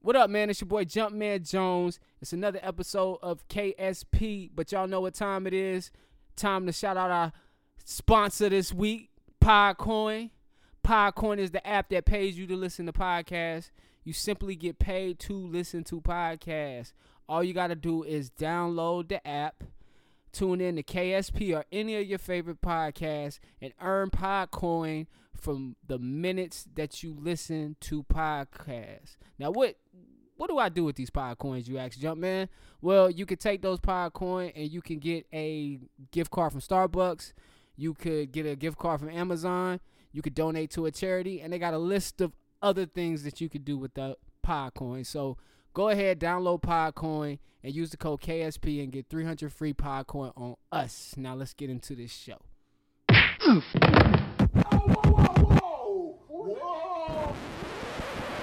What up, man? It's your boy Jumpman Jones. It's another episode of KSP, but y'all know what time it is. Time to shout out our sponsor this week, Podcoin. Podcoin is the app that pays you to listen to podcasts. You simply get paid to listen to podcasts. All you got to do is download the app, tune in to KSP or any of your favorite podcasts, and earn Podcoin from the minutes that you listen to podcasts. Now, what what do I do with these Podcoins? You ask, jump man. Well, you could take those Podcoin and you can get a gift card from Starbucks. You could get a gift card from Amazon. You could donate to a charity, and they got a list of other things that you could do with the Podcoin. So go ahead, download Podcoin, and use the code KSP and get 300 free Podcoin on us. Now let's get into this show. Whoa, whoa, whoa.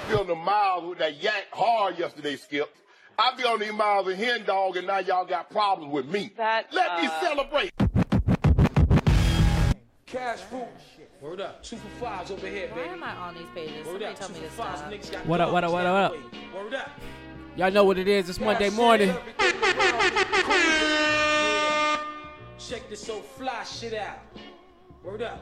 Feeling the miles with that yank hard yesterday, Skip. I be on these miles of hen dog, and now y'all got problems with me. That, Let me uh, celebrate. Cash food. Word up. Two for fives over here, Why baby. am I on these pages? Word Somebody up. tell Two me for to fives. stop. Niggas got What up, what up, what up, guns that way. Word up. Y'all know what it is. It's Monday Cash morning. shit, everything around me. Yeah. Check this old fly shit out. Word up.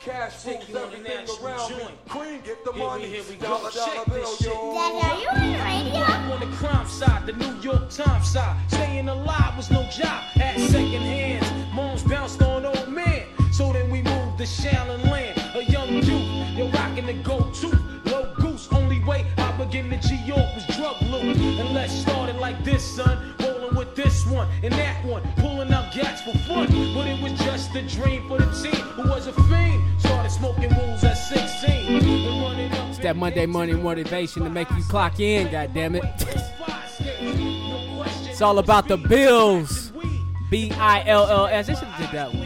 Cash Take rules you on the everything national around me. joint. Cream, get the Here we- money. here we go. dollar, Check dollar bill, this shit. yo. Daddy, are you on the radio? I'm on the crime side, the New York Times side. Staying alive was no job. Had second hands. Moms bounced on old man. So then we moved to Shallon Land. A young youth, you're rocking the go-to. Low goose, only way I began to G York was drug loot. And let's start it like this, son. Rolling with this one and that one. Pulling out gats for fun. But it was just a dream for the team who was a fiend. Started smoking rules at 16. And running up It's that Monday morning motivation to make you clock in, goddammit. it's all about the bills. B I L L S. They should have did that one.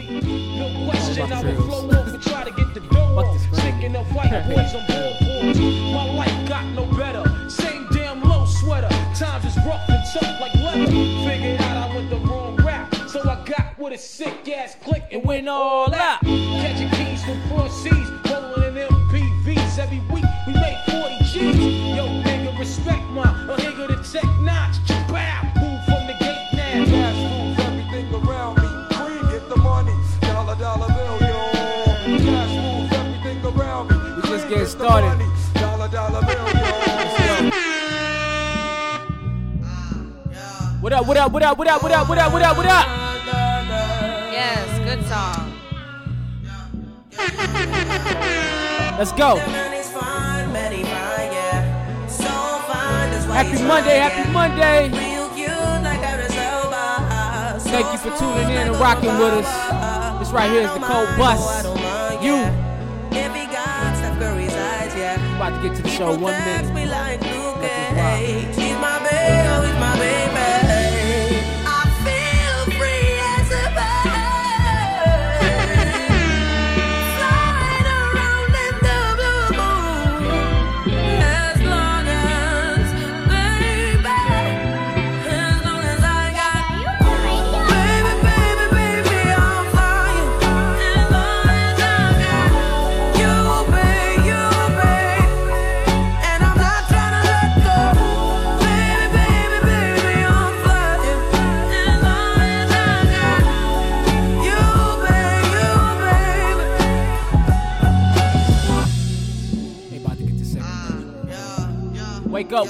No question, I About would the flow off and try to get the dough Fuck off. this crap. Sticking up white boys on ballboards. My life got no better. Same damn low sweater. Times is rough and tough like leather. Figured out I went the wrong route. So I got with a sick ass click and went all out. Catching keys from four C's, rolling in MPVs every week. We made 40 G's. Yo, nigga, respect my. A nigga to tech notch. Bow. Move from the gate now. Cash rules everything around me. Cream, get the money. Dollar, dollar bill, yo. Cash rules everything around me. We just Cream, getting get the started. money. Dollar, dollar bill, yo. What up, what up, what up, what up, what up, what up, what up, what up? Yes, good song. Let's go. Happy Happy Monday, happy Monday. Thank you for tuning in and rocking with us. This right here is the Cold Bus. You. You. About to get to the show. One minute. Let this rock. She's my babe, oh, he's my baby. I feel free as a bird. Flying around in the blue moon. As long as, baby, as long as I got Are you on the radio? Baby, baby, baby, I'm flying. As long as I got you, babe, you, babe. And I'm not trying to let go. Baby, baby, baby, I'm flying. As long as I got you, babe, you, babe. They about to get to second. Wake up,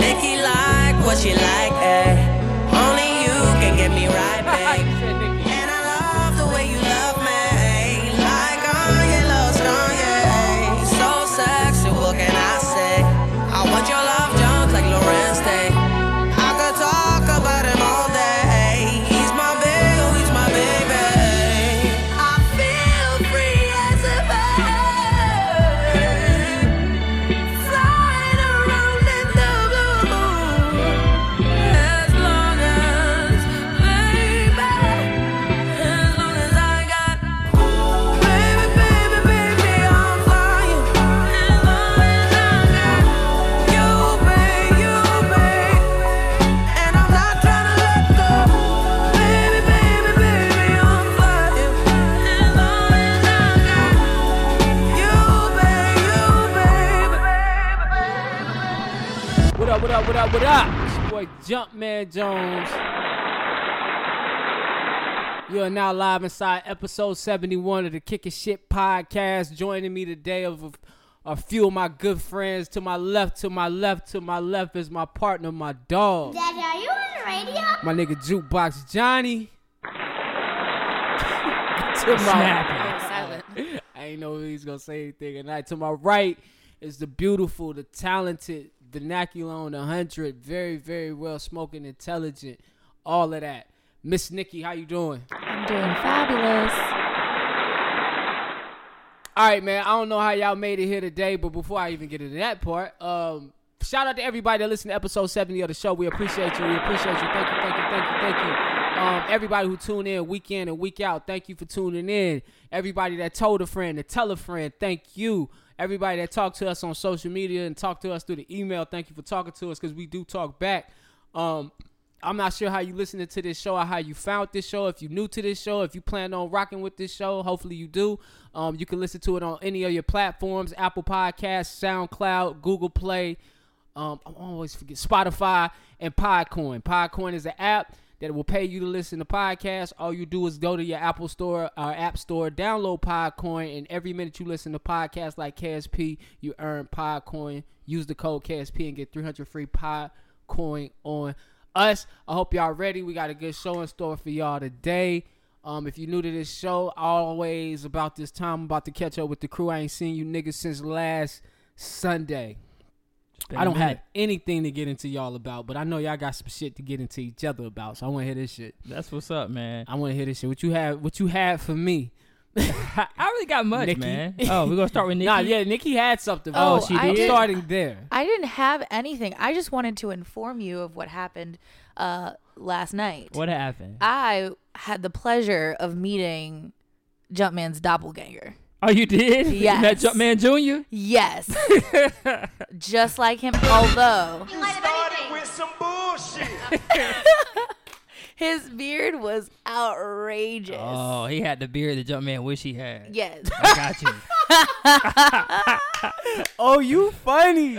Nicky like what she like, ayy. Only you can get me right, babe. And I love the way you love me, ayy. Like on your little strong, yeah. ayy. So sexy, what can I say? I want your love jumps like Lawrence Day. I could talk about him all day. He's my baby, he's my baby. I feel free as what up? It's your boy Jumpman Jones. You are now live inside episode 71 of the Kickin' Shit podcast. Joining me today of a, a few of my good friends. To my left, to my left, to my left is my partner, my dog. Daddy, are you on the radio? My nigga Jukebox Johnny. to my Oh, silent. I ain't know if he's gonna say anything tonight. To my right is the beautiful, the talented, vernacular on the hundred, very, very well spoken, intelligent, all of that. Miss Nikki, how you doing? I'm doing fabulous. All right, man. I don't know how y'all made it here today, but before I even get into that part, um, shout out to everybody that listened to episode 70 of the show. We appreciate you. We appreciate you. Thank you, thank you, thank you, thank you. Um, everybody who tuned in week in and week out, thank you for tuning in. Everybody that told a friend, to tell a friend, thank you. Everybody that talked to us on social media and talked to us through the email, thank you for talking to us because we do talk back. Um, I'm not sure how you listening to this show or how you found this show. If you new to this show, if you plan on rocking with this show, hopefully you do. Um, you can listen to it on any of your platforms: Apple Podcasts, SoundCloud, Google Play. Um, I always forget Spotify and Podcoin. Podcoin is an app that will pay you to listen to podcasts. All you do is go to your Apple Store or App Store, download Podcoin, and every minute you listen to podcasts like KSP, you earn Podcoin. Use the code KSP and get 300 free Podcoin on us. I hope y'all ready. We got a good show in store for y'all today. Um, if you're new to this show, always about this time, I'm about to catch up with the crew. I ain't seen you niggas since last Sunday. I don't have anything to get into y'all about, but I know y'all got some shit to get into each other about. So I want to hear this shit. That's what's up, man. I want to hear this shit. What you have? What you had for me? I really got much, Nikki. man. Oh, we're gonna start with Nikki. Nah, yeah, Nikki had something. Oh, she I I'm did? starting there. I didn't have anything. I just wanted to inform you of what happened uh, last night. What happened? I had the pleasure of meeting Jumpman's doppelganger. oh, you did? Yes. You met Jumpman Junior. Yes. just like him, although his beard was outrageous. Oh, he had the beard that Jumpman wish he had. Yes. I got you. Oh, you funny.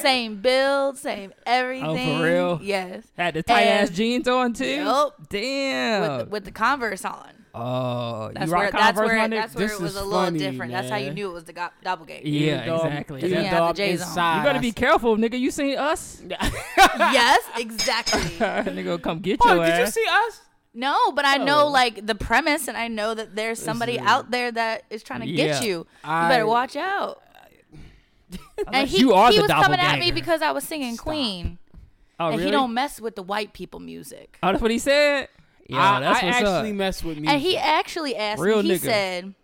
Same build, same everything. Oh, real? Yes. Had the tight ass And- jeans on too. Yup. Damn. With the, with the Converse on. oh, That's you rock where that's Converse, where my it, nigga? that's where This it was is a little funny, different. That's how you man. knew it was the go- doppelganger. Yeah, Dog- exactly. Even Yeah, Exactly. the dog J's on. inside. You better be careful, nigga. You seen us? yes, exactly. nigga gonna come get Oh, your did you ass. see us? No, but I know Oh. like the premise, and I know that there's somebody out there that is trying to Yeah. get you. You I- better watch out. And he, you are he the was coming at me doppelganger. because I was singing Queen, oh, and really? he don't mess with the white people music. Oh, that's what he said. Yeah, I, that's I what's actually up. messed with me. And he actually asked Real me, he nigga. said,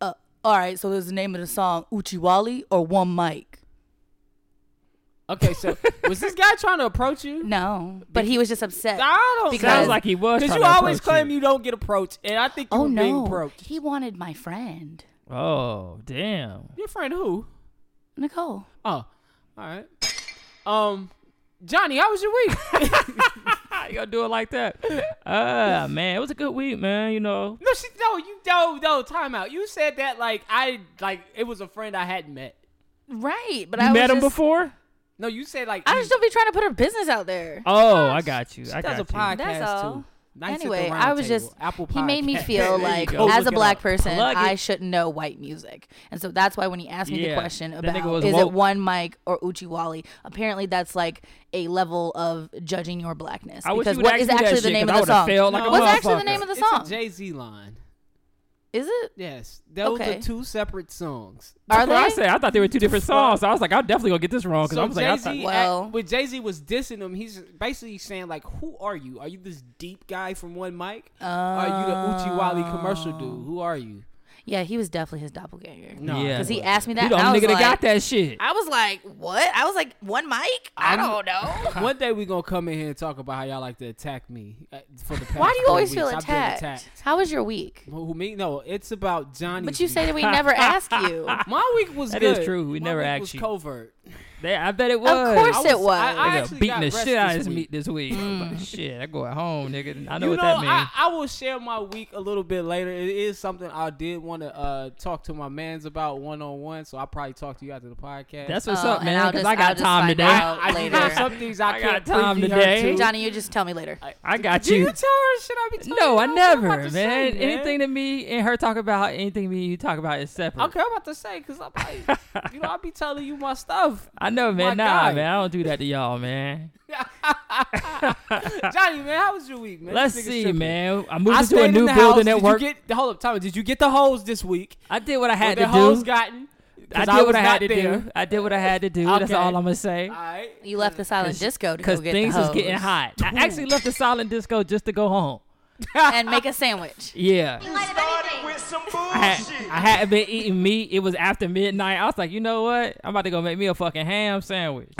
uh, all right, so is the name of the song Uchiwali or One Mic? okay, so was this guy trying to approach you? No, but he was just upset. I don't. Because- Sounds like he was. because trying you to always approach claim you. don't get approached, and I think you Oh were being no, approached. he wanted my friend Oh, damn. Your friend who? Nicole. Oh, all right. Um, Johnny, how was your week? you gonna do it like that? Ah, man, it was a good week, man. You know, no, she, no, you, no, no. Time out. You said that like I like it was a friend I hadn't met. Right, but you I was met him just- before. No, you said like I just don't be trying to put her business out there. Oh, I got you. She I does got a you. podcast That's all. too. Nice at the anyway, round I was table. just Apple. he made me Podcast. feel There you like go. as Look a it black up. person, Plug it. I should know white music, and so that's why when he asked me Yeah, the question that nigga about was is woke. it one mic or Uchiwali, apparently that's like a level of judging your blackness I wish because you would what is ask me that actually the shit, name 'cause I of the would've song? failed Oh, like a What's actually the motherfucker. name of the It's song? a Jay Z line. is it? Yes, those Okay. are two separate songs. Are That's what I they? said. I thought they were two different songs. I was like, I'm definitely gonna get this wrong because So Oh, I was like, I Jay thought, Z, Well- when Jay Z was dissing him, he's basically saying like, "Who are you? Are you this deep guy from One Mic? are you the Oh. Uchiwali commercial dude? Oh. Who are you?" Yeah, he was definitely his doppelganger. No, Yeah. Because he asked me that, you the and I only was nigga that like, got that shit. I was like, what? I was like, one mic? I don't know. One day we gonna come in here and talk about how y'all like to attack me uh, for the past. Why do you four always weeks. feel I've been attacked? How was your week? Who who, me? No, it's about Johnny. But you say that we never ask you. my week was That good. is true. We My never week asked was you. Covert. They, I bet it was. Of course I it was- was. I- I- Nigga actually beating got the rest shit out this of his week. meat this week. Like, shit, I go at home, nigga. I know you know, what that means. I, I will share my week a little bit later. It is something I did want to uh, talk to my mans about one on one, so I'll probably talk to you after the podcast. That's what's Oh, up, and man. I'll Because just- I got I'll just time find today. out. I do later. have some things I, I can't got time preview today. Her to. Johnny, you just tell me later. I got Did you you. tell her shit I be telling no, you? That's I what I'm never, about man. to say, Anything that me and her talk about, anything me and you talk about is separate. Okay, I'm about to say because I'm like, you know, I be telling you my stuff. I know, man. My Nah, guy. man. I don't do that to y'all, man. Johnny, man, how was your week, man? Let's This nigga see, tripping. man. I I moved into stayed a in new the building house. at work. Did you get, hold up, Tommy. Did you get the hose this week? I did what I had Were to the hoes do. gotten? I 'Cause did what was I had not to there. do. I did what I had to do. That's Okay. all I'm gonna say. All right. You left the silent disco to go Because get things the was getting hose hot. I actually left the silent disco just to go home. and make a sandwich. Yeah. Started with I, had, I hadn't been eating meat. It was after midnight. I was like, you know what? I'm about to go make me a fucking ham sandwich.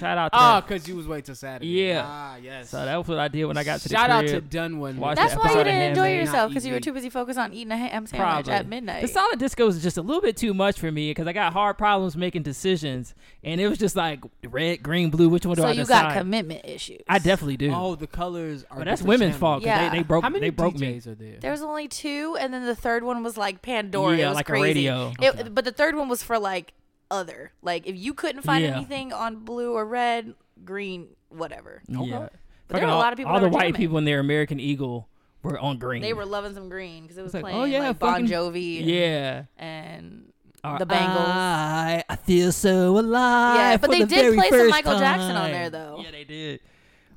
Shout out to Oh, her. because you was waiting till Saturday. Yeah. Ah, yes. So that was what I did when I got to the Shout out crib. to Dunwin. man. Watch That's why you episode of didn't enjoy Handmaid's yourself Not because you were eating. too busy focused on eating a ham sandwich Probably. at midnight. The solid disco was just a little bit too much for me because I got hard problems making decisions, and it was just like red, green, blue. Which one do so I you decide? got commitment issues. I definitely do. Oh, the colors are. but that's different women's channels. fault. 'cause Yeah. They, they broke. How many they broke me. DJs are there? There was only two, and then the third one was like Pandora. Yeah, it was like a crazy. radio. It- But the third one was for like other. Like if you couldn't find Yeah. anything on blue or red, green, whatever. Yeah. But there Fucking were a all- lot of people All that the were white jamming. people in their American Eagle were on green. They were loving some green because it was It's like, playing oh yeah, like Bon fucking- Jovi. and- Yeah. Uh, and Or, the Bangles. I, I feel so alive. Yeah, but for they the did very play some first Michael Jackson on time." there, though. Yeah, they did.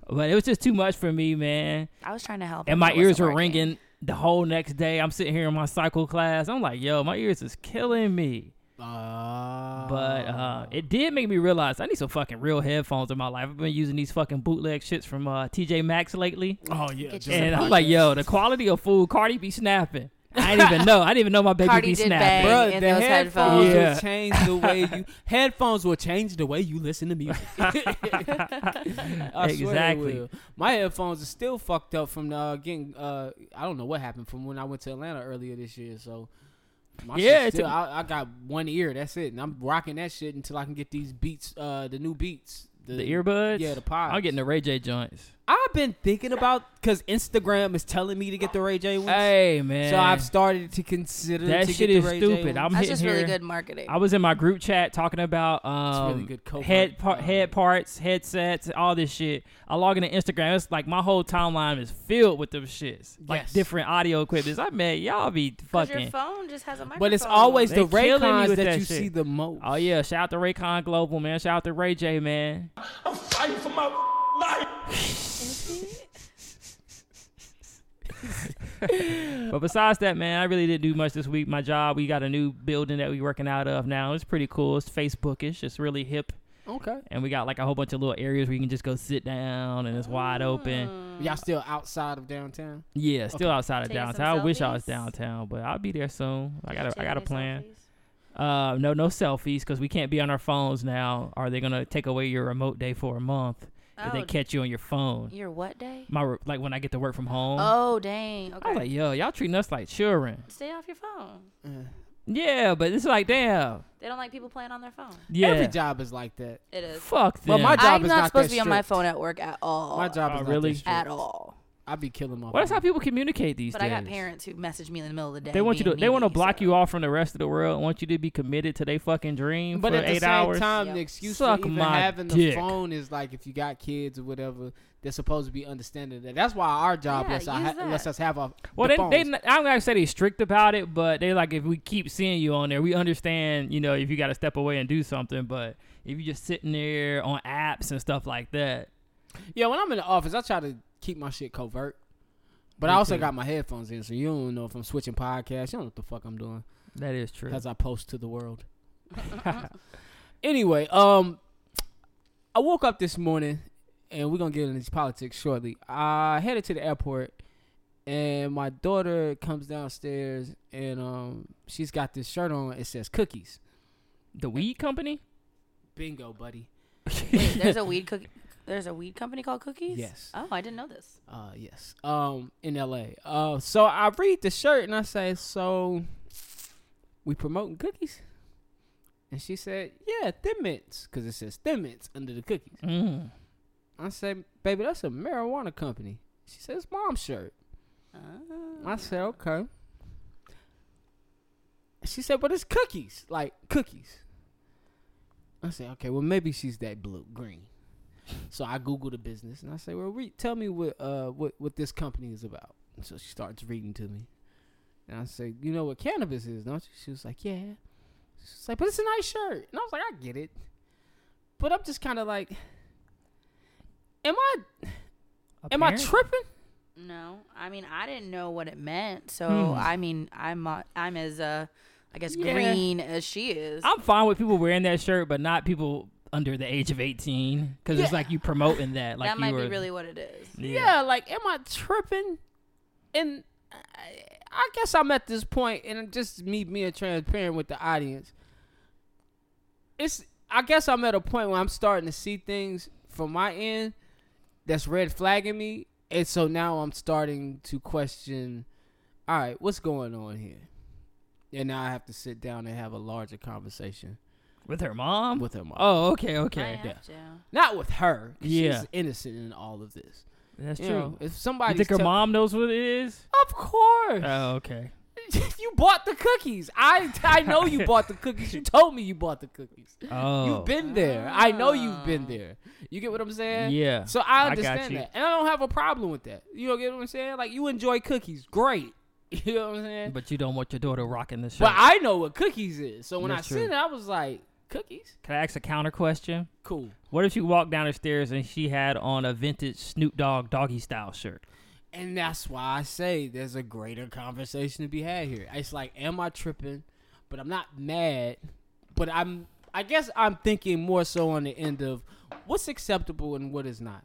But it was just too much for me, man. I was trying to help. and him, my it ears wasn't were working. ringing the whole next day. I'm sitting here in my cycle class. I'm like, yo, my ears is killing me. Ah. But uh, it did make me realize I need some fucking real headphones in my life. I've been using these fucking bootleg shits from uh, TJ Maxx lately, oh Get yeah. Johnny. you some and I'm Bootlegs. like, yo, the quality of food, Cardi be snapping. I didn't even know. I didn't even know my baby Cardi be did snapping. bang. Bruh, in the those headphones headphones. Yeah. will change the way you headphones will change the way you listen to music. I swear they Exactly. will. My headphones are still fucked up from uh, getting. Uh, I don't know what happened from when I went to Atlanta earlier this year. So my Yeah, shit it's still, a- I, I got one ear. That's it, and I'm rocking that shit until I can get these beats. Uh, the new beats. The earbuds. Yeah, the pods. I'm getting the Ray J joints. I've been thinking about because Instagram is telling me to get the Ray J ones. Hey man. So I've started to consider that to get shit is the Ray J stupid. ones. I'm That's hitting just here. really good marketing. I was in my group chat talking about um, really good covert, head par- uh, head parts, headsets, all this shit. I log into Instagram. It's like my whole timeline is filled with them shits, like Yes. different audio equipment. I man, y'all be 'Cause fucking. your phone just has a microphone. But it's always They the Ray killing me Cons that, with that you shit. see the most. Oh yeah! Shout out to Raycon Global, man. Shout out to Ray J, man. I'm fighting for my life. But besides that, man, I really didn't do much this week. My job, we got a new building that we working out of now. It's pretty cool. It's Facebookish. It's really hip, Okay. and we got like a whole bunch of little areas where you can just go sit down, and it's wide open. Y'all still outside of downtown? Yeah, still outside of Taking some downtown. I wish I was selfies? downtown, but I'll be there soon. I got a, I got a Taking plan. selfies. Uh, no, no selfies because we can't be on our phones now. Are they gonna take away your remote day for a month if they Oh. catch you on your phone? Your what day? My re- like when I get to work from home. Oh dang! Okay, Mm-hmm. I was like, yo, y'all treating us like children. stay off your phone. Yeah, but it's like, damn. They don't like people playing on their phone. Yeah. Every job is like that. It is. Fuck them. Well, my job I'm is not, not supposed that to be on my strict. phone at work at all. My job Oh, is really? Not that at strict. all. I be killing my. well, that's how phone. people communicate these But days. I got parents who message me in the middle of the day. They want you to. being They want to needy, block so- you off from the rest of the world. and Want you to be committed to their fucking dream But for at the eight same hours. time, the Yep. excuse Suck for even my having the dick. phone is like if you got kids or whatever, they're supposed to be understanding that. That's why our job Yeah, lets, I use ha- that. lets us have our. Well, the they, they, phones. n- I'm not gonna say they strict about it, but they like if we keep seeing you on there, we understand, you know, if you got to step away and do something. But if you just sitting there on apps and stuff like that, yeah, when I'm in the office, I try to keep my shit covert. But I also got my headphones in, so you don't know if I'm switching podcasts. You don't know what the fuck I'm doing. that is true. as I post to the world. anyway, um, I woke up this morning, and we're gonna get into these politics shortly. I headed to the airport, and my daughter comes downstairs, and um, she's got this shirt on. It says cookies. the weed company. Bingo, buddy. Wait, there's a weed cookie. There's a weed company called Cookies. Yes. Oh, I didn't know this. Uh, yes. Um, in L.A. Uh, so I read the shirt and I say, so we promoting cookies. And she said, "Yeah, Thin Mints, because it says Thin Mints under the cookies." Mm. I said, "Baby, that's a marijuana company." She says, "Mom shirt." Oh. I said, "Okay." She said, "But it's cookies, like cookies." I said, "Okay, well maybe she's that blue green." So I googled the business and I said, "Well, read, tell me what uh what what this company is about." And so she starts reading to me, and I said, "You know what cannabis is, don't you?" She was like, "Yeah." She's like, "But it's a nice shirt," and I was like, "I get it," but I'm just kind of like, "Am I am I Apparent- tripping?" No, I mean I didn't know what it meant. So I mean I'm uh, I'm as uh I guess Yeah. green as she is. I'm fine with people wearing that shirt, but not people under the age of 18 because it's like you promoting that. Like that you might were, be really what it is. Yeah. like am I tripping? And I, I guess I'm at this point, and it just me being transparent with the audience. It's I guess I'm at a point where I'm starting to see things from my end that's red flagging me, and so now I'm starting to question. All right, what's going on here? And now I have to sit down and have a larger conversation with her mom. with her mom. oh, okay, I okay, have to. Not with her. 'cause Yeah. she's innocent in all of this. that's You true. know, if you somebody think her mom knows what it is? Of course. Oh, okay. you bought the cookies. I I know you bought the cookies. You told me you bought the cookies. Oh, You've been there. I know you've been there. You get what I'm saying? Yeah, So I I got understand you. that. And I don't have a problem with that. You know get what I'm saying? Like you enjoy cookies. Great. You know what I'm saying? But, but you don't want your daughter rocking this shirt. I know what cookies is. So when That's I seen true. it, I was like, cookies? Can I ask a counter question? Cool. What if you walked down the stairs and she had on a vintage Snoop Dogg doggy style shirt? And that's why I say there's a greater conversation to be had here. It's like, am I tripping? But I'm not mad. But I'm, I guess I'm thinking more so on the end of what's acceptable and what is not.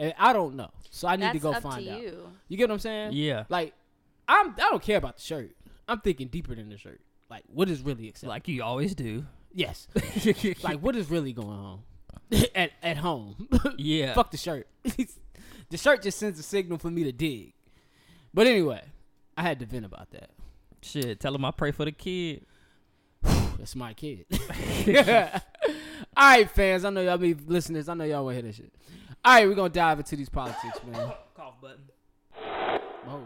And I don't know, so I need to That's go up find to out. you. You get what I'm saying? Yeah. Like, I'm, I don't care about the shirt. I'm thinking deeper than the shirt. Like, what is really acceptable? Like you always do. yes. like, what is really going on at at home? Yeah. Fuck the shirt. the shirt just sends a signal for me to dig. But anyway, I had to vent about that. Shit, tell him I pray for the kid. That's my kid. All right, fans. I know y'all be listeners. I know y'all want to hear this shit. All right, we're going to dive into these politics, man. Cough button. Oh,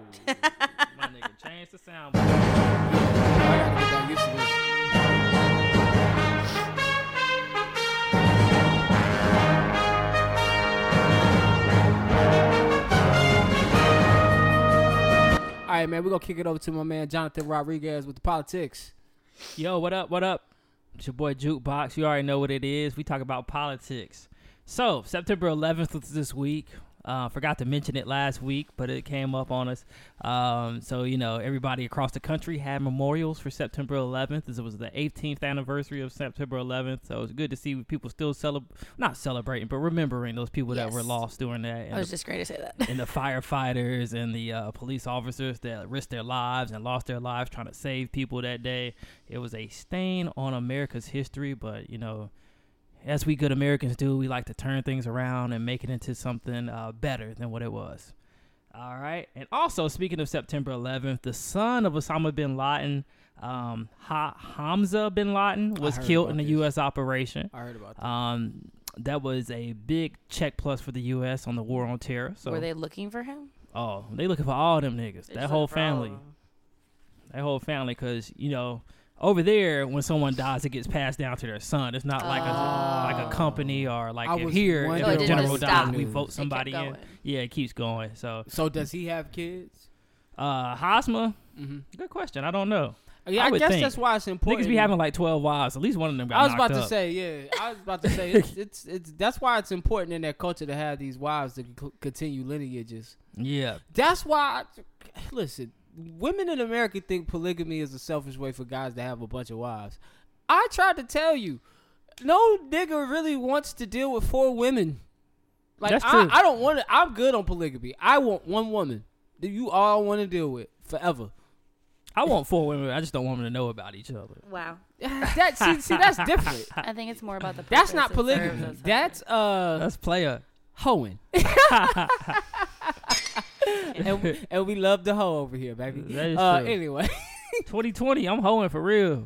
My nigga, change the sound. I gotta get back used to this. All right, man, we're going to kick it over to my man, Jonathan Rodriguez, with the politics. Yo, what up? What up? It's your boy Jukebox. You already know what it is. We talk about politics. So September 11th was this week. Uh, forgot to mention it last week, but it came up on us. Um, so you know, everybody across the country had memorials for September 11th. This was the 18th anniversary of September 11th, so it's good to see people still celeb not celebrating, but remembering those people that were Yes. lost during that. and I the was just going to say that. and the firefighters and the uh, police officers that risked their lives and lost their lives trying to save people that day. It was a stain on America's history, but you know, as we good Americans do, we like to turn things around and make it into something uh, better than what it was. All right. And also, speaking of September 11th, the son of Osama bin Laden, um, ha- Hamza bin Laden, was heard killed about in the this. U.S. operation. I heard about that. Um, that was a big check plus for the U.S. on the war on terror. So Were they looking for him? Oh, they looking for all them niggas. They that just whole looking for all of family. them. That whole family, because you know, over there when someone dies, it gets passed down to their son. It's not like a like a company Oh. or like I if was here. wondering- If So it a didn't general just dies, stop. we It vote kept somebody in. going. Yeah, it keeps going. So, So does he have kids? uh, Hosma, Mm-hmm. good question. I don't know. Yeah, I, would guess think. that's why it's important. Niggas be having like twelve wives. At least one of them got I was knocked about to up. say, yeah, I was about to say it's, it's it's that's why it's important in that culture to have these wives to c- continue lineages. Yeah, That's why, I, listen, women in America think polygamy is a selfish way for guys to have a bunch of wives. I tried to tell you, no nigga really wants to deal with four women. Like That's I, true. I don't want to. I'm good on polygamy. I want one woman that you all want to deal with forever. I want four women. I just don't want them to know about each other. Wow. That see, see that's different. I think it's more about the That's not purpose it serves polygamy. as That's uh That's player. hoeing. and, we- and we love the hoe over here, baby. That is uh, true. Anyway, 2020. I'm hoeing for real.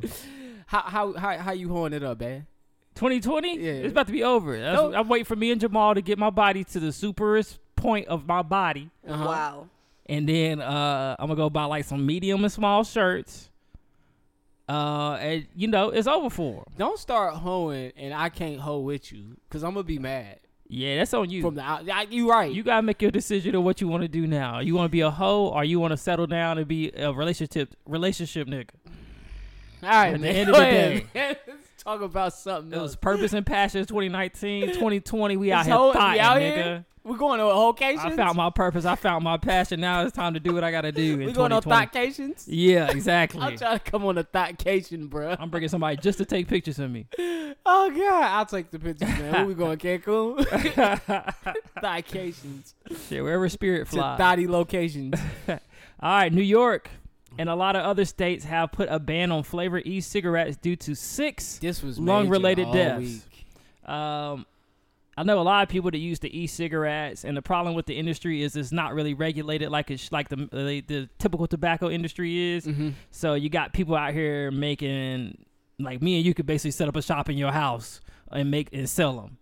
How how how how you horn it up, man? 2020? Yeah. It's about to be over. That's, Nope. I'm waiting for me and Jamal to get my body to the superest point of my body. Uh-huh. Wow. And then uh, I'm going to go buy like some medium and small shirts. Uh, and, you know, it's over for 'em. Don't start hoeing and I can't hoe with you, cause I'm gonna be mad Yeah, that's on you. from the out. I, you right. you got to make your decision of what you want to do now. You want to be a hoe or you want to settle down and be a relationship relationship nigga. All right, At the man. end of Go the ahead, day. man. let's talk about something It was else. purpose and passion 2019, 2020. We out This here hoe- we fighting, out nigga. here? We're going to Hulkations. I found my purpose. I found my passion. Now it's time to do what I gotta do. in We're going on 2020. Thoughtcations. Yeah, exactly. I'm trying to come on a Thoughtcation, bro. I'm bringing somebody just to take pictures of me. Oh god, I'll take the pictures, man. Where we going, Cancun? Shit, Thocations. wherever spirit To flies. thotty locations. All right, New York and a lot of other states have put a ban on flavor e-cigarettes due to six This was lung major related all deaths. week. Um, I know a lot of people that use the e-cigarettes, and the problem with the industry is it's not really regulated like it's like the the, the typical tobacco industry is. Mm-hmm. So you got people out here making like me and you could basically set up a shop in your house and make and sell them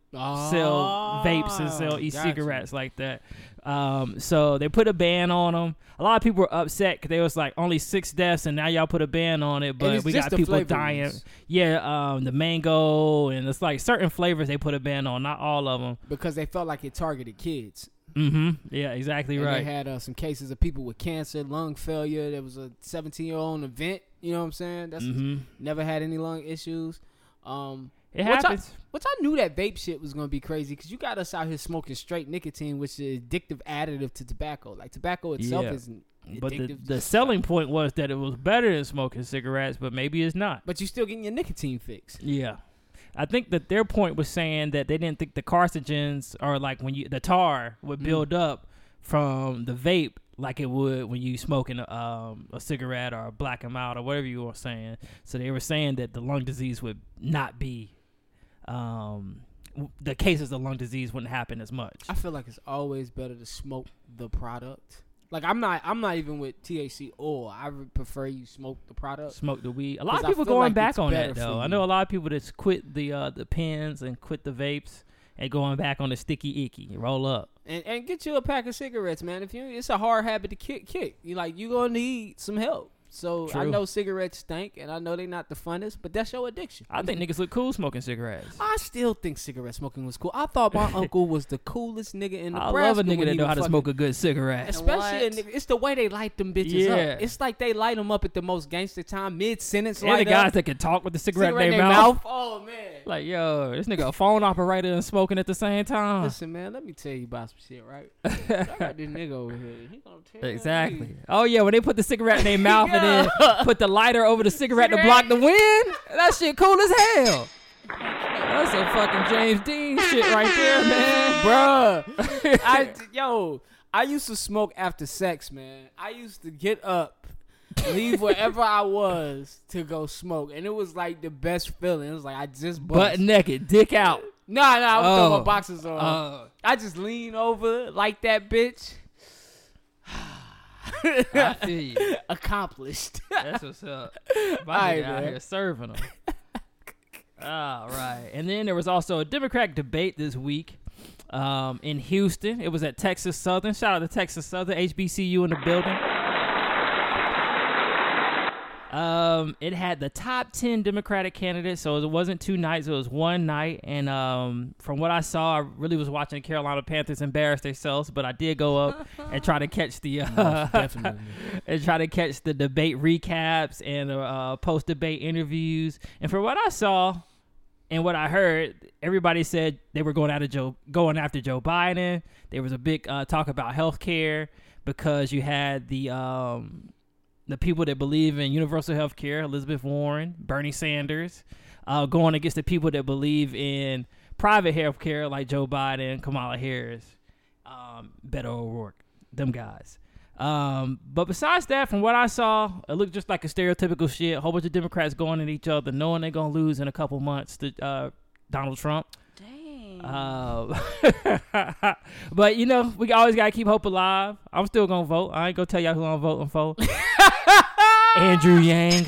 sell vapes and Oh, sell gotcha. e-cigarettes like that. Um, so they put a ban on them. A lot of people were upset 'cause they was like only six deaths, and now y'all put a ban on it. But it's we just got the people flavored dying. ones. Yeah, um, the mango and it's like certain flavors they put a ban on, not all of them. Because they felt like it targeted kids. Mm-hmm. Yeah, exactly And right. They had uh, some cases of people with cancer, lung failure. There was a 17 year old event. You know what I'm saying? That's never had any lung issues. Um, Mm-hmm. It which I- happens. Which I knew that vape shit was gonna be crazy because you got us out here smoking straight nicotine, which is addictive additive to tobacco. Like tobacco itself Yeah. isn't addictive, But the, to- the selling point was that it was better than smoking cigarettes, but maybe it's not. but you still getting your nicotine fix. Yeah. I think that their point was saying that they didn't think the carcinogens or like when you the tar Mm. would build up from the vape like it would when you smoking a, um, a cigarette or a black 'em out or whatever you were saying. So they were saying that the lung disease would not be um, w- the cases of lung disease wouldn't happen as much. I feel like it's always better to smoke the product. Like I'm not, I'm not even with THC oil. I would prefer you smoke the product. Smoke the weed. A 'Cause lot of I people feel going like back it's on better that for though. I you. know a lot of people that's quit the uh, the pens and quit the vapes and going back on the sticky icky roll up. and, and get you a pack of cigarettes, man. If you, it's a hard habit to kick. Kick. You like you gonna need some help. So I True. know cigarettes stink, and I know they not the funnest, but that's your addiction. I think niggas look cool smoking cigarettes. I still think cigarette smoking was cool. I thought my uncle was the coolest nigga in the I love a nigga that know know how to smoke a good cigarette. Especially a What? nigga, it's the way they light them bitches Yeah. up. It's like they light them up at the most gangster time, mid sentence. And the guys that can talk with the cigarette, cigarette in in their they mouth. mouth. Oh man. Like, yo, this nigga a phone operator and smoking at the same time. Listen, man, let me tell you about some shit, right? I got this nigga over here. He gonna tell Exactly. me. Oh yeah, when they put the cigarette in their mouth and then put the lighter over the cigarette to block the wind, that shit cool as hell. That's some fucking James Dean shit right there, man. Bruh. I, d- yo, I used to smoke after sex, man. I used to get up, leave wherever I was to go smoke. And it was like the best feeling. It was like I just Butt bust. naked, dick out. No, no, I was throwing Oh. my boxes on. Uh, I just lean over like that bitch. Uh, I feel you. Accomplished. That's what's up. My Aight, nigga out man. here serving them. All right. And then there was also a Democratic debate this week um, in Houston. It was at Texas Southern. Shout out to Texas Southern, HBCU in the building. Um, it had the top 10 Democratic candidates, so it wasn't two nights, it was one night. And um, from what I saw, I really was watching the Carolina Panthers embarrass themselves, but I did go up and try to catch the uh, and try to catch the debate recaps and uh, post debate interviews. And from what I saw and what I heard, everybody said they were going out of Joe, going after Joe Biden. There was a big uh, talk about health care because you had the um, the people that believe in universal health care, Elizabeth Warren, Bernie Sanders, uh, going against the people that believe in private health care, like Joe Biden, Kamala Harris, um, Beto O'Rourke, them guys. Um, but besides that, from what I saw, it looked just like a stereotypical shit. A whole bunch of Democrats going at each other, knowing they're gonna lose in a couple months to uh, Donald Trump. Dang. Uh, but you know, we always gotta keep hope alive. I'm still gonna vote. I ain't gonna tell y'all who I'm voting for. Andrew Yang.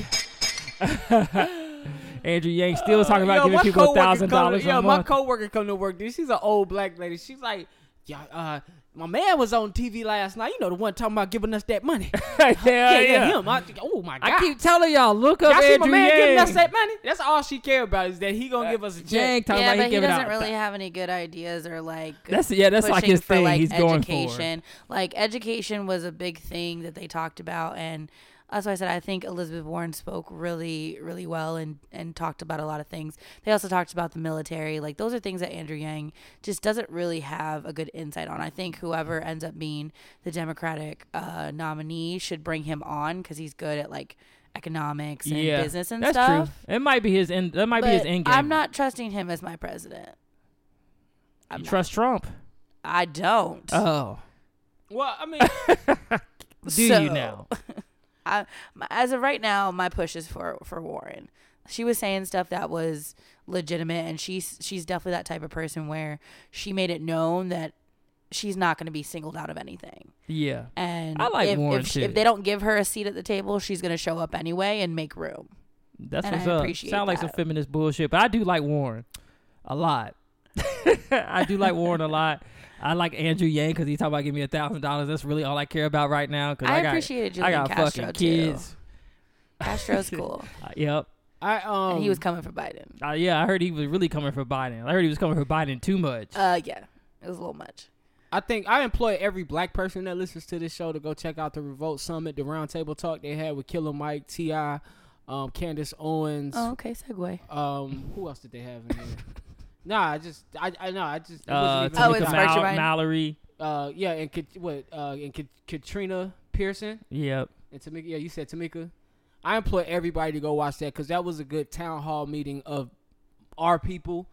Andrew Yang still talking about Uh, Yo, giving my people a coworker thousand come to- dollars Yo, a my month. coworker come to work. Dude, she's an old black lady. She's like, yeah, uh, my man was on TV last night. You know the one talking about giving us that money. yeah, yeah, yeah, yeah, him. I, oh my god. I keep telling y'all, look up Y'all see my Andrew man giving us Yang. that money? That's all she care about is that he gonna give us a check. Yang talking yeah, about but he he giving doesn't out. really have any good ideas or like. That's- yeah, that's like pushing his for, thing Like he's going for. education. Like education was a big thing that they talked about, and that's why I said I think Elizabeth Warren spoke really, really well and and talked about a lot of things. They also talked about the military. Like those are things that Andrew Yang just doesn't really have a good insight on. I think whoever ends up being the Democratic uh, nominee should bring him on because he's good at like economics and yeah, business and that's stuff. true. It might be his end. That might be his But end game. I'm not trusting him as my president. You trust Trump. I don't. Oh, Well, I mean, do you So- now? I, my- as of right now, my push is for for Warren. She was saying stuff that was legitimate, and she's she's definitely that type of person where she made it known that she's not going to be singled out of anything. Yeah, And I like if, Warren, if, she- too. if they don't give her a seat at the table, she's going to show up anyway and make room. that's And what's I up. appreciate Sound like some that. feminist bullshit, but I do like Warren a lot. I do like Warren a lot. I like Andrew Yang because he's talking about giving me a thousand dollars. That's really all I care about right now. Cause I, I got, appreciated I Julian got Castro, fucking too. kids. Castro's cool, Uh, yep. I um, and he was coming for Biden. Uh, yeah, I heard he was really coming for Biden. I heard he was coming for Biden too much. Uh, yeah, it was a little much. I think I employ every black person that listens to this show to go check out the Revolt Summit, the roundtable talk they had with Killer Mike, T.I., um, Candace Owens. Oh, okay, segue. Um, who else did they have in there? nah, I just, I, I know, I just, it uh, wasn't Oh, Tamika it's even- Virtue Mal- Biden. Mallory. uh, yeah, and Kat- what, uh, and Kat- Katrina Pearson Yep. and Tamika. Yeah, you said Tamika. I implore everybody to go watch that because that was a good town hall meeting of our people,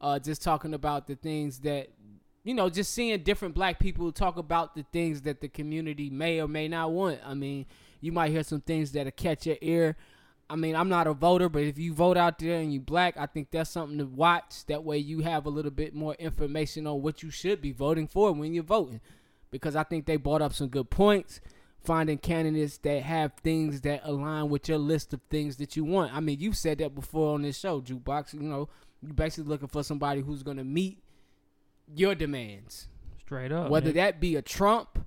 uh, just talking about the things that you know, just seeing different black people talk about the things that the community may or may not want. I mean, you might hear some things that'll catch your ear. I mean, I'm not a voter, but if you vote out there and you black, I think that's something to watch. That way you have a little bit more information on what you should be voting for when you're voting. Because I think they brought up some good points. Finding candidates that have things that align with your list of things that you want. I mean, you've said that before on this show, Jukebox. You know, you're basically looking for somebody who's going to meet your demands. Straight up. whether man. that be a Trump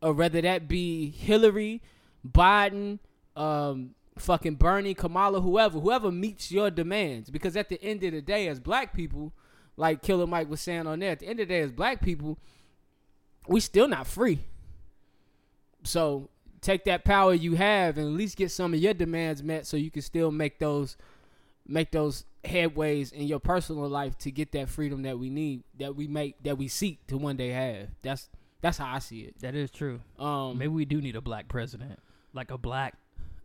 or whether that be Hillary, Biden, um, fucking Bernie, Kamala, whoever, whoever meets your demands. Because at the end of the day, as black people, like Killer Mike was saying on there, at the end of the day, as black people, we still not free. So take that power you have and at least get some of your demands met so you can still make those make those headways in your personal life to get that freedom that we need that we make that we seek to one day have that's that's how i see it that is true. um Maybe we do need a black president, like a black.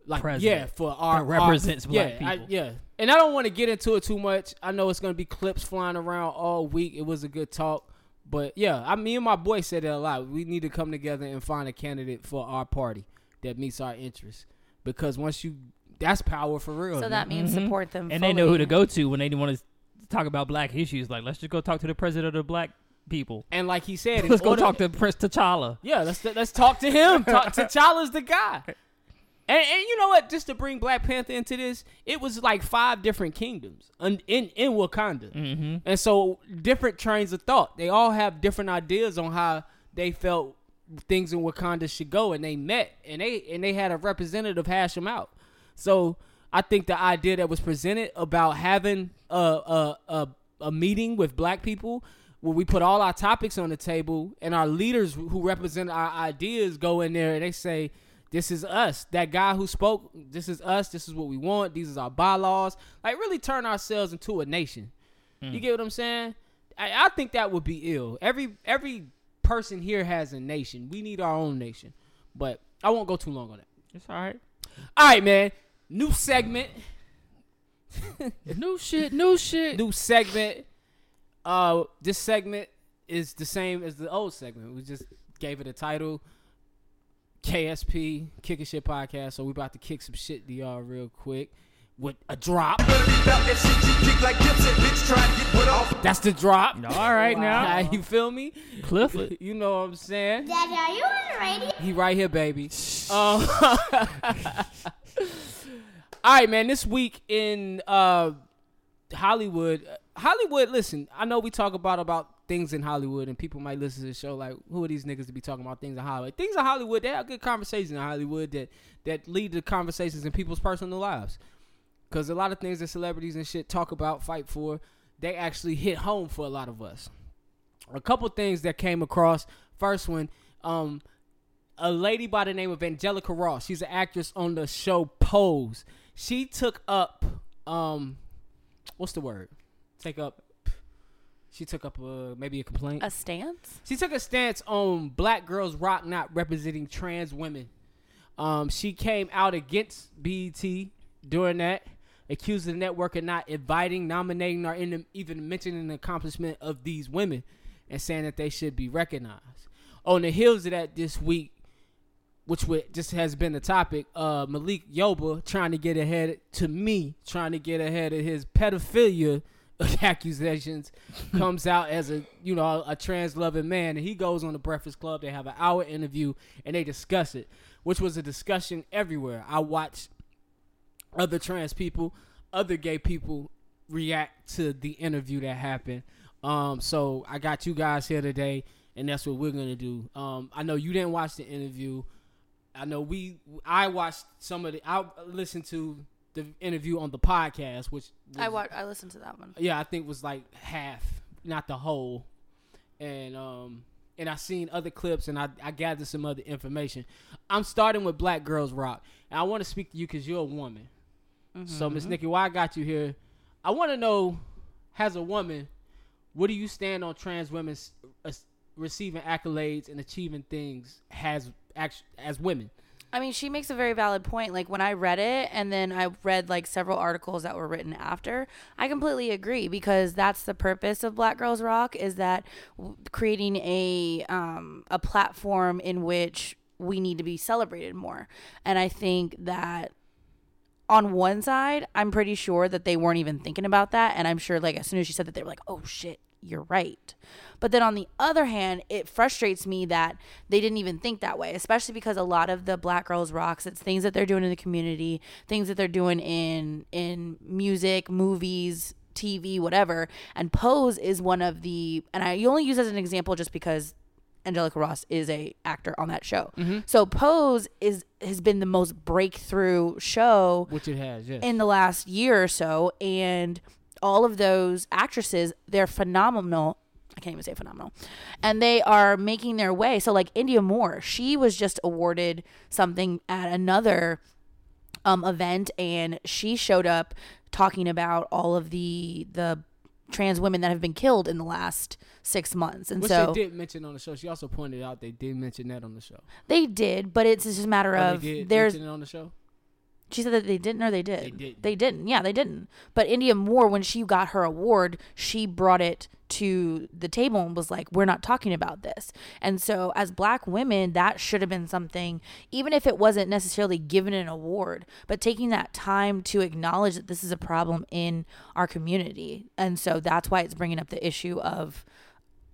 like president yeah for our that represents our, black yeah, I- people. yeah and i don't want to get into it too much i know it's gonna be clips flying around all week it was a good talk but yeah i me and my boy said it a lot we need to come together and find a candidate for our party that meets our interests because once you that's power for real So man. that means support them. Oh, Mm-hmm. And they know who to fully. go to when they want to talk about black issues. Like, let's just go talk to the president of the black people. and like he said in Let's go order- talk to Prince T'Challa. Yeah, let's let's talk to him. Talk, T'Challa's the guy. And, and you know what? Just to bring Black Panther into this, it was like five different kingdoms in in, in Wakanda, and so different trains of thought. They all have different ideas on how they felt things in Wakanda should go, and they met and they and they had a representative hash them out. So I think the idea that was presented about having a a a, a meeting with black people where we put all our topics on the table and our leaders who represent our ideas go in there and they say this is us that guy who spoke this is us this is what we want these is our bylaws like really turn ourselves into a nation you get what i'm saying I, I think that would be ill every every person here has a nation we need our own nation but i won't go too long on that It's all right. all right, man. New segment. New shit, new shit. New segment. Uh, this segment is the same as the old segment. We just gave it a title. KSP Kicking Shit Podcast. So we about to kick some shit to y'all real quick with a drop. That's the drop. All right now. you feel me? Clifford. You know what I'm saying? Daddy, are you on the radio? He right here, baby. Um, all All right, man. This week in uh, Hollywood, uh, Hollywood. Listen, I know we talk about about things in Hollywood, and people might listen to the show like, "Who are these niggas to be talking about things in Hollywood?" Things in Hollywood. They have good conversations in Hollywood that that lead to conversations in people's personal lives. Because a lot of things that celebrities and shit talk about, fight for, they actually hit home for a lot of us. A couple things that came across. First one, um, a lady by the name of Angelica Ross. She's an actress on the show Pose. She took up um what's the word? Take up she took up uh maybe a complaint. A stance? She took a stance on black girls rock not representing trans women. Um, she came out against BET during that, accused the network of not inviting, nominating, or in- even mentioning the accomplishment of these women and saying that they should be recognized. On the heels of that this week, which would, just has been the topic, uh, Malik Yoba trying to get ahead, to me, trying to get ahead of his pedophilia accusations comes out as a you know a trans loving man and he goes on the breakfast club they have an hour interview and they discuss it which was a discussion everywhere i watched other trans people other gay people react to the interview that happened um so i got you guys here today and that's what we're gonna do um i know you didn't watch the interview I know we I watched some of the I listened to the interview on the podcast, which I was- wa- I listened to that one. yeah, I think was like half, not the whole. And um and I seen other clips and I, I gathered some other information. I'm starting with Black Girls Rock. And I want to speak to you because you're a woman. So Miss Nikki, why I got you here, I want to know, as a woman, what do you stand on trans women s- as- receiving accolades and achieving things as act- as women? I mean, she makes a very valid point. Like when I read it and then I read like several articles that were written after, I completely agree because that's the purpose of Black Girls Rock is that w- creating a um a platform in which we need to be celebrated more. And I think that on one side, I'm pretty sure that they weren't even thinking about that. And I'm sure, like, as soon as she said that, they were like, oh shit, you're right. But then on the other hand, it frustrates me that they didn't even think that way, especially because a lot of the Black Girls Rocks, it's things that they're doing in the community, things that they're doing in in music, movies, TV, whatever. And Pose is one of the, and I only use as an example just because Angelica Ross is a actor on that show. So Pose is has been the most breakthrough show Which it has, yes. in the last year or so and all of those actresses they're phenomenal i can't even say phenomenal and they are making their way so like india moore she was just awarded something at another um, event and she showed up talking about all of the the trans women that have been killed in the last six months and Which so they did mention on the show. She also pointed out they did mention that on the show. they did but it's just a matter Oh, of they did there's mention it on the show. She said that they didn't or they did. They didn't. They didn't. Yeah, they didn't. But India Moore, when she got her award, she brought it to the table and was like, we're not talking about this. And so, as black women, that should have been something, even if it wasn't necessarily given an award, but taking that time to acknowledge that this is a problem in our community. And so, that's why it's bringing up the issue of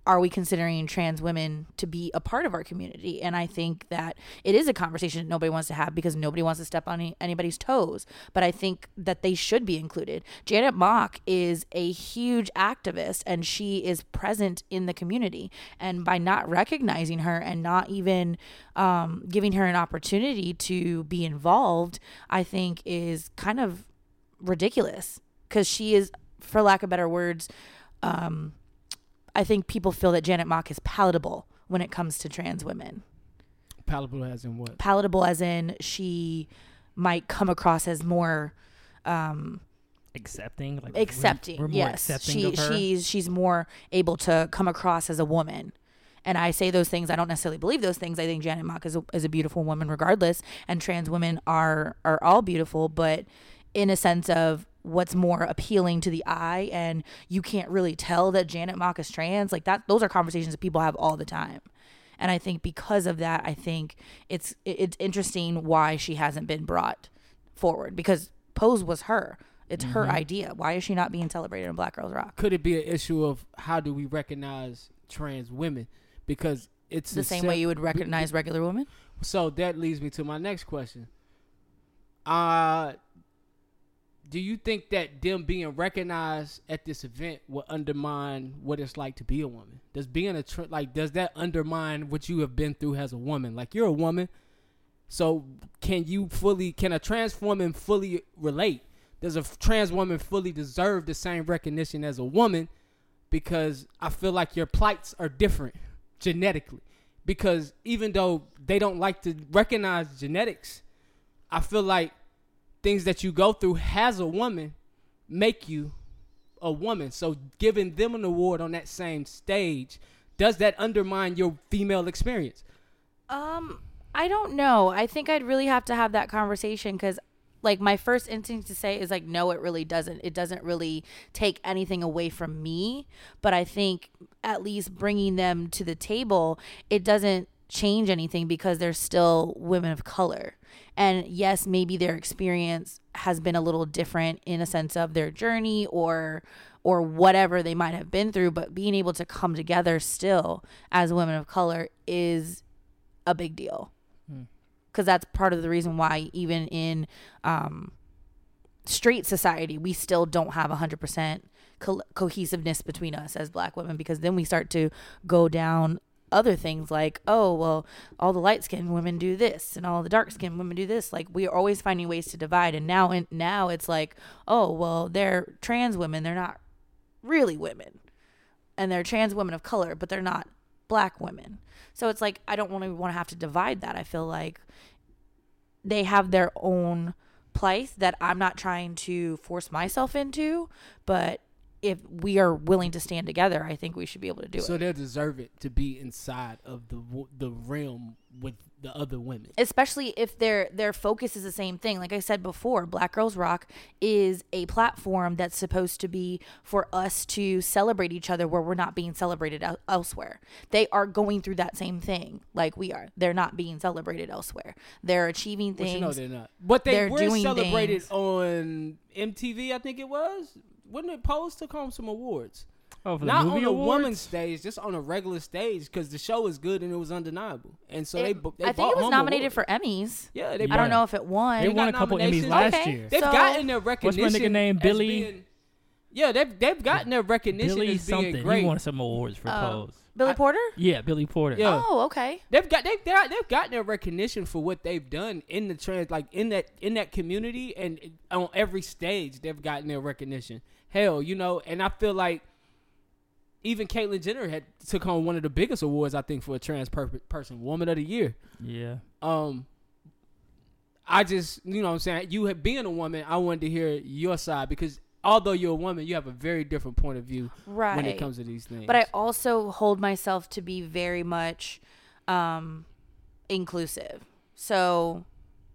are we considering trans women to be a part of our community? And I think that it is a conversation that nobody wants to have because nobody wants to step on any, anybody's toes. But I think that they should be included. Janet Mock is a huge activist and she is present in the community. And by not recognizing her and not even um, giving her an opportunity to be involved, I think is kind of ridiculous because she is, for lack of better words, um, I think people feel that Janet Mock is palatable when it comes to trans women. Palatable as in what? Palatable as in she might come across as more um, Accepting, like we're- accepting. We're more yes, accepting she of her. she's she's more able to come across as a woman. And I say those things. I don't necessarily believe those things. I think Janet Mock is a, is a beautiful woman, regardless. And trans women are are all beautiful, but in a sense of what's more appealing to the eye, and you can't really tell that Janet Mock is trans. Like that, those are conversations that people have all the time. And I think because of that, I think it's it- it's interesting why she hasn't been brought forward because Pose was her. It's her idea. Why is she not being celebrated in Black Girls Rock? could it be an issue of how do we recognize trans women because it's The a same se- way you would recognize regular women. so that leads me to my next question uh do you think that them being recognized at this event will undermine what it's like to be a woman? Does being a tr- like does that undermine what you have been through as a woman? Like you're a woman, so can you fully can a trans woman fully relate? Does a f- trans woman fully deserve the same recognition as a woman? Because I feel like your plights are different genetically. Because even though they don't like to recognize genetics, I feel like things that you go through as a woman make you a woman. So giving them an award on that same stage, does that undermine your female experience? Um, I don't know. I think I'd really have to have that conversation because, like, my first instinct to say is like, no, it really doesn't. It doesn't really take anything away from me. But I think at least bringing them to the table, it doesn't change anything because they're still women of color. And yes, maybe their experience has been a little different in a sense of their journey or or whatever they might have been through, but being able to come together still as women of color is a big deal because that's part of the reason why even in um, straight society we still don't have 100% co- cohesiveness between us as black women because then we start to go down other things like oh well all the light skinned women do this and all the dark skinned women do this like we are always finding ways to divide and now and now it's like oh well they're trans women they're not really women and they're trans women of color, but they're not black women. So it's like I don't want to want to have to divide that. I feel like they have their own place that I'm not trying to force myself into, but if we are willing to stand together, I think we should be able to do So it. they deserve it to be inside of the w- the realm with the other women. Especially if their their focus is the same thing. Like I said before, Black Girls Rock is a platform that's supposed to be for us to celebrate each other where we're not being celebrated el- elsewhere. They are going through that same thing like we are. They're not being celebrated elsewhere. They're achieving But things. you know they're not. But they They're were doing celebrated things. on MTV, I think it was. Wasn't it Pose took home some awards? Oh, for the Not movie on a awards? woman's stage, just on a regular stage, because the show was good and it was undeniable. And so It- they, bu- they I think brought it was home nominated awards. for Emmys. Yeah, they Yeah. I brought- don't know if it won. They They won a got couple Emmys nominations. last Okay. year. They've So- gotten their my nigga recognition. name? as Billy- being- yeah, they've they've gotten their recognition Billy as being something. great. He won some awards for Uh, Oh. Pose. Billy Porter? Yeah, Billy Porter. Yeah. Oh, okay. They've got they've got, they've gotten their recognition for what they've done in the trans like in that in that community and on every stage they've gotten their recognition. Hell, you know, and I feel like even Caitlyn Jenner had took home one of the biggest awards I think for a trans per- person, Woman of the Year. Yeah. um I just you know what I'm saying you have, being a woman I wanted to hear your side because although you're a woman you have a very different point of view when it Right. comes to these things But I also hold myself to be very much um, inclusive. So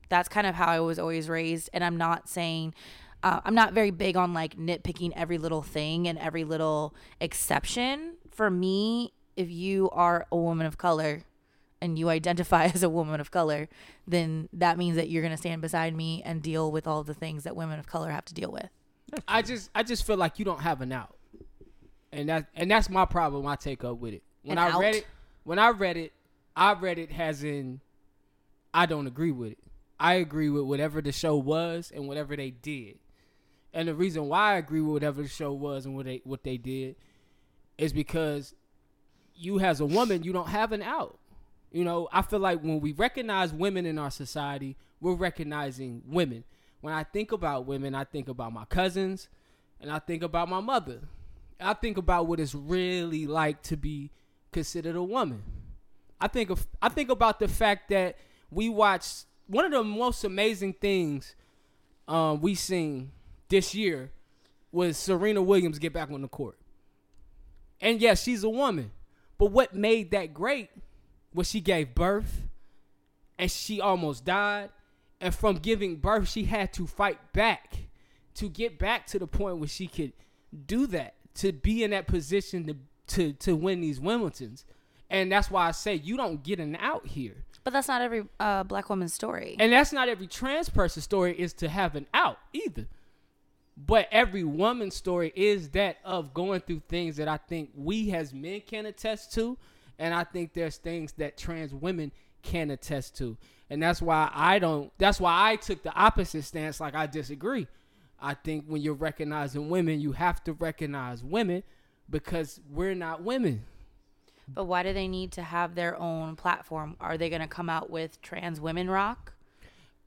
that's kind of how I was always raised. And I'm not saying, uh, I'm not very big on like nitpicking every little thing and every little exception. For me, if you are a woman of color, and you identify as a woman of color, then that means that you're going to stand beside me and deal with all the things that women of color have to deal with. I just I just feel like you don't have an out and that and that's my problem I take up with it when An I read out? it when I read it I read it as in I don't agree with it I agree with whatever the show was and whatever they did and the reason why I agree with whatever the show was and what they what they did is because you as a woman you don't have an out you know i feel like when we recognize women in our society we're recognizing women when i think about women i think about my cousins and i think about my mother i think about what it's really like to be considered a woman i think of i think about the fact that we watched one of the most amazing things um, we seen this year was serena williams get back on the court and yes, she's a woman. But what made that great was she gave birth and she almost died. And from giving birth, she had to fight back to get back to the point where she could do that, to be in that position to to, to win these Wimbledons. And that's why I say you don't get an out here. But that's not every uh, black woman's story. And that's not every trans person's story is to have an out either. But every woman's story is that of going through things that I think we as men can attest to. And I think there's things that trans women can attest to. And that's why I don't, that's why I took the opposite stance. Like I disagree. I think when you're recognizing women, you have to recognize women because we're not women. But why do they need to have their own platform? Are they going to come out with trans women rock?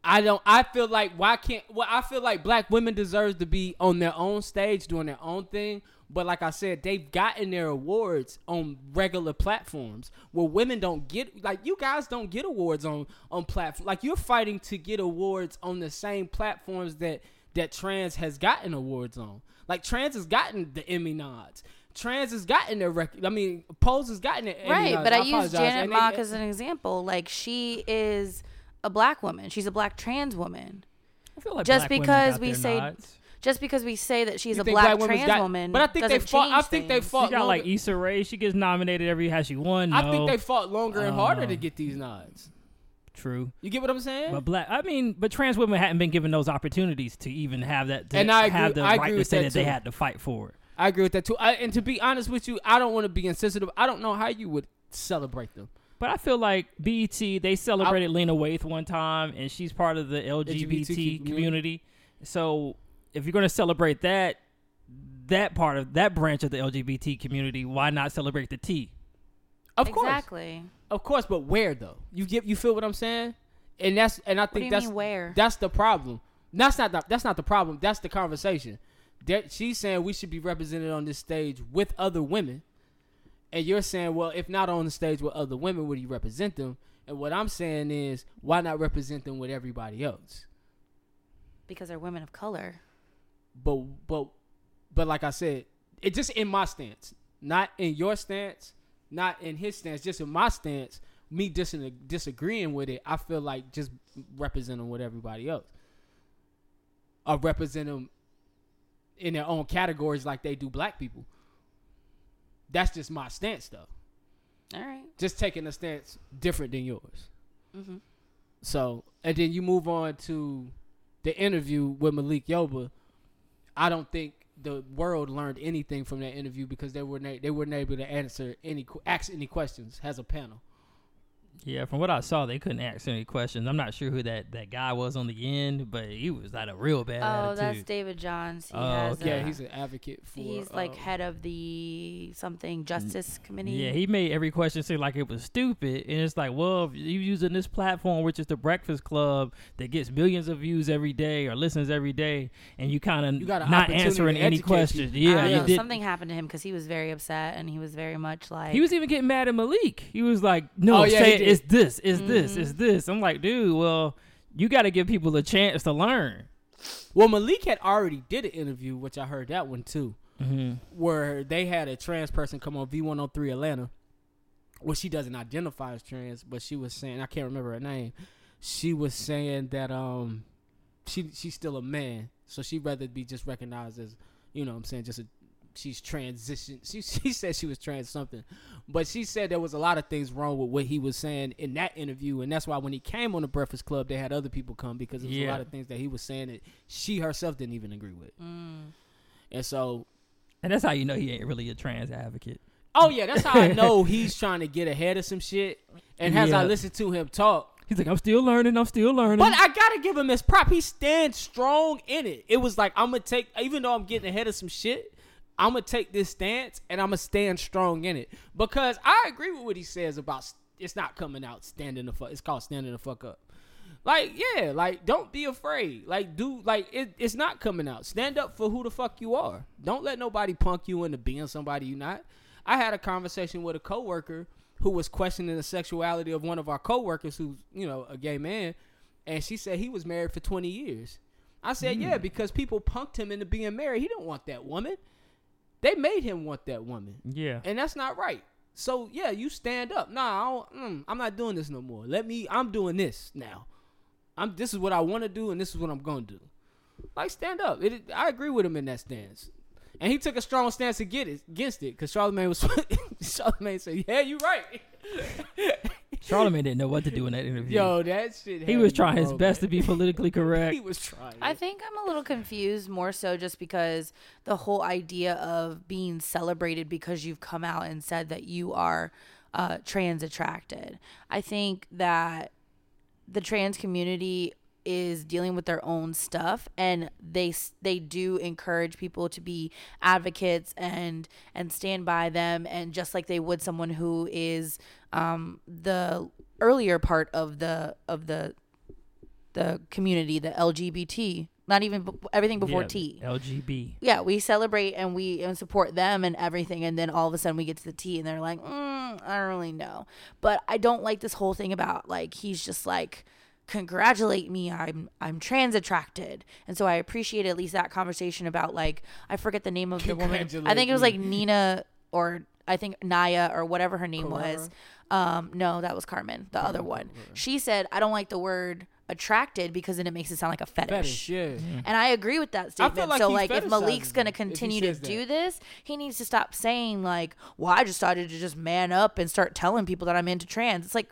I don't. I feel like why can't? Well, I feel like black women deserve to be on their own stage doing their own thing. But like I said, they've gotten their awards on regular platforms where women don't get. Like you guys don't get awards on on platform. Like you're fighting to get awards on the same platforms that that trans has gotten awards on. Like trans has gotten the Emmy nods. Trans has gotten their record. I mean, Pose has gotten it. Right, but I, use Janet Mock as as an example. Like she is a black woman. She's a black trans woman. I feel like Just black women because got we their say- nods. Just because we say that she's You a think black, black women's trans got- woman, but I think they doesn't fought- I change think they things. fought- She got like longer- Issa Rae. She gets nominated every year. Has she won? No. I think they fought longer and harder to get these nods. true. You get what I'm saying? But black, I mean, but trans women hadn't been given those opportunities to even have that. To And I have agree- the I right agree to with say that that, they too. had to fight for it. I agree with that too. I, and to be honest with you, I don't want to be insensitive. I don't know how you would celebrate them. But I feel like BET they celebrated Lena Waithe one time, and she's part of the LGBT, community. community. So if you're going to celebrate that that part of that branch of the LGBT community, why not celebrate the T? Of course, Exactly. of course. But where though? You get you feel what I'm saying? And that's and I think you that's mean, where? that's the problem. That's not the, that's not the problem. That's the conversation. That she's saying we should be represented on this stage with other women, and you're saying, well, if not on the stage with other women, would you represent them? And what I'm saying is, why not represent them with everybody else? Because they're women of color. but but but like I said, it just in my stance, not in your stance, not in his stance, just in my stance. Me dis- disagreeing with it, I feel like just represent them with everybody else, or represent them in their own categories like they do black people. That's just my stance, though. All right. Just taking a stance different than yours. Mm-hmm. So, and then you move on to the interview with Malik Yoba. I don't think the world learned anything from that interview because they were na- they weren't able to answer any que- ask any questions as a panel. Yeah, from what I saw, they couldn't answer any questions. I'm not sure who that, that guy was on the end, but he was like a real bad Oh, attitude. that's David Johns. He Oh, has okay. Yeah, a- he's an advocate for. he's like um, head of the something justice committee. Yeah, he made every question seem like it was stupid, and it's like, well, if you using this platform, which is the Breakfast Club, that gets millions of views every day or listens every day, and you kind You of got an not opportunity answering to any educate people. questions. I Yeah, don't you know. did. Something happened to him because he was very upset and he was very much like He was even getting mad at Malik. He was like, "No, Oh, yeah, say he it. did. it's this, it's Mm-hmm. this, it's this." I'm like, "Dude, well, you got to give people a chance to learn." Well, Malik had already did an interview, which I heard that one too, where they had a trans person come on V103 Atlanta, where she doesn't identify as trans, but she was saying I can't remember her name. She was saying that um, she she's still a man, so she'd rather be just recognized as you know what I'm saying just a she's transitioned. She she said she was trans something, but she said there was a lot of things wrong with what he was saying in that interview, and that's why when he came on the Breakfast Club, they had other people come because there was a Yeah. lot of things that he was saying that she herself didn't even agree with, and so. And that's how you know he ain't really a trans advocate. Oh yeah, that's how I know he's trying to get ahead of some shit. And as I Yeah. listen to him talk, He's like, "I'm still learning. I'm still learning." But I gotta give him his prop. He stands strong in it. It was like I'm gonna take, even though I'm getting ahead of some shit, I'm gonna take this stance and I'm gonna stand strong in it because I agree with what he says about s- it's not coming out standing the fuck. It's called standing the fuck up. Like yeah, like don't be afraid. Like do like it, it's not coming out. Stand up for who the fuck you are. Don't let nobody punk you into being somebody you're not. I had a conversation with a coworker who was questioning the sexuality of one of our coworkers who's you know a gay man, and she said he was married for 20 years. I said Hmm. yeah because people punked him into being married. He didn't want that woman. They made him want that woman. yeah, And that's not right. So yeah, you stand up. Nah, I don't, mm, I'm not doing this no more. Let me. I'm doing this now. I'm. This is what I want to do, and this is what I'm gonna do. Like stand up. It, I agree with him in that stance, and he took a strong stance to get it, against it because Charlemagne was. Charlemagne said, "Yeah, you right." Charlemagne didn't know what to do in that interview. Yo, that shit. he had was me trying his broke, best to man. be politically correct. He was trying. I think I'm a little confused more so just because the whole idea of being celebrated because you've come out and said that you are uh, trans attracted. I think that the trans community is dealing with their own stuff and they s- they do encourage people to be advocates and and stand by them and just like they would someone who is um the earlier part of the of the the community the lgbt not even b- everything before Yeah, t LGB. yeah, we celebrate and we and support them and everything, and then all of a sudden we get to the tea, and they're like, mm, I don't really know, but I don't like this whole thing about like he's just like, congratulate me, I'm I'm trans attracted, and so I appreciate at least that conversation about like I forget the name of the woman, I think it was like Congratulate Nina or I think Naya or whatever her name was. Carrara? Um, no, that was Carmen, the other one. She said I don't like the word attracted because then it makes it sound like a Fetish, yeah. and I agree with that I feel statement. like so he's like if Malik's fetishizing gonna it if he continue to says that. do this, he needs to stop saying like, Well, I just started to just man up and start telling people that I'm into trans. It's like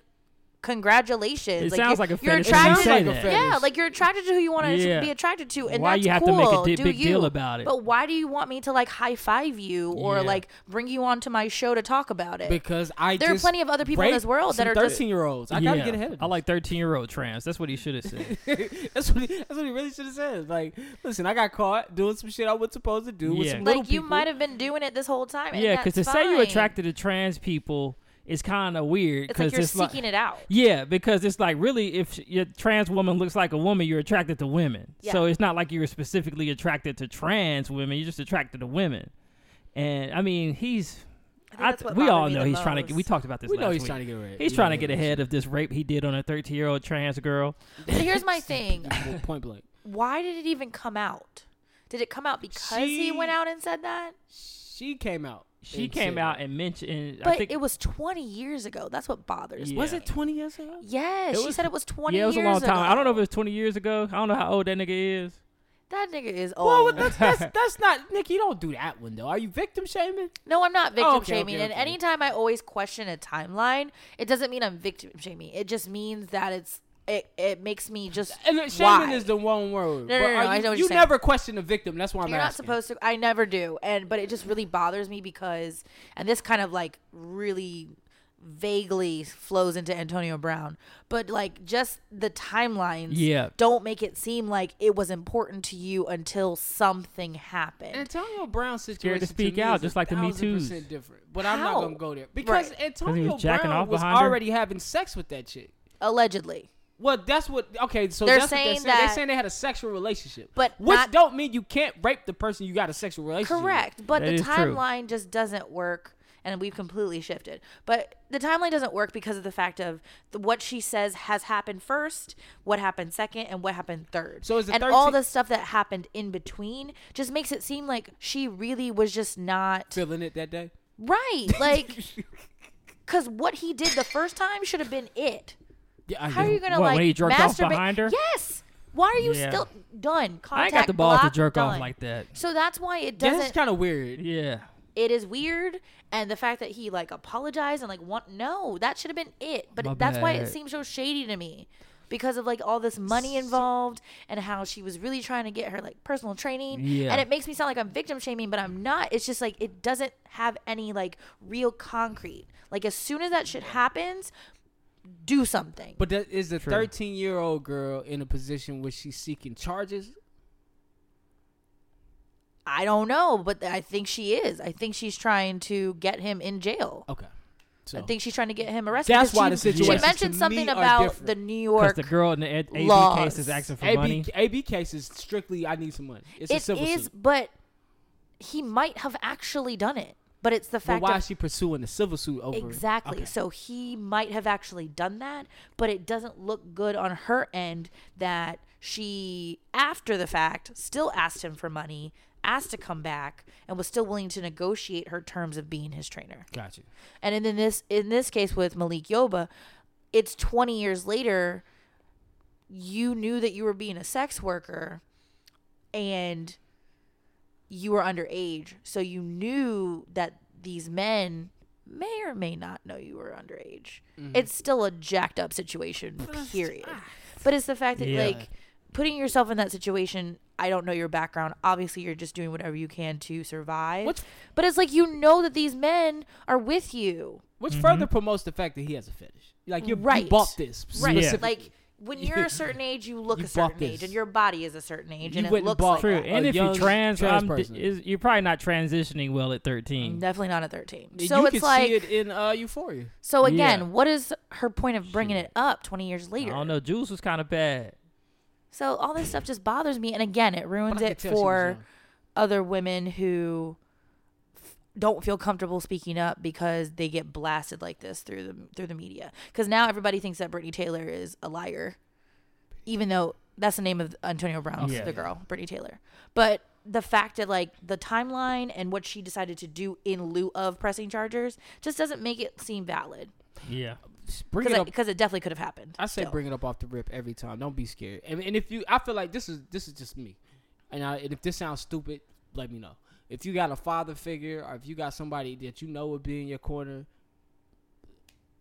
congratulations. It sounds you're, like a you're fetish when you attracted say It sounds like a that. fetish. Yeah, like you're attracted to who you want to Yeah. be attracted to, and Why that's you have to cool. make a di- do big you. deal about it? But why do you want me to like high five you or Yeah. like bring you onto my show to talk about it? Because I There are just plenty of other people in this raped world that some are just- 13 year olds. I gotta get ahead of I this. like 13 year old trans. That's what he should have said. that's what he, that's what he really should have said. Like, listen, I got caught doing some shit I wasn't supposed to do with Yeah. some like little you people. might have been doing it this whole time. and yeah, because to that's say you're fine. attracted to trans people is kind of weird. it's like 'cause you're seeking it out. Yeah, because it's like really, if sh- your trans woman looks like a woman, you're attracted to women. So Yeah. it's not like you're specifically attracted to trans women. You're just attracted to women. And I mean, he's. think I that's what we bothered all me know the he's trying to. get- We most. talked about this. We know last he's week. trying to get rid- He's get trying to rid get of ahead of this rape he did on a 13 year old trans girl. So here's my thing. Well, point blank. why did it even come out? Did it come out because he went She- out and said that? She came out. She and came said- out and mentioned. and I But think it was 20 years ago. That's what bothers me. Yeah. Was it 20 years ago? Yes, It she was- said it was 20 yeah, it was a years long time. I don't know if ago. it was 20 years ago. I don't know how old that nigga is. That nigga is Well, old. but that's, that's that's not Nick. You don't do that one though. Are you victim shaming? no, I'm not victim Oh, okay, shaming. okay, And okay. anytime I always question a timeline, it doesn't mean I'm victim shaming. It just means that it's it, it makes me just And uh, shaming why? is the one word. No, but no, no, are no, I you, know what you you're saying. never question the victim. That's why I'm You're not asking. supposed to. I never do, and but it just really bothers me because, and this kind of like really vaguely flows into Antonio Brown, but like just the timelines. Yeah. don't make it seem like it was important to you until something happened. Antonio Brown's situation to speak me out, is just like the Me 1000% Too's. different, but I'm not How? gonna go there because Right. Antonio jacking Brown off was behind her? already having sex with that chick. Allegedly, Well, that's what. Okay, so They're that's what saying they're saying. that- They're saying they had a sexual relationship, But which not- don't mean you can't rape the person you got a sexual relationship. with. correct, but That the is true. timeline just doesn't work. And we've completely shifted, but the timeline doesn't work because of the fact of the, what she says has happened first, what happened second, and what happened third. So is the and all 13 the stuff that happened in between just makes it seem like she really was just not Feeling it that day. right. Like, because what he did the first time should have been it. Yeah, I How are you gonna What, like when he jerked off masturbate? behind her? Yes. Why are you Yeah. still done? Contact I ain't got the balls block, to jerk done. off like that. So that's why it That's doesn't. kind of weird. Yeah. It is weird, and the fact that he like apologized and like want no, that should have been it. But My that's why it bad. seems so shady to me, because of like all this money involved and how she was really trying to get her like personal training. Yeah. And it makes me sound like I'm victim shaming, but I'm not. It's just like it doesn't have any like real concrete. Like as soon as that shit happens, do something. But that, is the thirteen-year-old girl in a position where she's seeking charges? I don't know, but I think she is. I think she's trying to get him in jail. Okay, so I think she's trying to get him arrested. That's 'cause why she- the situations She mentioned to something me are about different. the New Because York. the girl in the A- AB case laws. is asking for AB, money. AB case is strictly I need some money. It's a it civil is, suit. but he might have actually done it. But it's the But fact why of, is she pursuing the civil suit over it? exactly. Okay. So he might have actually done that, but it doesn't look good on her end that she, after the fact, still asked him for money, asked to come back, and was still willing to negotiate her terms of being his trainer. Gotcha. And in, in this in this case with Malik Yoba, it's 20 years later. You knew that you were being a sex worker, and you were underage, so you knew that these men may or may not know you were underage. It's still a jacked up situation, period. But it's the fact that Yeah. like putting yourself in that situation. I don't know your background. Obviously, you're just doing whatever you can to survive. What's- but it's like you know that these men are with you. Mm-hmm. Which further promotes the fact that he has a fetish. Like you're, you Right. bought this Right. specifically. Like when you're a certain age, you look You a bought certain this. age, and your body is a certain age, You and it went and looks bought like True. that. a And if you young trans, trans I'm- person. is- you're probably not transitioning well at 13. Definitely not at 13. So you it's could like- see it in uh, Euphoria. So again, Yeah. what is her point of bringing it up 20 years I later? don't know. Juice was kind of bad. So all this stuff just bothers me, and again, it ruins But I could it tell she was for young. other women who f- don't feel comfortable speaking up because they get blasted like this through the through the media. Because now everybody thinks that Brittany Taylor is a liar, even though that's the name of Antonio Brown's Yeah. the girl, Brittany Taylor. But the fact that like the timeline and what she decided to do in lieu of pressing chargers just doesn't make it seem valid Yeah. Bring it because up. it, 'cause it definitely could have happened. I say still. bring it up off the rip every time. Don't be scared. And, and if you, I feel like this is this is just me. And, I, and if this sounds stupid, let me know. If you got a father figure, or if you got somebody that you know would be in your corner,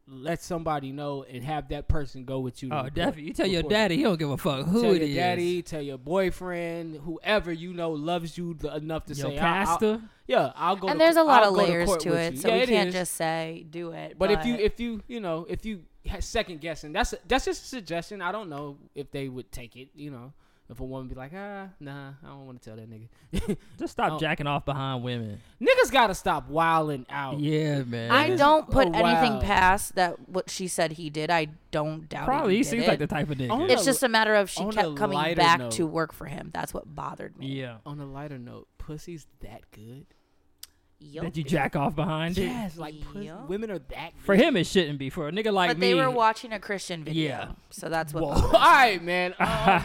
let somebody know and have that person go with you. to Oh, report- definitely. You tell your report it. daddy, he don't give a fuck who tell it your is. daddy, tell your boyfriend, whoever you know loves you th- enough to Your say, I- I'll- pastor. yeah, I'll go. to- And there's a lot I'll of go to layers court to, with it, you. so Yeah, we it can't is. just say do it. But, if you, if you, you know, if you ha- second guessing, that's that's just a suggestion. I don't know if they would take it. You know, if a woman be like, ah, nah, I don't want to tell that nigga. Just stop Oh. jacking off behind women. Niggas gotta stop wilding out. Yeah, man. I don't put oh, anything wow. past that what she said he did. I don't doubt Probably It he seems like the type of On nigga. the- It's just a matter of she on a kept coming lighter back note. to work for him. That's what bothered me. Yeah. On a lighter note, pussy's that good. Yup. That you jack off behind it. Yes, like pussy, Yeah. women are that. For good. him, it shouldn't be. For a nigga like but me, they were watching a Christian video, Yeah. so that's what. All bothered me. right, man. Um,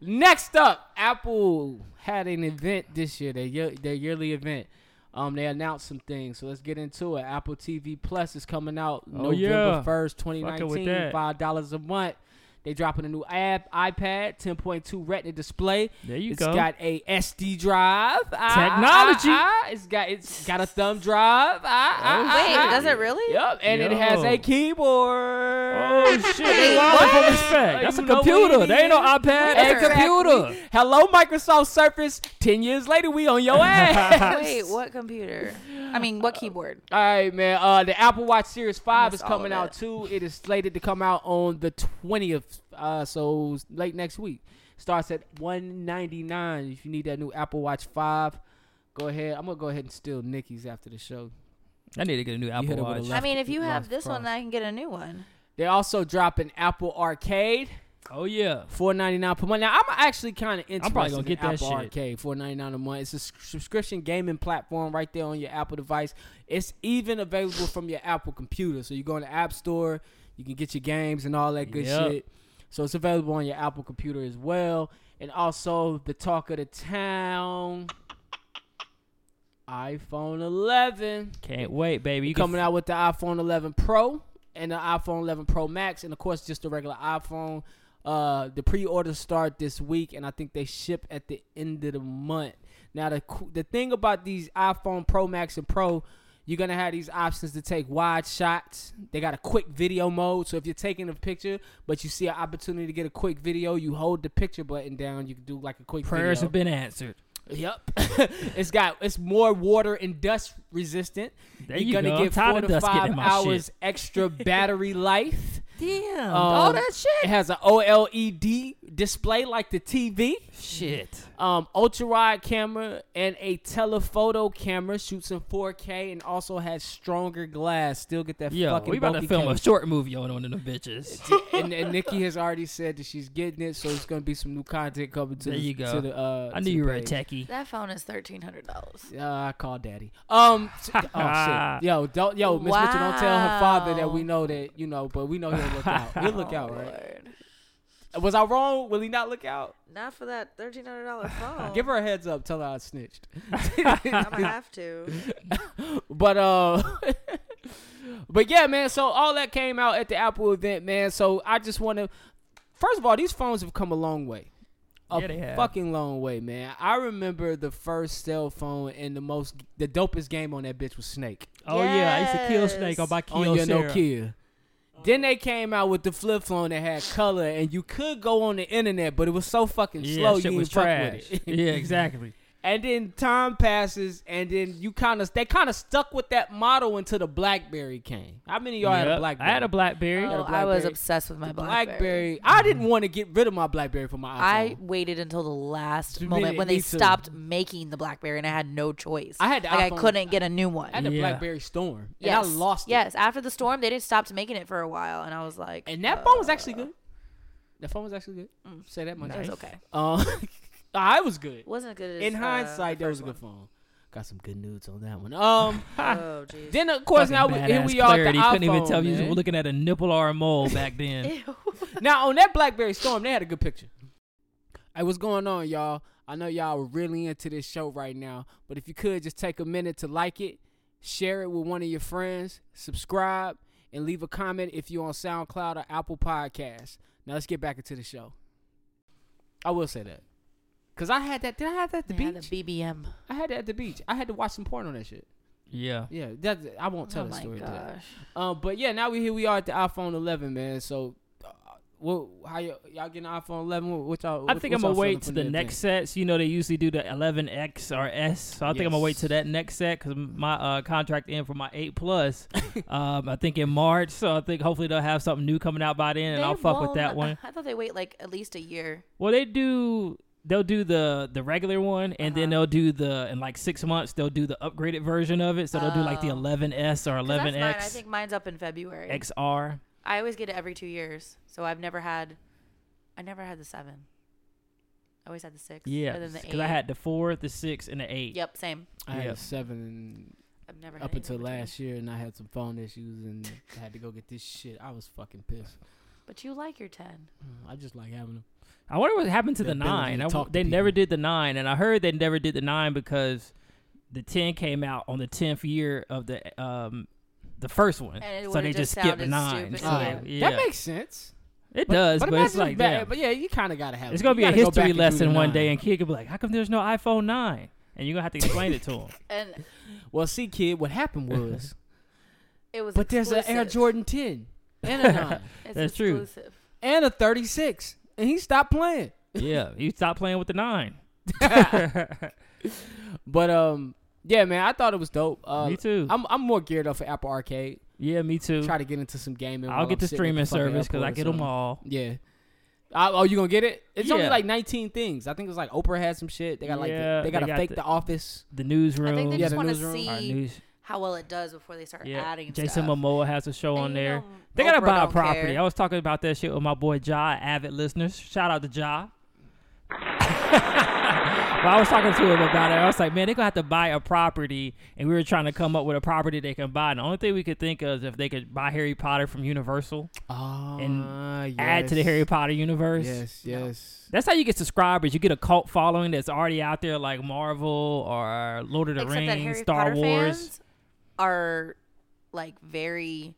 next up, Apple had an event this year, their, year, their yearly event. Um, they announced some things, so let's get into it. Apple TV Plus is coming out Oh, November yeah. first, twenty Fucking with nineteen. that. Five dollars a month. They dropping a new app, iPad, ten point two Retina display. There you It's go. got a SD drive. Ah, ah, Technology. Oh, ah, ah. It's got it's got a thumb drive. Ah, ah, ah, Wait, ah. does it really? Yep, and it has Yo. a keyboard. Oh shit! They lying for respect. That's a You know what it computer. There ain't no is. iPad. That's a Exactly. computer. Hello, Microsoft Surface. Ten years later, we on your ass. Wait, what computer? I mean, what keyboard? All right, man. Uh, the Apple Watch Series Five is missed all of coming out it. too. It is slated to come out on the twentieth, uh, so late next week. Starts at one ninety nine. If you need that new Apple Watch Five, go ahead. I'm gonna go ahead and steal Nikki's after the show. I need to get a new Apple hit it with a Watch. left- I mean, if you have left this one, cross. I can get a new one. They also dropping Apple Arcade. Oh yeah. Four ninety nine per month. Now I'm actually kind of interested. probably gonna in get that Apple shit. Arcade. Four ninety nine a month. It's a s- subscription gaming platform right there on your Apple device. It's even available from your Apple computer. So you go in the App Store, you can get your games and all that good Yep. shit. So it's available on your Apple computer as well. And also the talk of the town, iPhone 11 Can't wait, baby. You can coming out with the iPhone 11 Pro and the iPhone 11 Pro Max, and of course just the regular iPhone. Uh, the pre-orders start this week, and I think they ship at the end of the month. Now the coo- the thing about these iPhone Pro Max and Pro, you're gonna have these options to take wide shots. They got a quick video mode, so if you're taking a picture but you see an opportunity to get a quick video, you hold the picture button down. You can do like a quick Prayers video. have been answered. Yep. it's got it's more water and dust resistant. There you You're gonna go. I'm get tired four of to dust getting five in my hours shit. extra battery life. Damn. Oh, all that shit. It has an OLED E display like the TV. Shit. Um, ultra wide camera and a telephoto camera shoots in 4K and also has stronger glass. Still get that Yo, fucking. we about to bulky film a case. short movie on one of them bitches. and, and Nikki has already said that she's getting it, so it's gonna be some new content coming to There the, you go. to the, uh, I to knew the you were a page. techie. That phone is thirteen hundred dollars. Uh, I call daddy. Um, s- oh shit, yo, don't, yo, Miss Mitchell, don't tell her father that we Wow. know that you know, but we know he'll look out. He'll look out, Oh, right? Was I wrong? Will he not look out? Not for that thirteen hundred dollar phone. Give her a heads up. Tell her I snitched. I'm gonna have to. But uh, but yeah, man. So all that came out at the Apple event, man. So I just want to, first of all, these phones have come a long way. A Yeah, they have. fucking long way, man. I remember the first cell phone and the most, the dopest game on that bitch was Snake. Oh yeah, I used to kill Snake on my on Kyocera. your Nokia. Then they came out with the flip phone that had color, and you could go on the internet, but it was so fucking Yeah, slow. shit you was was fuck trash. with it. yeah, exactly. And then time passes, and then you kind of they kind of stuck with that model until the BlackBerry came. How many of y'all had a Yep. BlackBerry? I had a Blackberry. had a Oh, I was Blackberry. obsessed with my BlackBerry. Blackberry. I didn't want to get rid of my BlackBerry for my iPhone. I waited until the last Me- moment when me they too. stopped making the BlackBerry, and I had no choice. I had the like I iPhone- couldn't get a new one. I had a Yeah. BlackBerry Storm, yes, and I lost it. Yes, after the storm, they just stopped making it for a while, and I was like, uh, And that phone was actually good. That phone was actually good. Say that much. Mm. it was okay. Uh, I was good. Wasn't as good. As, In uh, hindsight, the that was first a one. good phone. Got some good news on that one. Um, Oh jeez. then of course now we, Fucking here badass we are. at clarity. the Couldn't even iPhone, tell you man. were looking at a nipple or a mole back then. now on that BlackBerry Storm, they had a good picture. Hey, what's going on, y'all? I know y'all are really into this show right now, but if you could just take a minute to like it, share it with one of your friends, subscribe, and leave a comment if you're on SoundCloud or Apple Podcasts. Now let's get back into the show. I will say that. Cause I had that. Did I have that at the Yeah, beach? the BBM. I had that at the beach. I had to watch some porn on that shit. yeah. Yeah, that I won't tell oh the my story. today. gosh. Um, but yeah, now we here we are at the iPhone 11, man. So, uh, what? How y- y'all getting the iPhone 11? What, what y'all? I what- think what I'm y'all gonna feeling wait to from the that next thing? sets. You know, they usually do the 11X or S. So I think I'm gonna wait to that next set because my uh, contract end for my eight plus. um, I think in March. So I think hopefully they'll have something new coming out by then, and They I'll fuck won't- with that one. I thought they wait like at least a year. Well, they do. They'll do the the regular one, and then Uh-huh. they'll do the in like six months. They'll do the upgraded version of it. So they'll do like the 11s or Oh. 'Cause that's mine. I 11x think mine's up in February. XR. I always get it every two years, so I've never had. I never had the seven. I always had the six. Yeah, and then the because I eight. had the four, the six, and the eight. Yep, same. I had Yeah. a seven I've never had up any until number two. last year, and I had some phone issues, and I had to go get this shit. I was fucking pissed. But you like your ten. I just like having them. I wonder what happened to The the, ability nine. to I w- talk to they never people. did the nine, and I heard they never did the nine because the ten came out on the tenth year of the um the first one, And it so would've they just just skipped sounded the nine. stupid So as hell. they- yeah, That makes sense. it does, but, it's imagine like ba- yeah. but yeah, you kind of gotta have. it's it. gonna You be a gotta go back history and do lesson the one nine. day, and kid could be like, "How come there's no iPhone 9? And you're gonna have to explain it to him. And Well, see, kid, what happened was, it was. but there's an Air exclusive. Jordan 10 and a nine It's That's true. exclusive. and a 36, and he stopped playing. Yeah, you stop playing with the nine. But um, yeah, man, I thought it was dope. Uh, Me too. I'm I'm more geared up for Apple Arcade. Yeah, me too. Try to get into some gaming. I'll while get I'm the sitting at streaming fucking service because I airport or get them something. all. Yeah. I, oh, you gonna get it? It's only Yeah. like 19 things. I think it was like Oprah had some shit. They got like Yeah, the, they gotta they got fake the, the- Office. The newsroom. I think they Yeah, just the want to newsroom. our see news. how well it does before they start Yeah, adding Jason stuff. Momoa has a show And on you there. know They gotta Oprah buy a don't property. care. I was talking about that shit with my boy Ja, avid listeners. Shout out to Ja. but I was talking to him about it. I was like, man, they're gonna have to buy a property, and we were trying to come up with a property they can buy. And the only thing we could think of is if they could buy Harry Potter from Universal, Ah, yes. add to the Harry Potter universe. Yes, yes. That's how you get subscribers. You get a cult following that's already out there, like Marvel or Lord of the Except that Rings, Harry Star Potter Wars. fans are like very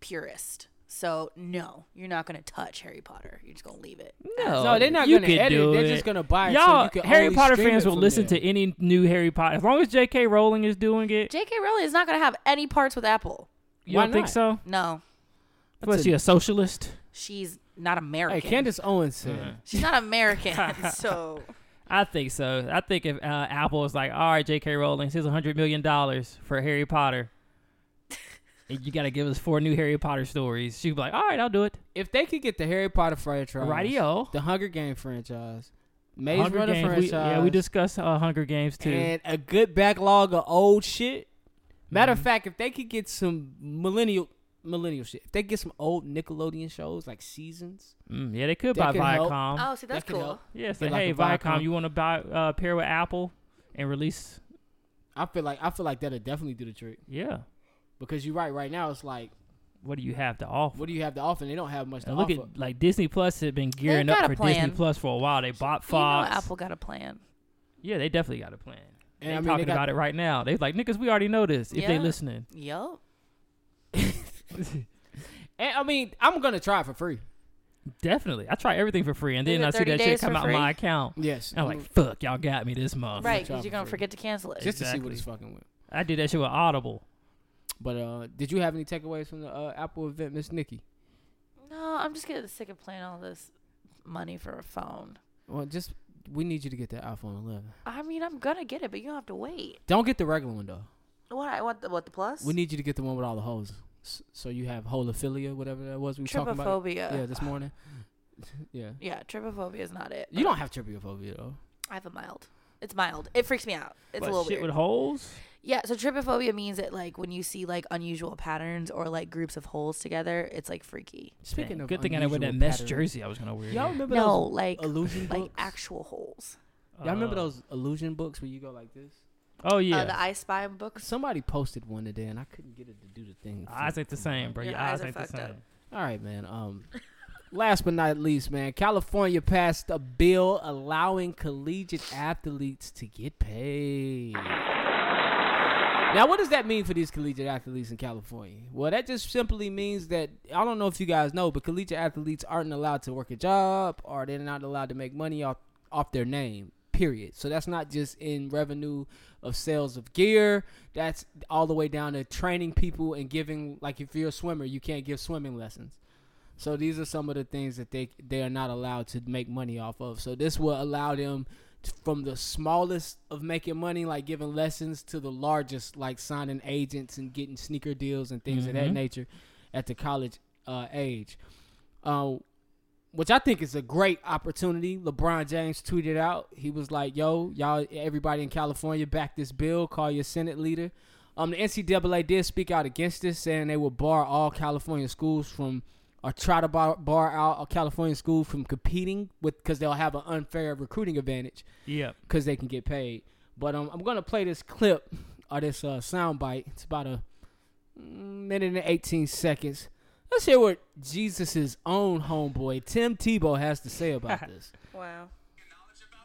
purist. So no, you're not gonna touch Harry Potter. You're just gonna leave it. No, No, they're not you gonna could edit it. do They're just gonna buy it so Y'all, you can Harry only Potter stream fans it will from listen there. to any new Harry Potter as long as J.K. Rowling is doing it. J.K. Rowling is not gonna have any parts with Apple. you Why don't think not? so? No, Was she a socialist? she's not Hey, American. Candace Owens said. She's not American. so I think so. I think if uh, Apple is like, all right, J.K. Rowling, here's hundred million dollars for Harry Potter. and you got to give us four new Harry Potter stories. She'd be like, all right, I'll do it. If they could get the Harry Potter franchise, Radio. the Hunger Game franchise, Maze Hunger Runner Games. franchise, We, yeah, we discussed uh, Hunger Games too. and a good backlog of old shit. Matter Mm-hmm. of fact, if they could get some millennial millennial shit, if they get some old Nickelodeon shows like seasons, Mm, yeah, they could That buy could help. Viacom. oh, Um, see that's That could cool. help. yeah, say, like hey, a Viacom, Viacom. you want to buy uh, pair with Apple and release? I feel like I feel like that'll definitely do the trick. Yeah. Because you're right, right now it's like, What do you have to offer? what do you have to offer? And they don't have much to And look offer. at like Disney Plus had been gearing got up a for plan. Disney Plus for a while. They bought You know Fox. Apple got a plan. Yeah, they definitely got a plan. And They're I mean, they talking got- about it right now. They like niggas, we already know this. If Yeah. they listening, Yup. and I mean, I'm gonna try it for free. definitely. I try everything for free, and then Is it I see 30 that shit days come for out free? my account. Yes, And I'm like, fuck, y'all got me this month. Right, try because you're for gonna free. forget to cancel it. just to see what exactly. it's fucking with. I did that shit with Audible. But uh, did you have any takeaways from the uh, Apple event, Miss Nikki? No, I'm just getting sick of playing all this money for a phone. Well, just we need you to get that iPhone 11. I'm mean, I'm gonna get it, but you don't have to wait. Don't get the regular one though. What I want the what the plus? We need you to get the one with all the holes. S- So you have holophilia, whatever that was we were talking about. Trypophobia. Yeah, this morning. yeah. yeah, trypophobia is not it. You don't have trypophobia though. I have a mild. It's mild. It freaks me out. It's but a little shit weird. with holes. Yeah, so trypophobia means that like when you see like unusual patterns or like groups of holes together, it's like freaky. Speaking Damn, of good thing I didn't wear that unusual mesh patterns. jersey. I was gonna wear. Y'all it. remember no, those like illusion like books? actual holes. Y'all remember Uh, those illusion books where you go like this? Oh Yeah. yeah. Uh, the I Spy books. Somebody posted one today and I couldn't get it to do the thing. Eyes ain't the same, bro. Your Your, eyes eyes, are ain't the fucked same. up. All right, man. Um, last but not least, man, California passed a bill allowing collegiate athletes to get paid. Now, what does that mean for these collegiate athletes in California? Well, that just simply means that I don't know if you guys know, but collegiate athletes aren't allowed to work a job, or they're not allowed to make money off off their name. Period. So that's not just in revenue of sales of gear. That's all the way down to training people and giving. Like if you're a swimmer, you can't give swimming lessons. So these are some of the things that they they are not allowed to make money off of. So this will allow them t- from the smallest of making money, like giving lessons, to the largest, like signing agents and getting sneaker deals and things of that nature at the college uh, age. Uh, which I think is a great opportunity. LeBron James tweeted out. He was like, "Yo, y'all, everybody in California, back this bill. Call your Senate leader." Um, the NCAA did speak out against this, saying they will bar all California schools from, or try to bar, bar out a California school from competing with, because they'll have an unfair recruiting advantage Yep. because they can get paid. But um, I'm gonna play this clip or this uh, sound bite. It's about a minute and 18 seconds. Let's hear what Jesus' own homeboy Tim Tebow has to say about this. Wow.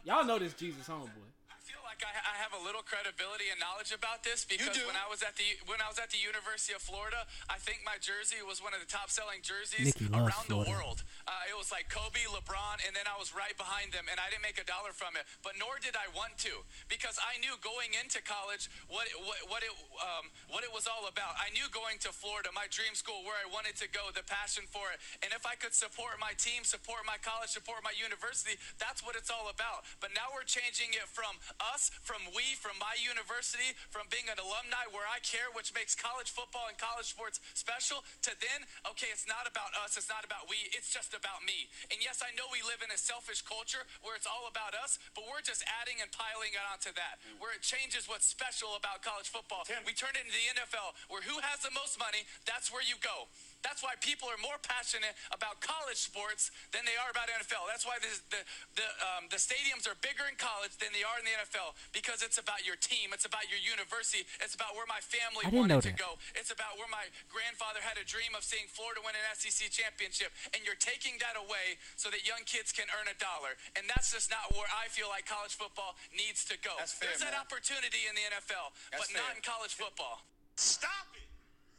Y'all know this Jesus homeboy. I feel like I, I have a little credibility and knowledge about this because do. when I was at the when I was at the University of Florida, I think my jersey was one of the top selling jerseys Nikki loves around the Florida. world. Uh, it was like Kobe, LeBron, and then I was right behind them, and I didn't make a dollar from it. But nor did I want to because I knew going into college what it, what, what it um, what it was all about. I knew going to Florida, my dream school, where I wanted to go, the passion for it, and if I could support my team, support my college, support my university, that's what it's all about. But now we're changing it from us, from we, from my university, from being an alumni where I care, which makes college football and college sports special, to then, okay, it's not about us, it's not about we, it's just about me. And yes, I know we live in a selfish culture where it's all about us, but we're just adding and piling it onto that, where it changes what's special about college football. We turn it into the NFL, where who has the most money, that's where you go. That's why people are more passionate about college sports than they are about NFL. That's why this, the the um, the stadiums are bigger in college than they are in the NFL because it's about your team, it's about your university, it's about where my I family didn't know that. wanted to go. It's about where my grandfather had a dream of seeing Florida win an SEC championship, and you're taking that away so that young kids can earn a dollar, and that's just not where I feel like college football needs to go. That's fair, There's that man. opportunity in the NFL, That's but not fair. in college football. Stop it.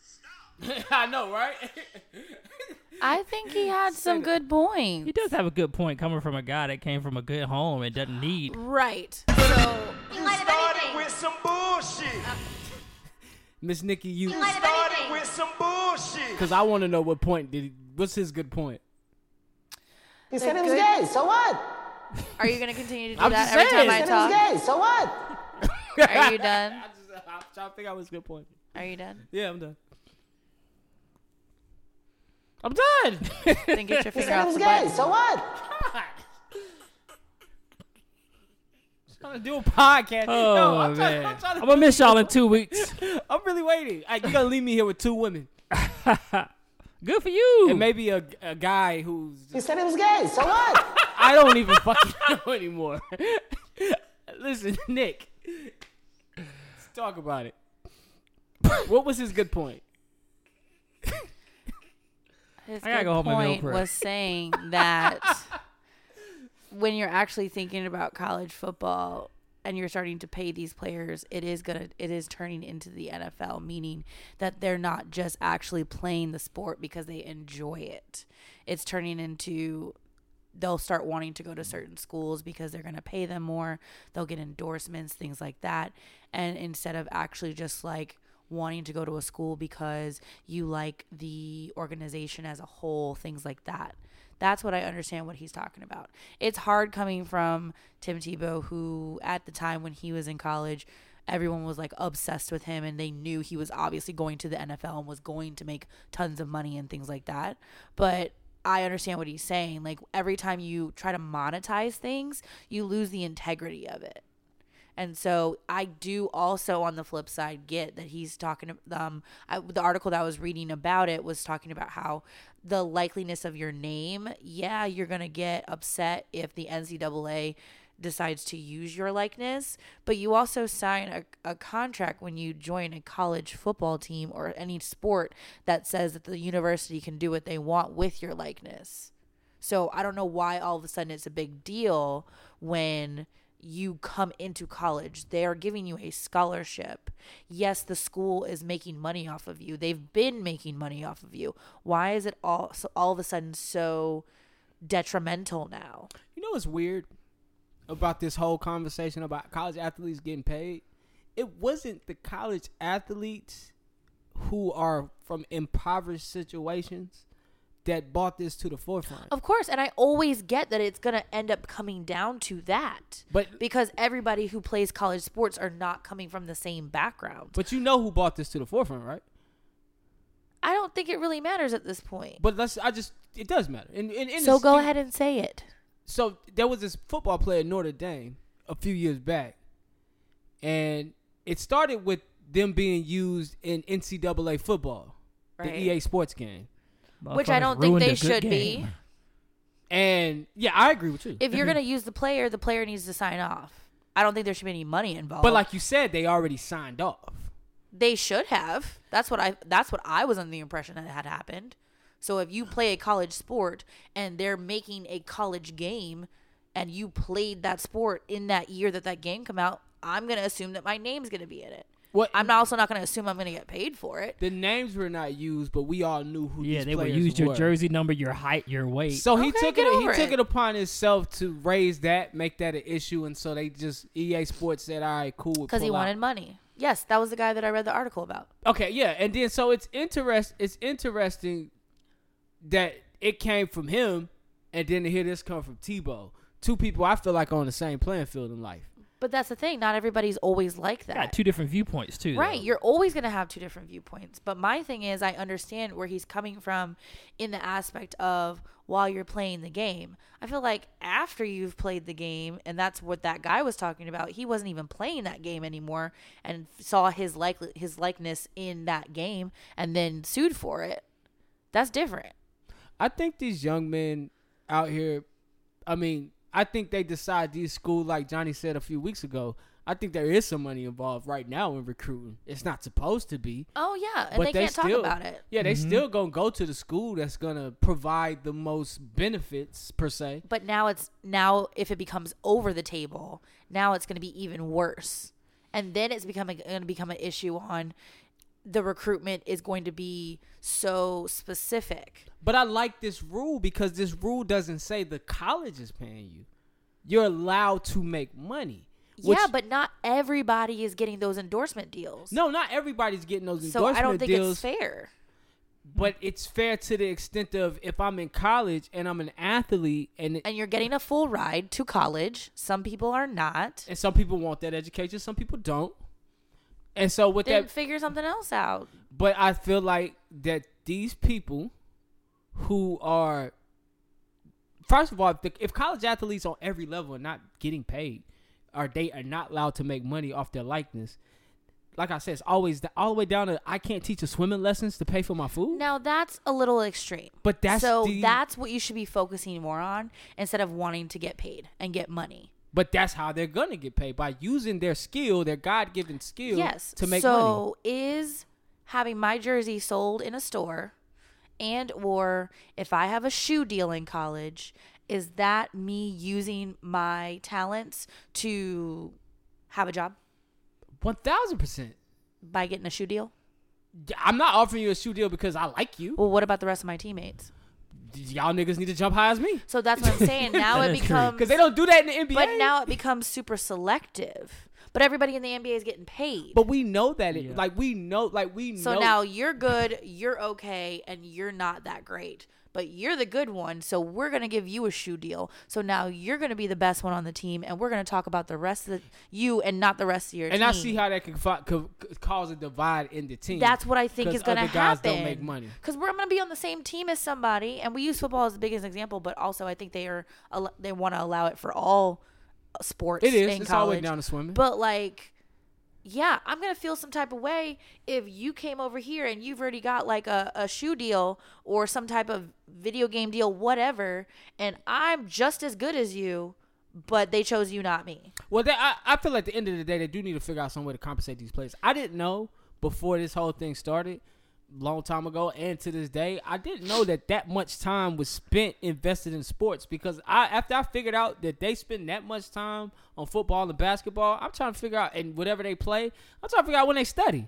Stop. I know, right? I think he had some good He points. does have a good point coming from a guy that came from a good home and doesn't need. Right. So In light of anything. With some bullshit. Miss Nikki, you, In light of anything. With some bullshit. because I want to know what point did. He, what's his good point? He said The he was good- gay, so what? are you gonna continue to do I'm that just every saying. time I He was talk? gay, so what? Are you done? I just, I, I think I was good point. Are you done? Yeah, I'm done. I'm done. Then get your He finger said he off was the gay, button. so what? trying to do a podcast. Oh no, I'm, man, trying, I'm, trying to, gonna miss y'all in two weeks. I'm really waiting. Like, you're gonna leave me here with two women Good for you. and maybe a, a guy who's He said he was gay, so what? I don't even fucking know anymore. Listen, Nick, let's talk about it. What was his good point? His I gotta good go hold my meal point prep. was saying that when you're actually thinking about college football and you're starting to pay these players, it is gonna it is turning into the NFL, meaning that they're not just actually playing the sport because they enjoy it. It's turning into they'll start wanting to go to certain schools because they're going to pay them more. They'll get endorsements, things like that. And instead of actually just like wanting to go to a school because you like the organization as a whole, things like that. That's what I understand what he's talking about. It's hard coming from Tim Tebow, who at the time when he was in college, everyone was like obsessed with him and they knew he was obviously going to the NFL and was going to make tons of money and things like that. But I understand what he's saying. Like every time you try to monetize things, you lose the integrity of it. And so I do also on the flip side get that he's talking um I, the article that I was reading about it was talking about how the likeliness of your name, yeah, you're going to get upset if the NCAA decides to use your likeness, but you also sign a, a contract when you join a college football team or any sport that says that the university can do what they want with your likeness. So I don't know why all of a sudden it's a big deal when you come into college. They are giving you a scholarship. Yes, the school is making money off of you. They've been making money off of you. Why is it all so all of a sudden so detrimental now? You know what's weird about this whole conversation about college athletes getting paid? It wasn't the college athletes who are from impoverished situations that brought this to the forefront. Of course, and I always get that it's going to end up coming down to that. But- because everybody who plays college sports are not coming from the same background. But you know who brought this to the forefront, right? I don't think it really matters at this point. But let's I just it does matter. And, and, and so it's- go it- ahead and say it. so there was this football player at Notre Dame a few years back, and it started with them being used in NCAA football, Right. the EA Sports game, Which I don't think they should be. And yeah, I agree with you. If you're going to use the player, the player needs to sign off. I don't think there should be any money involved. but like you said, they already signed off. they should have. That's what I that's what I was under the impression that had happened. So if you play a college sport and they're making a college game and you played that sport in that year that that game come out, I'm going to assume that my name's going to be in it. What- I'm also not going to assume I'm going to get paid for it. The names were not used, but we all knew who. Yeah, these they would players use your were. jersey number, your height, your weight. So he Okay, took get it. He over took it. it upon himself to raise that, make that an issue, and so they just EA Sports said, "All right, cool." Cuz he pull out." wanted money. Yes, that was the guy that I read the article about. Okay, yeah, and then so it's interest. It's interesting that it came from him, and then to hear this come from Tebow. Two people I feel like are on the same playing field in life. But that's the thing, not everybody's always like that. got two different viewpoints too. though. Right. You're always going to have two different viewpoints. But my thing is, I understand where he's coming from in the aspect of while you're playing the game. I feel like after you've played the game, and that's what that guy was talking about, he wasn't even playing that game anymore and saw his, like- his likeness in that game and then sued for it. That's different. I think these young men out here, I mean, I think they decide these school, like Johnny said a few weeks ago. I think there is some money involved right now in recruiting. It's not supposed to be. Oh, yeah. And they, can't still, talk about it. Yeah, they still gonna go to the school that's gonna provide the most benefits per se. But now it's now if it becomes over the table, now it's going to be even worse. And then it's becoming going to become an issue on the recruitment is going to be so specific. But I like this rule because this rule doesn't say the college is paying you. You're allowed to make money. which- yeah, but not everybody is getting those endorsement deals. no, not everybody's getting those so endorsement I don't think deals. it's fair. But it's fair to the extent of if I'm in college and I'm an athlete, and And you're getting a full ride to college. Some people are not. and some people want that education, some people don't. And so with Then that, figure something else out. but I feel like that these people who are first of all, if, the, if college athletes on every level are not getting paid, or they are not allowed to make money off their likeness, like I said, it's always the, all the way down to I can't teach a swimming lessons to pay for my food. Now that's a little extreme. But that's so the- that's what you should be focusing more on instead of wanting to get paid and get money. But that's how they're gonna get paid by using their skill, their God given skill, yes to make money. so is having my jersey sold in a store and or if i have a shoe deal in college is that me using my talents to have a job One thousand percent. by getting a shoe deal I'm not offering you a shoe deal because I like you. well what about the rest of my teammates Y'all niggas need to jump high as me. so that's what i'm saying now That it is true. becomes Because they don't do that in the NBA. but now it becomes super selective but everybody in the nba is getting paid But we know that it like we know like we So know now you're good, you're okay, and you're not that great. but you're the good one. So we're going to give you a shoe deal. So now you're going to be the best one on the team. And we're going to talk about the rest of the, you and not the rest of your And team. I see how that could, fi- could could cause a divide in the team. That's what I think 'cause is going to other guys happen. don't make money. because we're going to be on the same team as somebody, and we use football as the biggest example. But also, I think they are al- they want to allow it for all uh, sports. It is. in It's all the way college. down to swimming. But like, yeah, I'm going to feel some type of way if you came over here and you've already got like a, a shoe deal or some type of video game deal, whatever, and I'm just as good as you, but they chose you, not me. Well, they, I, I feel at the end of the day, they do need to figure out some way to compensate these players. I didn't know before this whole thing started, long time ago, and to this day, I didn't know that that much time was spent invested in sports. Because I, after I figured out that they spend that much time on football and basketball, I'm trying to figure out and whatever they play, I'm trying to figure out when they study.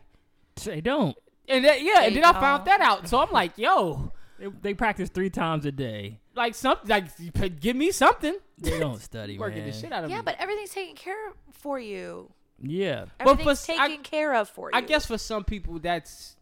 They don't. And that, yeah, and They then I found that out. So I'm like, yo, they, they practice three times a day. like something, like give me something. They don't study, Working the man. shit out of yeah, me. but everything's taken care of for you. Yeah. Everything's s- I- taken care of for you. I guess for some people that's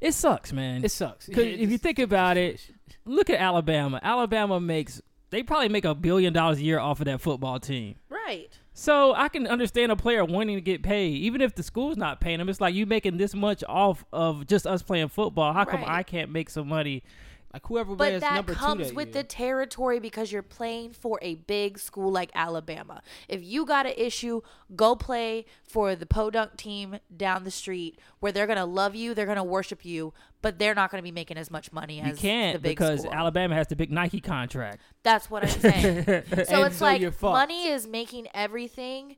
It sucks, man. It sucks. 'Cause Yeah, it if you think about it, look at Alabama. Alabama makes they probably make a billion dollars a year off of that football team. Right. So I can understand a player wanting to get paid, even if the school's not paying them. It's like you making this much off of just us playing football. How come Right. I can't make some money? Like whoever But that comes with the territory because you're playing for a big school like Alabama. If you got an issue, go play for the podunk team down the street where they're going to love you, they're going to worship you, but they're not going to be making as much money as You can't the big because school. Alabama has the big Nike contract. That's what I'm saying. so And it's so you're like fucked. money is making everything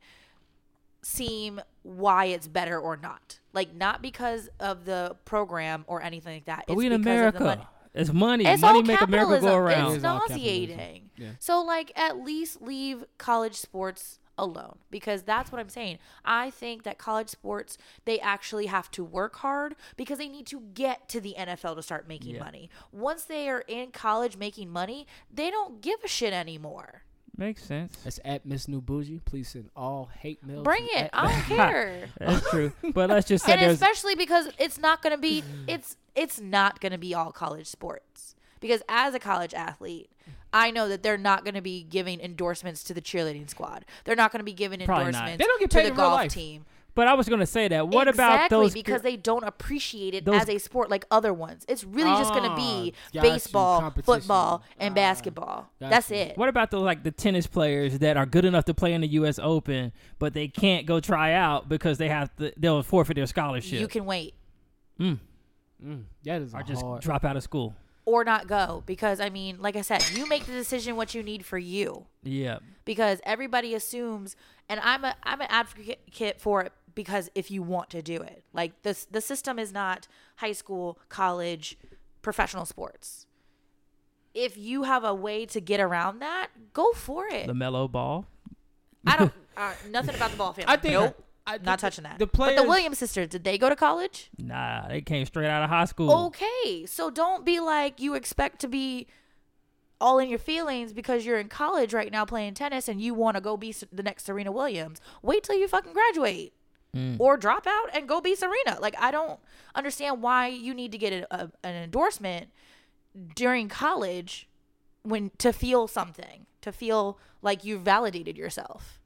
seem why it's better or not. Like not because of the program or anything like that. But it's we in because of the America. money. It's money. It's money all make America capitalism. go around. It's nauseating. Yeah. So like at least leave college sports alone because that's what I'm saying. I think that college sports they actually have to work hard because they need to get to the NFL to start making Yeah. money. Once they are in college making money, they don't give a shit anymore. Makes sense. That's at Miss New Bougie. Please send all hate mail. Bring to it. at- I don't care. That's true. But let's just say and there's especially because it's not going to be it's it's not going to be all college sports because as a college athlete i know that they're not going to be giving endorsements to the cheerleading squad they're not going to be giving Probably not. endorsements They don't get to paid the in real golf life. team But I was going to say that. What about exactly, those because they don't appreciate it those- as a sport like other ones it's really just going to be Ah, got you, baseball competition. football and basketball Ah, Got that's you. it What about the like the tennis players that are good enough to play in the U.S. Open, but they can't go try out because they have to they'll forfeit their scholarship. you can wait Mm. that is or a just hard- drop out of school. or not go because i mean like i said you make the decision what you need for you Yeah, because everybody assumes and I'm a I'm an advocate for it because if you want to do it. Like this the system is not high school, college, professional sports. If you have a way to get around that, go for Eh. it. the mellow ball. I don't uh, nothing about the ball family. I think. nope. I think not touching that. The but players- the Williams sisters, did they go to college? Nah, they came straight out of high school. Okay. So don't be like you expect to be all in your feelings because you're in college right now playing tennis and you want to go be S- the next Serena Williams. Wait till you fucking graduate Mm. or drop out and go be Serena. Like I don't understand why you need to get a, a, an endorsement during college when to feel something, to feel like you validated yourself.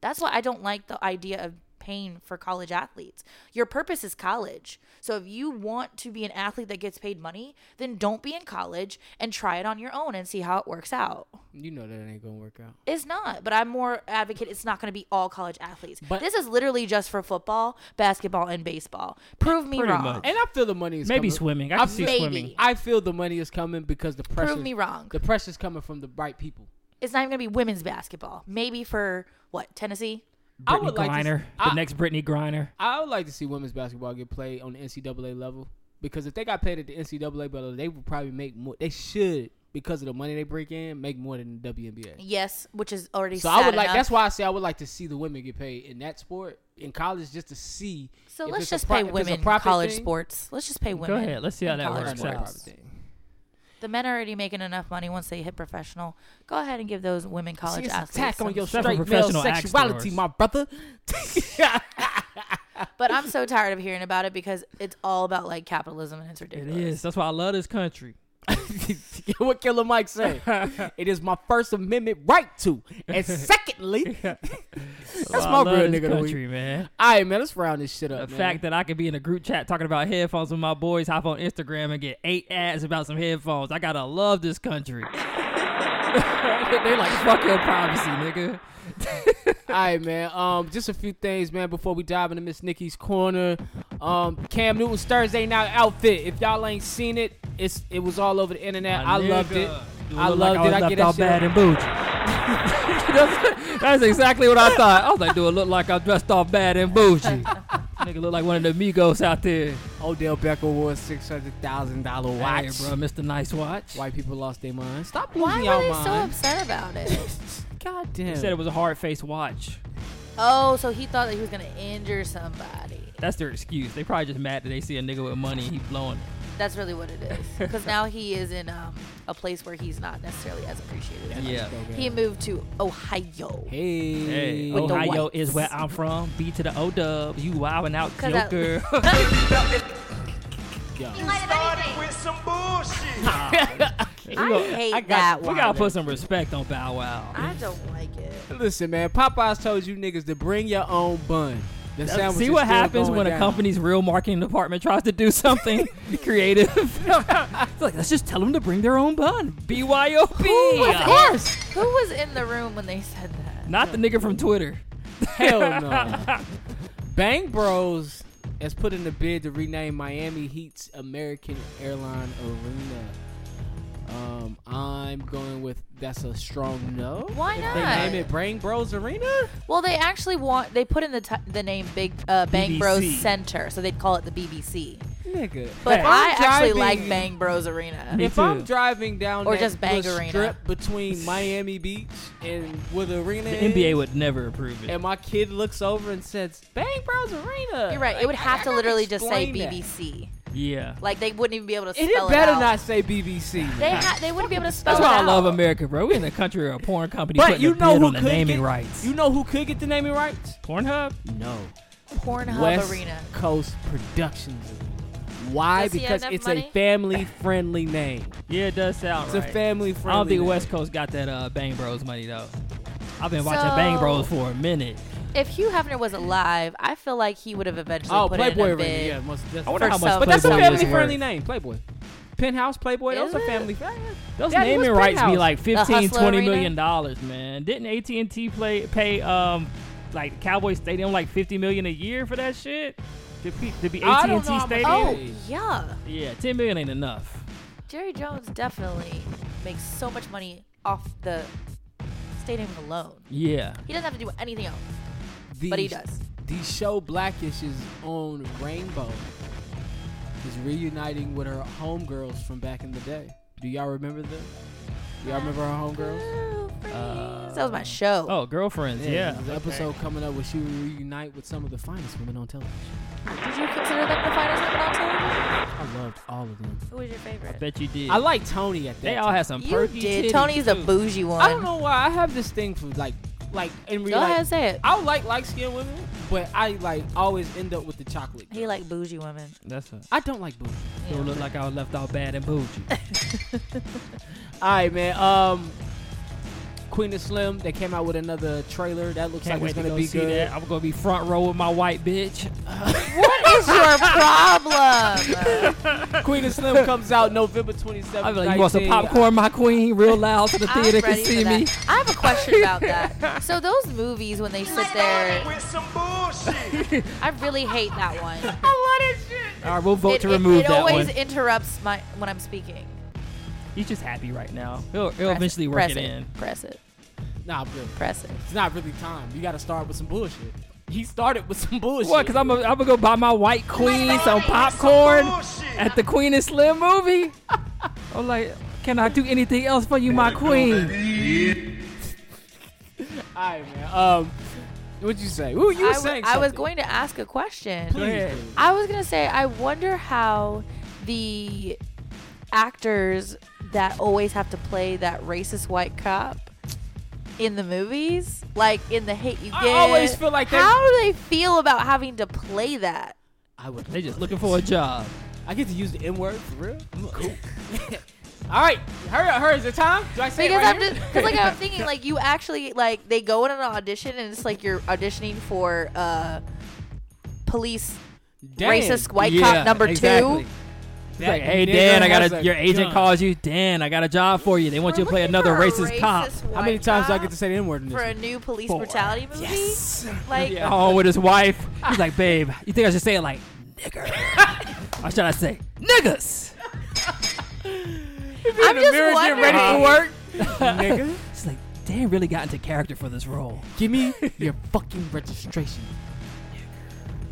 That's why I don't like the idea of paying for college athletes. Your purpose is college. So if you want to be an athlete that gets paid money, then don't be in college and try it on your own and see how it works out. You know that it ain't gonna work out. It's not, but I'm more advocate. It's not going to be all college athletes. But- this is literally just for football, basketball, and baseball. Prove me Pretty wrong. much. And I feel the money is Maybe coming. swimming. I I can see feel- swimming. I feel the money is coming because the pressure. me wrong. The pressure's coming from the right people. It's not even going to be women's basketball. Maybe for what Tennessee? I Brittany would like to s- Griner, the I- next Brittany Griner. I would like to see women's basketball get played on the NCAA level because if they got paid at the NCAA level, they would probably make more. They should because of the money they break in, make more than the WNBA. Yes, which is already. So I sad would like. enough. That's why I say I would like to see the women get paid in that sport in college, just to see. So if let's it's a just pro- pay if it's a women profit college thing. sports. Let's just pay women. ahead. Let's see how in that college works sports. out. Private thing. The men are already making enough money once they hit professional. Go ahead and give those women college See, it's an athletes attack on some your shit. straight male professional axe sexuality, throwers. my brother. But I'm so tired of hearing about it because it's all about like capitalism and it's It ridiculous. is. That's why I love this country. what Killer Mike say? it is my First Amendment right to. And secondly, that's I my love real this nigga of the country, week. man. All right, man, let's round this shit up. The man. fact that I could be in a group chat talking about headphones with my boys, hop on Instagram and get eight ads about some headphones. I gotta love this country. they like fuck your privacy, nigga. All right, man. Um, just a few things, man, before we dive into Miss Nikki's corner. Um, Cam Newton's Thursday night outfit. If y'all ain't seen it, it's it was all over the internet. My I loved nigga. it. Dude, I look loved like it. I was I get left out that shit. bad and boots. that's, that's exactly what I thought. I was like, do it look like I'm dressed off bad and bougie? Nigga look like one of the Migos out there. Odell Beckham wore a six hundred thousand dollar watch, Hey, bro, Mr. Nice Watch. White people lost their minds. Stop Why losing were y'all they so minds. upset about it? God He damn. said it was a hard face watch. Oh, so he thought that he was gonna injure somebody. That's their excuse. They probably just mad that they see a nigga with money and he blowing it. That's really what it is. Because now he is in um, a place where he's not necessarily as appreciated. as Yeah. much. He moved to Ohio. Hey, Hey, With the Ohio whites. is where I'm from. B to the O dubs. You wildin' out, 'Cause I- Joker. Started with some bullshit. We I gonna- hate I got- that We one. gotta put some respect on Bow Wow. I don't like it. Listen, man. Popeyes told you niggas to bring your own bun. The sandwich Uh, See is what still happens going when a down. company's real marketing department tries to do something creative. it's like, let's just tell them to bring their own bun. Of BYOB. course. Who was in the room when they said that? Not the nigga from Twitter. Hell no. Bang Bros has put in a bid to rename Miami Heat's American Airline Arena. Um, I'm going with that's a strong no. Why If not? They name it Bang Bros Arena. Well, they actually want they put in the t- the name Big uh, Bang Bros BBC. Center, so they'd call it the BBC. Nigga, But If I I'm actually driving- like Bang Bros Arena. If I'm driving down Or that just Bang little Arena. strip between Miami Beach and where the arena The is, NBA would never approve it. and my kid looks over and says Bang Bros Arena, You're right. Like, It would I have to gotta literally just say explain that. BBC. Yeah. Like they wouldn't even be able to And spell It it, better out. not say BBC. They man. ha- they wouldn't be able to spell That's it why I out. love America, bro. We in a country or a porn company But putting you a know bid who on the could naming get- rights. You know who could get the naming rights? Pornhub? No. Pornhub West Arena. Coast Productions. Why? Does he have because enough it's money? a family-friendly name. Yeah, it does sound It's a right. family-friendly. I don't think name. West Coast got that uh, Bang Bros money though. I've been watching Bang So- Bros for a minute. If Hugh Hefner was alive, I feel like he would have eventually Oh, put Playboy in a Arena. bid. Yeah, must, that's, I wonder how much but that's a Playboy is family-friendly worth. name. Playboy, Penthouse, Playboy. Those Is are it? family. Those Daddy, naming what's rights be Penthouse? like The 15, Hustler 20 Arena? million dollars, man. Didn't AT and T play pay um like Cowboy Stadium like fifty million a year for that shit? To be to be I AT don't and know T how much- Stadium? Oh yeah, Yeah, ten million ain't enough. Jerry Jones definitely makes so much money off the stadium alone. Yeah, He doesn't have to do anything else, The, but he does. The show Blackish is on Rainbow. Is reuniting with her homegirls from back in the day. Do y'all remember them? Do y'all remember her homegirls? Uh, that was my show. Oh, girlfriends. Yeah, there's an episode coming up where she will reunite with some of the finest women on television. Did you consider them the finest women on television? I loved all of them. Who was your favorite? bet you did. I like Tony at that. They time. all had some You perky did. titties, Tony's a too. bougie one. I don't know why I have this thing for like, like in real Go ahead life. and say it. I don't like light skinned women, but I like always end up with the chocolate. He like bougie women. That's a, I don't like booty. it looked like I was left out bad and bougie. All right, man. Um, Queen of Slim. They came out with another trailer that looks Can't like wait it's to gonna go be see good. that. I'm gonna be front row with my white bitch. What is your problem? Queen of Slim comes out November 27th. I'll be like, you want some 19." popcorn, my queen, real loud so the I'm theater can ready see for that. me. I have a question about that. So those movies when they sit there, With some bullshit. I really hate that one. All right, we'll vote it, to it- remove it that always one. interrupts my when I'm speaking. He's just happy right now. He'll, he'll Press eventually it, work press it, in. Press it. Nah, I'm good. Press it. It's not really time. You got to start with some bullshit. He started with some bullshit. What? Because I'm gonna I'm go buy my white queen some popcorn bullshit. at the Queen and Slim movie. I'm like, can I do anything else for you, my queen? All right, man. Um, what'd you say? Ooh, you were I wa- saying I was something. going to ask a question. Please ahead. do. I was gonna say, I wonder how the actors that always have to play that racist white cop in the movies, like in the Hate You Give, I always feel like they- how do they feel about having to play that? I would. They just looking for a job. I get to use the N word for real. Cool. All right, hurry up, hurry. Is it time? Do I say because it right I'm here? just because like I'm thinking like you actually like they go in an audition and it's like you're auditioning for uh police Damn. racist white Yeah, cop number exactly. two. It's like, hey Dan, I got a, your agent calls you. Dan, I got a job for you. They want you to play another racist, cop. How many times do I get to say the N word in this? for a new police Four. brutality movie. Like Oh, with his wife. He's like, babe, you think I should say it like nigger? or should I say niggas? I'm just wondering. Nigga. She's like, Dan really got into character for this role. Give me your fucking registration.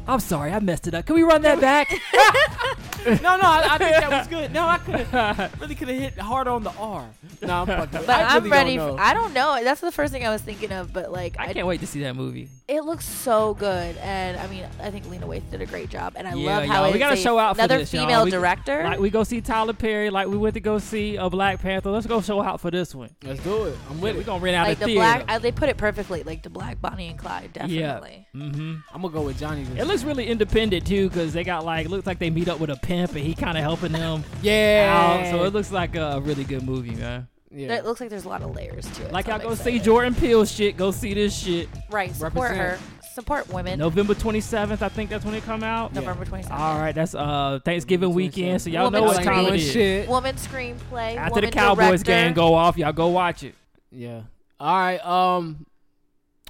I'm sorry, I messed it up. Can we run that back? no, no, I, I think that was good. No, I could have really could have hit hard on the R. No, I'm fucking. But I I am really ready. Don't know. for, I don't know. That's the first thing I was thinking of. But like, I can't wait to see that movie. It looks so good, and I mean, I think Lena Waithe did a great job, and I Yeah, love how y'all, it's we gotta a- show out for another this, y'all. female We- director. Like we go see Tyler Perry, like we went to go see a Black Panther. Let's go show out for this one. Let's do it. I'm with it. We gonna rent out like the the theater. black, I, they put it perfectly, like the black Bonnie and Clyde, definitely. Yeah. Mm-hmm. I'm gonna go with Johnny. It looks really independent too, because they got like looks like they meet up with a pimp and he kind of helping them. Yeah. out. So it looks like a really good movie, man. There- It looks like there's a lot of layers to it. Like so y'all I'm go see excited. Jordan Peele shit. Go see this shit. Right, support Represent. her, support women. November 27th, I think that's when it come out. November 27th. All right, that's uh Thanksgiving weekend, so y'all know Woman what time screen- it is. Woman screenplay. After woman the Cowboys director. game go off, y'all go watch it. Yeah. All right. Um,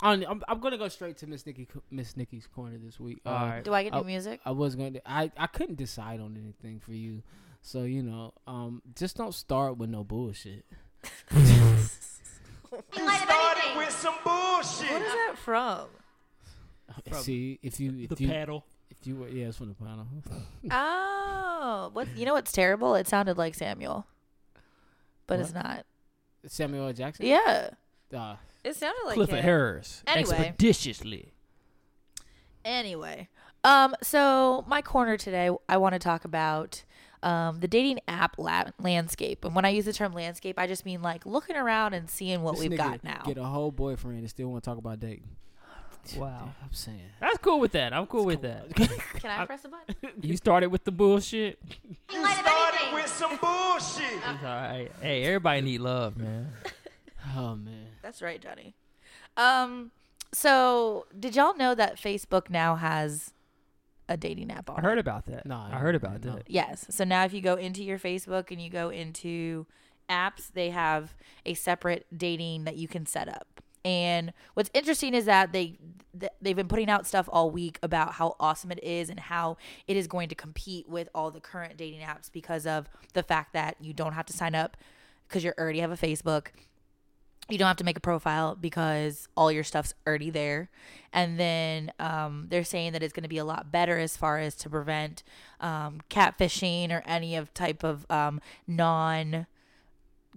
I'm, I'm, I'm gonna go straight to Miss Nikki Miss Nikki's corner this week. Um, All right. Do I Oh. get new music? I was going to. I I couldn't decide on anything for you, so you know, um, just don't start with no bullshit. You started with some bullshit. What is that from? See if you if the you, paddle. If you were- yeah, it's from the panel. Oh, what? You know what's terrible? It sounded like Samuel, but it's What? not. Samuel L. Jackson. Yeah. Uh, It sounded like Clifford it. Harris Anyway. expeditiously. Anyway, um, so my corner today, I want to talk about um, the dating app la- landscape. And when I use the term landscape, I just mean like looking around and seeing what this we've nigga got now. Get a whole boyfriend and still want to talk about dating. Oh. Wow, I'm saying. that's cool with that. I'm cool with that. Can I press a button? you started with the bullshit. You started with some bullshit. It's all right. Hey, everybody need love, man. Oh man. That's right, Johnny. Um, so did y'all know that Facebook now has a dating app on I it? heard about that. No, I heard about that. Yes. So now if you go into your Facebook and you go into apps, they have a separate dating that you can set up. And what's interesting is that they th- they've been putting out stuff all week about how awesome it is and how it is going to compete with all the current dating apps because of the fact that you don't have to sign up because you already have a Facebook you don't have to make a profile because all your stuff's already there. And then um, they're saying that it's going to be a lot better as far as to prevent um, catfishing or any of type of um, non,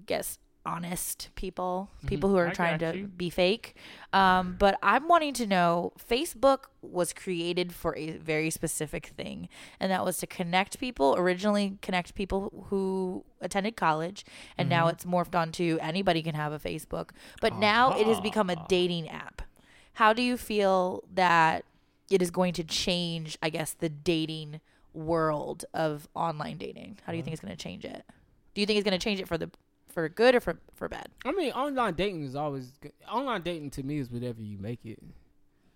guess honest people, people who are Mm-hmm. I trying got to you. be fake. Um, but I'm wanting to know. Facebook was created for a very specific thing, and that was to connect people. Originally, connect people who attended college, and now Mm-hmm. it's morphed onto anybody can have a Facebook. But now it has become Uh-huh. a dating app. How do you feel that it is going to change? I guess the dating world of online dating. How do you think it's Mm-hmm. going to change it? Do you think it's going to change it for the for good or for for bad? I mean, online dating is always good. online dating to me is whatever you make it.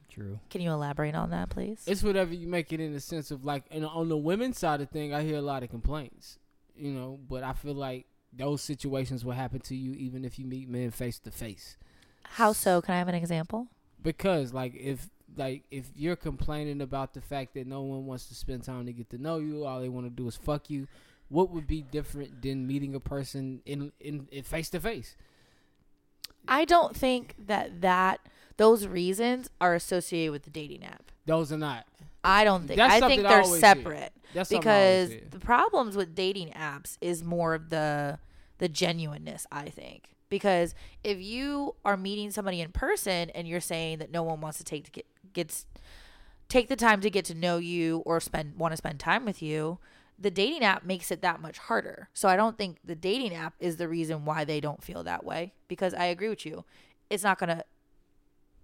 True. Can you elaborate on that, please? It's whatever you make it in the sense of like, and on the women's side of thing, I hear a lot of complaints, you know. But I feel like those situations will happen to you even if you meet men face to face, How so? Can I have an example? because like if like if you're complaining about the fact that no one wants to spend time to get to know you, all they want to do is fuck you. What would be different than meeting a person in in face to face? I don't think that that those reasons are associated with the dating app. Those are not. I don't think. That's I something think I they're always separate did. That's something I always because did. the problems with dating apps is more of the the genuineness. I think because if you are meeting somebody in person and you're saying that no one wants to take to get gets take the time to get to know you or spend want to spend time with you the dating app makes it that much harder so i don't think the dating app is the reason why they don't feel that way because i agree with you it's not going to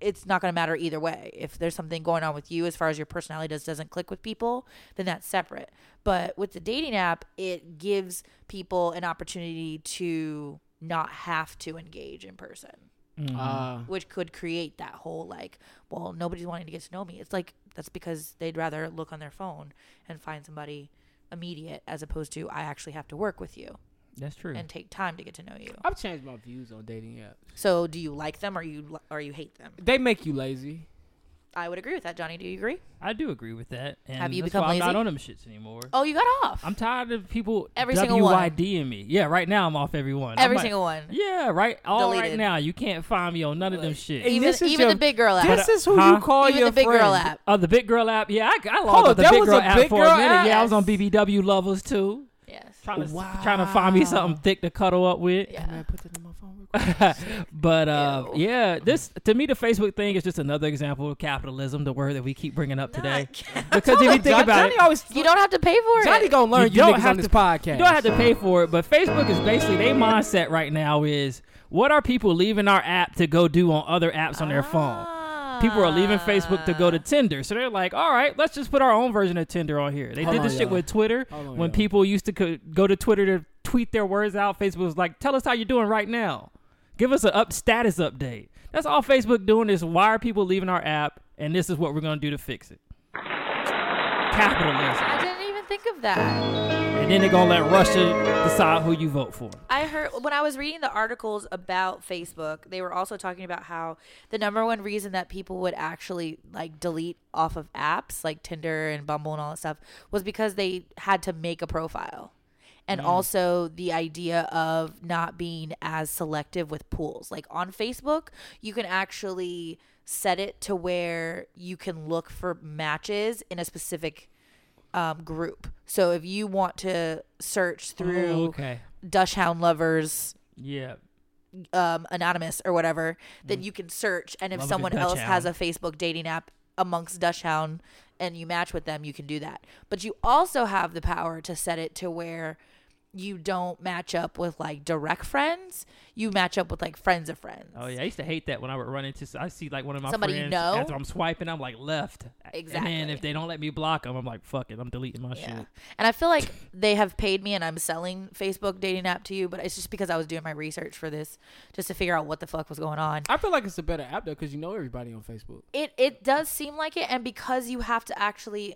it's not going to matter either way. If there's something going on with you as far as your personality does doesn't click with people, then that's separate. But with the dating app, it gives people an opportunity to not have to engage in person. Mm-hmm. Mhm. Uh, Ah. which could create that whole like, well, nobody's wanting to get to know me. It's like that's because they'd rather look on their phone and find somebody immediate as opposed to I actually have to work with you. That's true. And take time to get to know you. I've changed my views on dating apps. So, do you like them or you li- or you hate them? They make you lazy. I would agree with that, Johnny. Do you agree? I do agree with that. And Have you that's become why I'm lazy? not on them shits anymore. Oh, you got off. I'm tired of people Every WYD single one. and me. Yeah, right now I'm off every one. Every I'm like, single one. Yeah, right. All right Deleted. now you can't find me on none of them shit. Even- this is even your- the big girl app. But, this uh, is who you call Even your the big girl friend. app. Oh, the big girl app. Yeah, I, I Hold on, logged on the that big was girl a app big for girl a minute. Yeah, I was app. on BBW lovers too. Yes. Trying to trying to find me something thick to cuddle up with. Yeah. I put that in my phone. but uh, yeah, this to me the Facebook thing is just another example of capitalism, the word that we keep bringing up today. Because if you think about it, you don't have to pay for it. Johnny gonna learn you, niggas on this to, podcast. You don't have to pay for it, but Facebook is basically their mindset right now is what are people leaving our app to go do on other apps on their phone? People are leaving Facebook to go Ah. to Tinder. So they're like, all right, let's just put our own version of Tinder on here. They Hold did this on, shit y'all. with Twitter. Hold on, when y'all. people used to co- go to Twitter to tweet their words out, Facebook was like, tell us how you're doing right now. Give us a up status update. That's all Facebook doing is why are people leaving our app? And this is what we're going to do to fix it. Capitalism. I didn't even think of that. And then they're gonna let Russia decide who you vote for. I heard when I was reading the articles about Facebook, they were also talking about how the number one reason that people would actually like delete off of apps like Tinder and Bumble and all that stuff was because they had to make a profile. And Mm. also the idea of not being as selective with pools. Like on Facebook, you can actually set it to where you can look for matches in a specific um, group. So if you want to search through Oh, okay. Dush Hound Lovers Yeah. um, Anonymous or whatever, then you can search. And if Mm. Love a good someone Dutch else has a Hound. Facebook dating app amongst Dush Hound and you match with them, you can do that. But you also have the power to set it to where you don't match up with like direct friends, you match up with like friends of friends. Oh yeah, I used to hate that when I would run into. I see like one of my Somebody you friends know? after I'm swiping, I'm like left. And then Exactly. if they don't let me block them, I'm like fuck it, I'm deleting my shit. And I feel like they have paid me and I'm selling Facebook dating app to you, but it's just because I was doing my research for this just to figure out what the fuck was going on. I feel like it's a better app though because you know everybody on Facebook. It it does seem like it, and because you have to actually,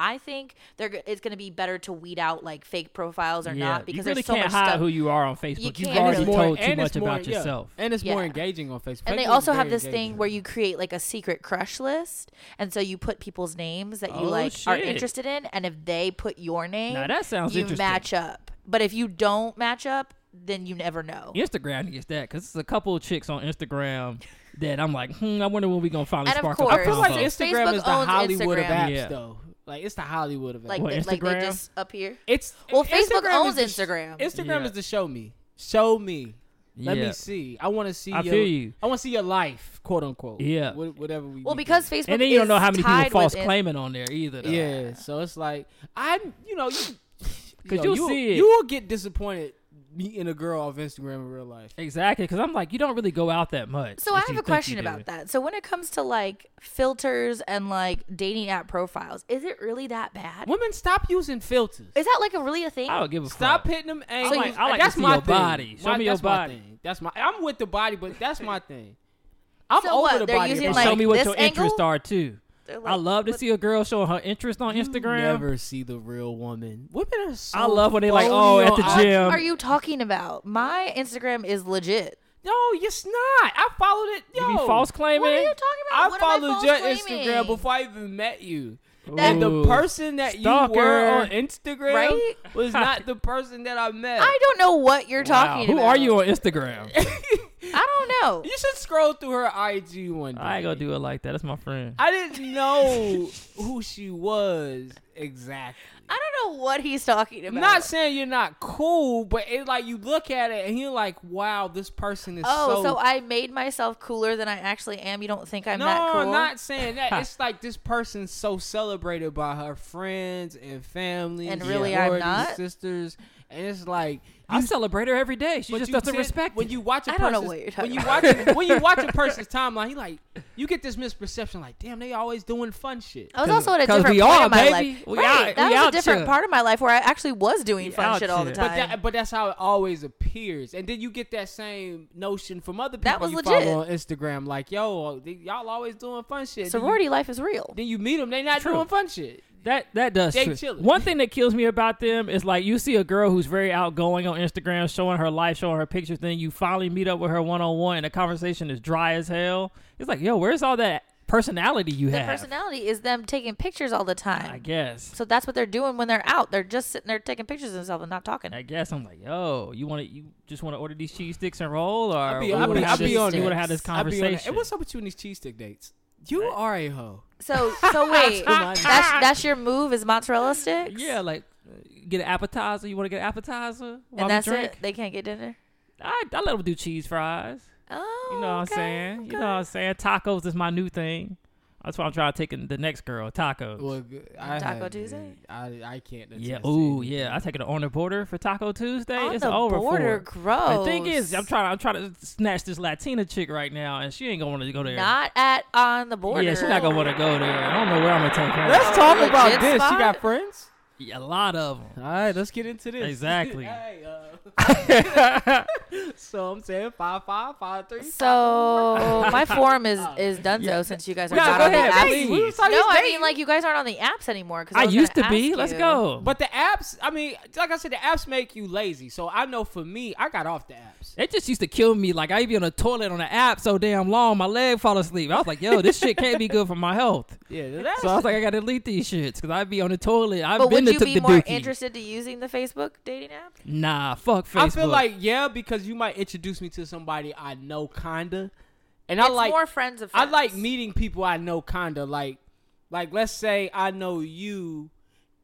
I think they're g- it's going to be better to weed out like fake profiles or yeah, not because you really there's so can't much hide stuff. who you are on Facebook. You You've can't already really. told too And it's much about more- yeah. yourself. and it's more Yeah. engaging on Facebook. And Facebook they is also have very this engaging. thing where you create like a secret crush list, and so you put people's names that you Oh, like are shit. interested in, and if they put your name, Now, that sounds you interesting. match up. But if you don't match up, then you never know. Instagram gets that because it's a couple of chicks on Instagram that I'm like, hmm, I wonder when we gonna finally And of spark up. course, a I feel like convo. since Instagram Facebook is the owns Hollywood of Instagram. apps Yeah. though. Like it's the Hollywood of apps. Like What, they, like they Instagram? just up here. It's well, Instagram is Facebook the owns sh- Instagram. Instagram Yeah. is the show me. Show me. Let Yeah. me see. I want to see. I your, feel you. I want to see your life, quote unquote. Yeah. Wha- whatever we. Well, we because do. Facebook and then you don't know how many people tied with false it. claiming on there either. Though. Yeah. So it's like I'm. You know. You, 'Cause yo, you'll see it. You will get disappointed meeting a girl off Instagram in real life. Exactly, because I'm like, you don't really go out that much. So I have a question about that. So when it comes to like filters and like dating app profiles, is it really that bad? Women, stop using filters. Is that like a really a thing? I don't give a Stop fuck. hitting them angles. like- I like to that's see my your thing. body. Show My- me your that's my body. thing. That's my. I'm with the body, but that's my thing. I'm So over what, the they're body. using, approach. like, Show me what this your interests angle? are too. They're I like, love to what- see a girl showing her interest on Instagram. never see the real woman. Women are so. I love when they like, phony oh, at the on- What gym. are you talking about? My Instagram is legit. No, it's not. I followed it. You Yo, be false claiming. What are you talking about? I What am followed false your claiming? Instagram before I even met you. That- and the Ooh. person that you Stalker. were on Instagram Right? was not the person that I met. I don't know what you're Wow, talking Who about. are you on Instagram? I don't know. you should scroll through her IG one day. I ain't gonna do it like that. That's my friend. I didn't know who she was exactly. I don't know what he's talking I'm about. not saying you're not cool, but it's like you look at it and you're like, wow, this person is oh, so, so I made myself cooler than I actually am. You don't think I'm no, that cool? not saying that. it's like this person's so celebrated by her friends and family, And really I'm sorority not? sisters, and it's like I celebrate her every day. She but just you doesn't said- respect when it. you watch. a I don't know person's- what you're talking when You about. watch, when you watch a person's timeline, he like you get this misperception like, damn, they always doing fun shit. I Oh, was also at a different part of my life. right. that was a different part of my life where I actually was doing fun shit all the time. But, that, but that's how it always appears. And then you get that same notion from other people That was you legit. follow on Instagram, like, yo, they- y'all always doing fun shit. Then you- Sorority life is real. Then you meet them, they not True. doing fun shit. That that does. They true. chilling. One thing that kills me about them is like you see a girl who's very outgoing on Instagram, showing her life, showing her pictures. Then you finally meet up with her one on one, and the conversation is dry as hell. It's like, yo, where's all that personality you The have? personality is them taking pictures all the time. I guess. So that's what they're doing when they're out. They're just sitting there taking pictures of themselves and not talking. I guess I'm like, yo, you want to, you just want to order these cheese sticks and roll, or I be, we I wanna be, I have be this- on you it. want to have this I be on it. Hey, conversation? what's up with you and these cheese stick dates? You are a hoe. So so wait, that's that's your move is mozzarella sticks. Yeah, like uh, get an appetizer. You want to get an appetizer? While and we that's drink? it. They can't get dinner. I, I let them do cheese fries. Oh, you know what I'm saying? You know what I'm saying? Tacos is my new thing. That's why I'm trying to take in the next girl tacos. Well, I Taco have- Tuesday? I I can't. yeah. attest to Ooh, yeah. I take it on the border for Taco Tuesday. On it's the over border? for. her. The thing is, I'm Gross. trying. I'm trying to snatch this Latina chick right now, and she ain't gonna want to go there. Not at on the border. Yeah, she's not gonna want to go there. I don't know where I'm gonna take her. Let's talk Legit about this. You spot? got friends? Yeah, a lot of them. All right, let's get into this. Exactly. Hey, uh, so I'm saying five, five, five, three. So my forum is is done though since you guys are No, not go on ahead, the apps. please. We was talking No, I dating. mean like you guys aren't on the apps anymore. 'cause I was used gonna to be. ask Let's you. go. But the apps, I mean, like I said, the apps make you lazy. So I know for me, I got off the apps. It just used to kill me. Like I'd be on the toilet on the app so damn long, my leg fall asleep. I was like, yo, this shit can't be good for my health. Yeah, that's So I was like, I gotta delete these shits because I'd be on the toilet. I've But been would to you took be the more dookie. interested to using the Facebook dating app? Nah, fuck Facebook. I feel like yeah, because you might introduce me to somebody I know kinda, and I It's like more friends of I like meeting people I know kinda like, like let's say I know you,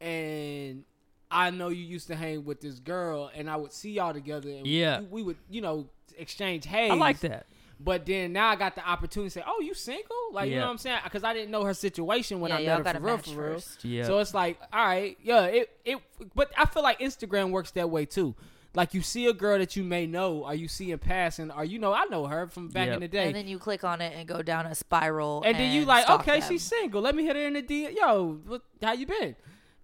and I know you used to hang with this girl, and I would see y'all together. And Yeah. we, we would you know exchange hey. I like that. But then now I got the opportunity to say, "Oh, you single?" Like you Yeah. know what I'm saying? Because I didn't know her situation when Yeah, I y'all met her gotta for real, match for real. first. Yeah. So it's like, all right, yeah, it it. But I feel like Instagram works that way too. Like you see a girl that you may know, or you see in passing, or you know, I know her from back Yep. in the day. And then you click on it and go down a spiral. And then you like, stalk okay, them. she's single. Let me hit her in the DM. Yo, what, how you been?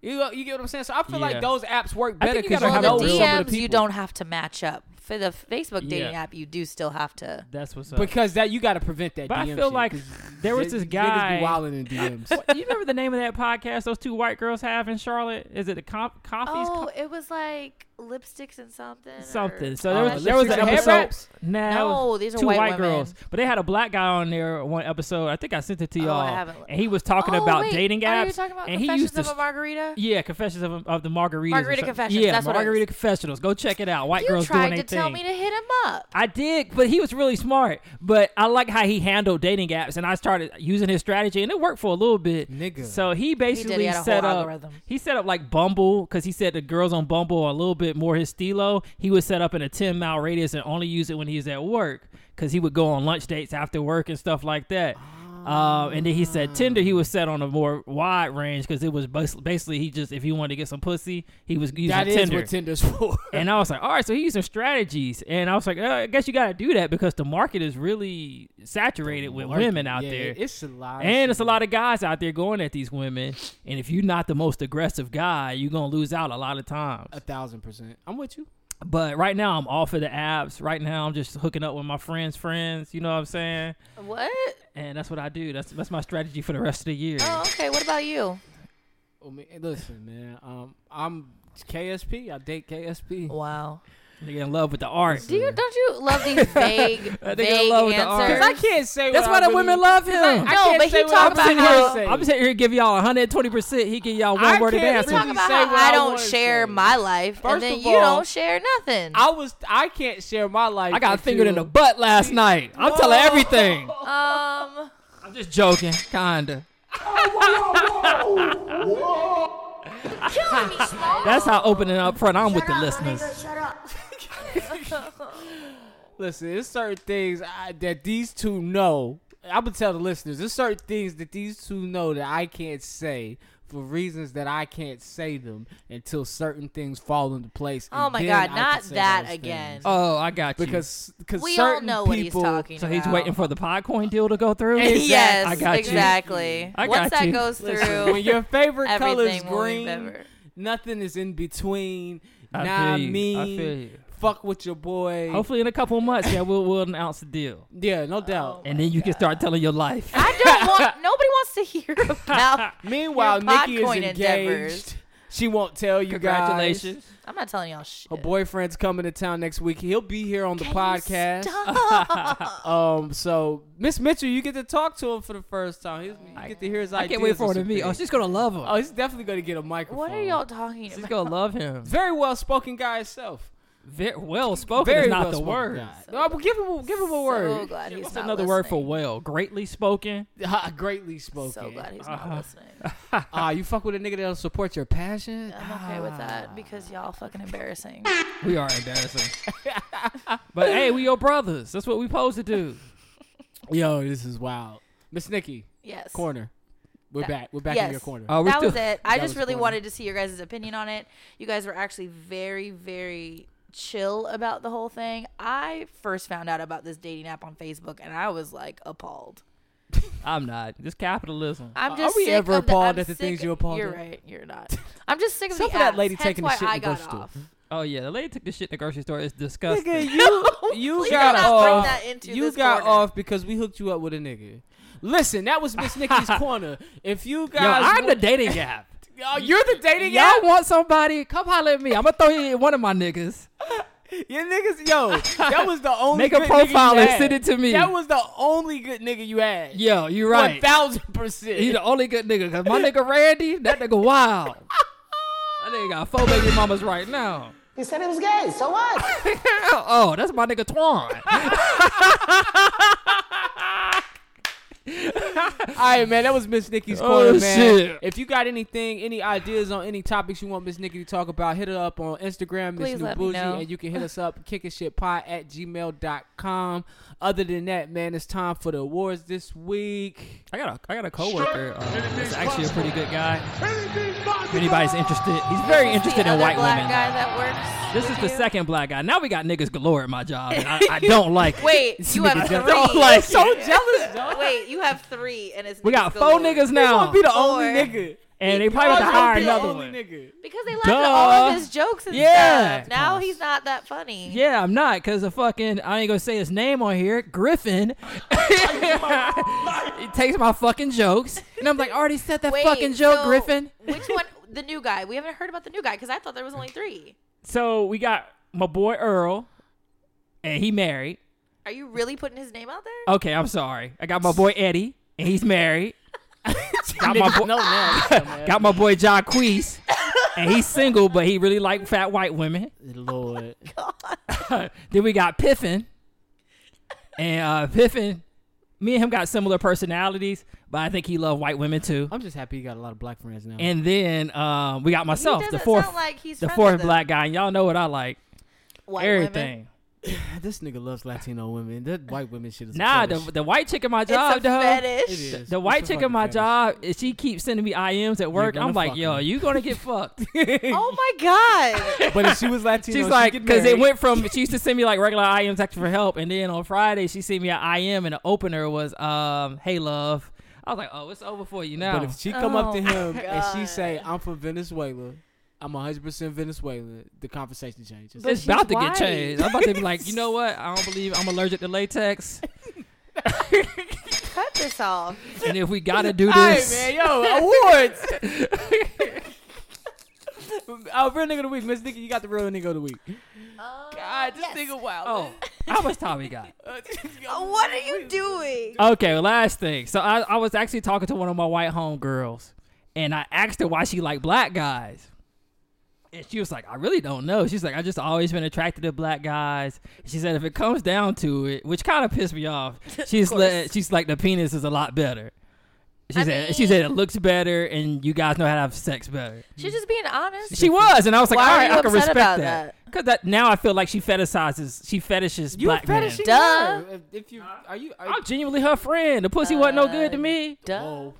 You know- you get what I'm saying? So I feel Yeah. like those apps work I better think you because you, gotta have know a the real- some of DMs the you people. don't have to match up. For the Facebook dating Yeah. app, you do still have to. That's what's up. because that you got to prevent that. but I DM feel shit, like 'cause there was niggas this be guy. wilding in DMs. What- you remember the name of that podcast those two white girls have in Charlotte? Is it the comp- Coffee's Oh, it was like lipsticks and something. or- something. So Oh, there was there was an lipsticks and hair episode. wraps? Now No, these are two white white, women. girls, but they had a black guy on there one episode. I think I sent it to Oh, I y'all, haven't- and he was talking Oh, about wait, dating are apps. you talking about and he Confessions used to of a Margarita? Yeah, Confessions of, of the Margaritas. or Margarita something. Confessions, Yeah, that's what it Margarita Confessionals. Go check it out. White You girls tried doing to their tell thing. me to hit him up. I did, but he was really smart. But I like how he handled dating apps, and I started using his strategy, and it worked for a little bit. Nigga. So he basically had a whole set up. algorithm. He set up like Bumble because he said the girls on Bumble are a little bit more his stilo. He would set up in a ten mile radius and only use it when he was at work because he would go on lunch dates after work and stuff like that. Um, and then he said Tinder. He was set on a more wide range because it was bas- basically he just if he wanted to get some pussy, he was using That is Tinder what Tinder's for. and I was like, all right, so he's some strategies. And I was like, uh, I guess you got to do that because the market is really saturated with market, women out yeah, there. it's a lot of And shit. it's a lot of guys out there going at these women. And if you're not the most aggressive guy, you're going to lose out a lot of times. A thousand percent. I'm with you. But right now, I'm off of the apps. Right now, I'm just hooking up with my friends' friends. You know what I'm saying? What? And that's what I do. That's that's my strategy for the rest of the year. Oh, okay. What about you? I mean, listen, Oh, man. Um, I'm KSP. I date KSP. Wow. Nigga in love with the art. Do you don't you love these vague That nigga vague love the answers? arms. Because I can't say. That's what why I the really- women love him. I No, can't but say he what talk I'm about sitting how- here saying. I'm sitting here giving y'all 120%. He give y'all one I worded can't answer. talk Talk You about say how what I I don't wanna share say. my life, First and then of you all, don't share nothing. I was. I can't share my life. I got with fingered you. in the butt last night. I'm telling everything. um, I'm just joking, kinda. That's how open and up front. I'm with the listeners. Listen, it's certain things I, that these two know I would tell the listeners there's certain things that these two know that I can't say for reasons that I can't say them until certain things fall into place. and Oh my then God, I not can say that those again. things. Oh, I got you. Because because We all certain know people, what he's talking So he's about. waiting for the Podcoin deal to go through. yes, I got you. exactly. I Once got that you. goes through, Listen, when your favorite color is everything will be green, better. nothing is in between. nah, I feel you. I feel mean, you. fuck with your boy. Hopefully, in a couple months, yeah, we'll, we'll announce the deal, yeah, Oh. no doubt. and then you can start telling your life. I don't want. Nobody wants to hear about. Meanwhile, your Nikki is Podcoin engaged. endeavors. She won't tell you guys. Congratulations. I'm not telling y'all shit. Her boyfriend's coming to town next week. He'll be here on the podcast. Stop. Um, so Miss Mitchell, you get to talk to him for the first time. He's, you get to hear his I ideas. can't wait for on her to some meet. Oh, things. she's gonna love him. oh, he's definitely gonna get a microphone. what are y'all talking she's about? gonna love him. Very well spoken guy himself. Very well spoken Very is not the well-spoken word. guy. No, but give him a, give him a so word. glad he's What's not another listening. word for well? Greatly spoken. Ah, Greatly spoken. So glad he's Uh-huh. not listening. Ah, you fuck with a nigga that'll support your passion. I'm okay with that because y'all fucking embarrassing. We are embarrassing. but hey, we your brothers. That's what we supposed to do. Yo, this is wild. Miss Nikki, Yes. corner. We're That- back. We're back in yes. your corner. Oh, we that still- was it. I That just was really corny. wanted to see your guys' opinion on it. You guys were actually very, very chill about the whole thing. I first found out about this dating app on Facebook and I was like appalled. I'm not. Just capitalism. I'm Are just we sick ever of the- appalled I'm at the things sick- you're appalled You're at? right. You're not. I'm just sick of Except the for that apps, lady hence taking the why shit in I the grocery got store. off. Oh yeah, the lady took the shit in the grocery store. It's Nigga, disgusting. you you Please got do not bring off. that into you this got corner. off because we hooked you up with a nigga. Listen, that was Miss Nikki's corner. If you Yo, guys, I'm the want- dating app. Oh, you're the dating Y'all app. want somebody? Come holler at me. I'm gonna throw you in one of my niggas. Your niggas, yo, that was the only Make a good nigga profile you and had. send it to me. That was the only good nigga you had. Yo, you right. one thousand percent. He the only good nigga. Cause my nigga Randy, that nigga wild. That nigga got four baby mamas right now. He said he was gay, so what? oh, that's my nigga Twan. All right, man, that was Miss Nikki's Oh, corner, man. shit. If you got anything, any ideas on any topics you want Miss Nikki to talk about, hit her up on Instagram, Miss Please New let me Bougie, know. and you can hit us up, kickingshitpod at gmail.com. Other than that, man, it's time for the awards this week. I got a I got a coworker. Uh, that's actually a pretty good guy. If anybody's interested, he's very This is interested the in other white black women. guy that works. This is with the you? second black guy. Now we got niggas galore at my job. And I, I don't like it. Wait, you have Niggas three. just don't like so it. jealous. Wait, you have three, and it's We got niggas four galore. niggas He's now, gonna be the only Or- nigga. and they probably about to He's hire gonna be the another only one. nigga. Because they laughed at all of Duh. his jokes and Yeah. stuff. Now he's not that funny. Yeah, I'm not, cause the fucking I ain't gonna say his name on here. Griffin, he takes my fucking jokes, and I'm like, I already said that Wait, fucking joke, so Griffin. Which one? The new guy. We haven't heard about the new guy because I thought there was only three. So we got my boy Earl, and he married. Are you really putting his name out there? Okay, I'm sorry. I got my boy Eddie, and he's married. got, my boy, got my boy Jacquees, and he's single, but he really like fat white women. Lord. then we got Piffin, and uh, Piffin, me and him got similar personalities, but I think he loved white women too. I'm just happy you got a lot of black friends now. And then um, we got myself, the doesn't fourth, sound like he's the friends fourth with them. black guy, and y'all know what I like. White Everything. women. this nigga loves Latino women. That white women shit is a Nah, the, fetish. the white chick at my It's job, a dog. fetish. It is. The It's white a chick at fucking my fetish. job, and she keeps sending me IMs at work. gonna I'm like, fuck yo, me. you gonna get fucked. Oh my god. But if she was Latino, She's she'd like, get because it married. went from she used to send me like regular IMs asking for help, and then on Friday she sent me an IM, and the opener was, um, "Hey love." I was like, "Oh, it's over for you now." But if she come up to Oh, him and she God. say, "I'm from Venezuela," I'm 100 percent Venezuelan. The conversation changes. it's she's about to white. get changed. I'm about to be like, you know what? I don't believe I'm allergic to latex, Cut this off. and if we gotta do All right, this, man. Yo, awards. Our real nigga of the week, Miss Nikki. You got the real nigga of the week. God, this nigga wild. oh, how much time we got? Oh, what are you doing? Okay, last thing. So I, I was actually talking to one of my white homegirls, and I asked her why she liked black guys. And she was like, I really don't know. She's like, I just always been attracted to black guys. She said, if it comes down to it, which kind of pissed me off, she's like, she's like, the penis is a lot better. She said she said it looks better and you guys know how to have sex better. She's just being honest. She was, and I was like, Why all are right, you I can upset respect about that. Because that now I feel like she fetishizes, she fetishes You black men. fetishing Duh. her. If, if you are you, are I'm genuinely her friend. The pussy wasn't no good to me. Duh.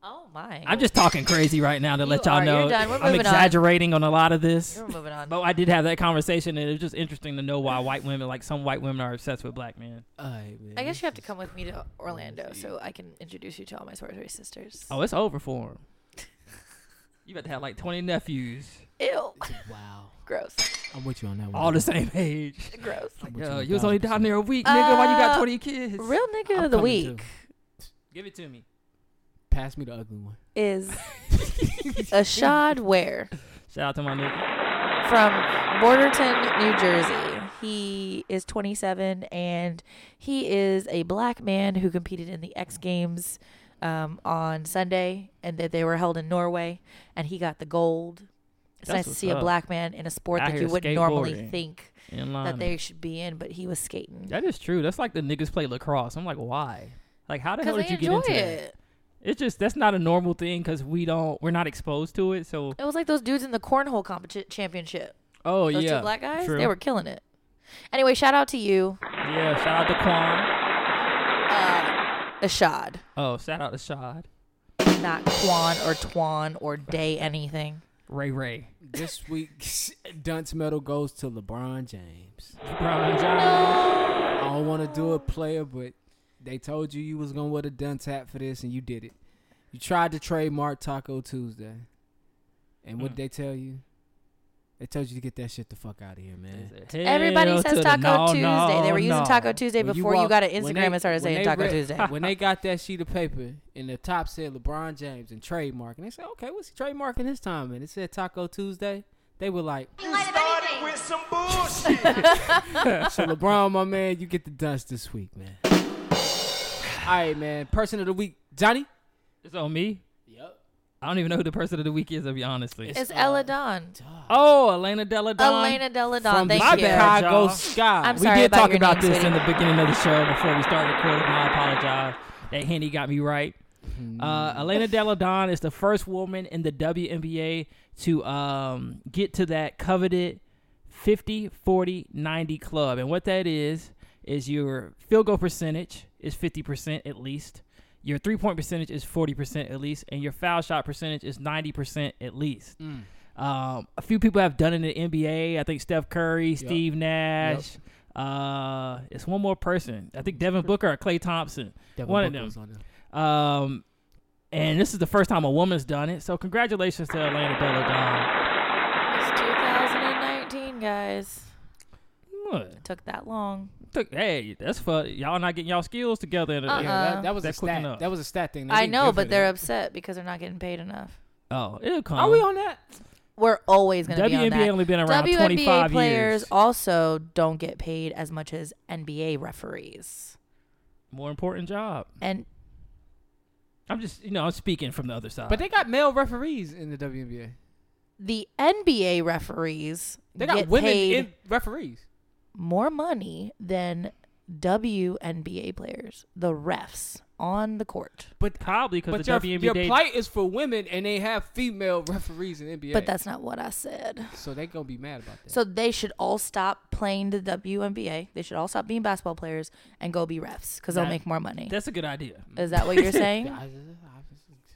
Oh my. I'm just talking crazy right now to let y'all are. You're know done. We're I'm moving on. exaggerating on. a lot of this. We're moving on. But I did have that conversation, and it's just interesting to know why white women, like some white women, are obsessed with black men. I guess you have to come with me to Orlando so I can introduce you to all my sorority sisters. Oh, it's over for him. you about to have like 20 nephews, Ew. Wow. Gross. I'm with you on that one. all the same age. Gross. Yo, you was only down there a week, Uh, nigga. Why you got 20 kids? Real nigga of the coming week Give it to me. Pass me the ugly one. is Ashad Ware Shout out to my nigga. from Borderton, New Jersey. He is 27 and he is a black man who competed in the X Games um, on Sunday and that they were held in Norway and he got the gold. It's That's nice to what's see a up. black man in a sport Out that here you wouldn't normally skateboarding, think that inlining. they should be in, but he was skating. That is true. That's like the niggas play lacrosse. I'm like, why? Like, how the hell 'Cause did they you get into enjoy it? It's just that's not a normal thing because we don't we're not exposed to it. So It was like those dudes in the cornhole competi- championship. Oh, those yeah. two black guys. They True. were killing it. Anyway, shout out to you, yeah, shout out to Quan. Ashad, Oh, shout out to Shad. uh, not Quan or Twan or Day anything. Ray Ray. This week, Dunce medal goes to LeBron James. LeBron James. I don't want to do a player, but they told you you was gonna wear the dunce hat for this, and you did it. You tried to trademark Taco Tuesday, and Mm. what did they tell you? They told you to get that shit the fuck out of here, man. Everybody Hell says to the Taco no, Tuesday. they were no, using no. Taco Tuesday When before you, walk- got an when Instagram they- and started when saying they Taco read- Tuesday. when they got that sheet of paper and the top said LeBron James and trademark, and they said, okay, what's he trademarking this time? And it said Taco Tuesday. They were like, You started with some bullshit. so LeBron, my man, you get the dust this week, man. All right, man. Person of the week, Johnny. It's on me. Yep. I don't even know who the person of the week is, to be honestly. It's Ella Dawn. oh, Elena Deladon. Elena Deladon. Oh, Thank my you. bad, Chicago y'all. Sky. I'm we sorry did about talk your about name, this in the sweetie. beginning of the show before we started recording. and I apologize. That Henny got me right. Uh, Elena Deladon is the first woman in the WNBA to um, get to that coveted 50, 40, 90 club. And what that is, is your field goal percentage is 50% at least. Your three point percentage is 40% at least. And your foul shot percentage is 90% at least. Mm. Um, a few people have done it in the NBA. I think Steph Curry, Steve Nash. Uh, it's one more person. I think Devin Booker or Clay Thompson. Devin one Booker of was them. on there. Um, and this is the first time a woman's done it. So congratulations to Elena Deladon. It's 2019, guys. What? Took that long. Took- Hey, that's for y'all not getting y'all skills together. in a- Uh-uh. Yeah, that- that was a quick stat. enough. That was a stat thing. They I didn't know, give but it they're up. upset because they're not getting paid enough. Oh, it'll come. Are we on that? We're always going to be on WNBA that. only been around WNBA 25 players years. also don't get paid as much as NBA referees. More important job. And I'm just, you know, I'm speaking from the other side. But they got male referees in the WNBA. the NBA referees They got get women paid in referees. more money than WNBA players, the refs on the court. But probably because But the your, WNBA your plight is for women, and they have female referees in NBA. But that's not what I said. so they gonna be mad about that. So they should all stop playing the WNBA. They should all stop being basketball players and go be refs because they'll That- make more money. That's a good idea. Is that what you're saying?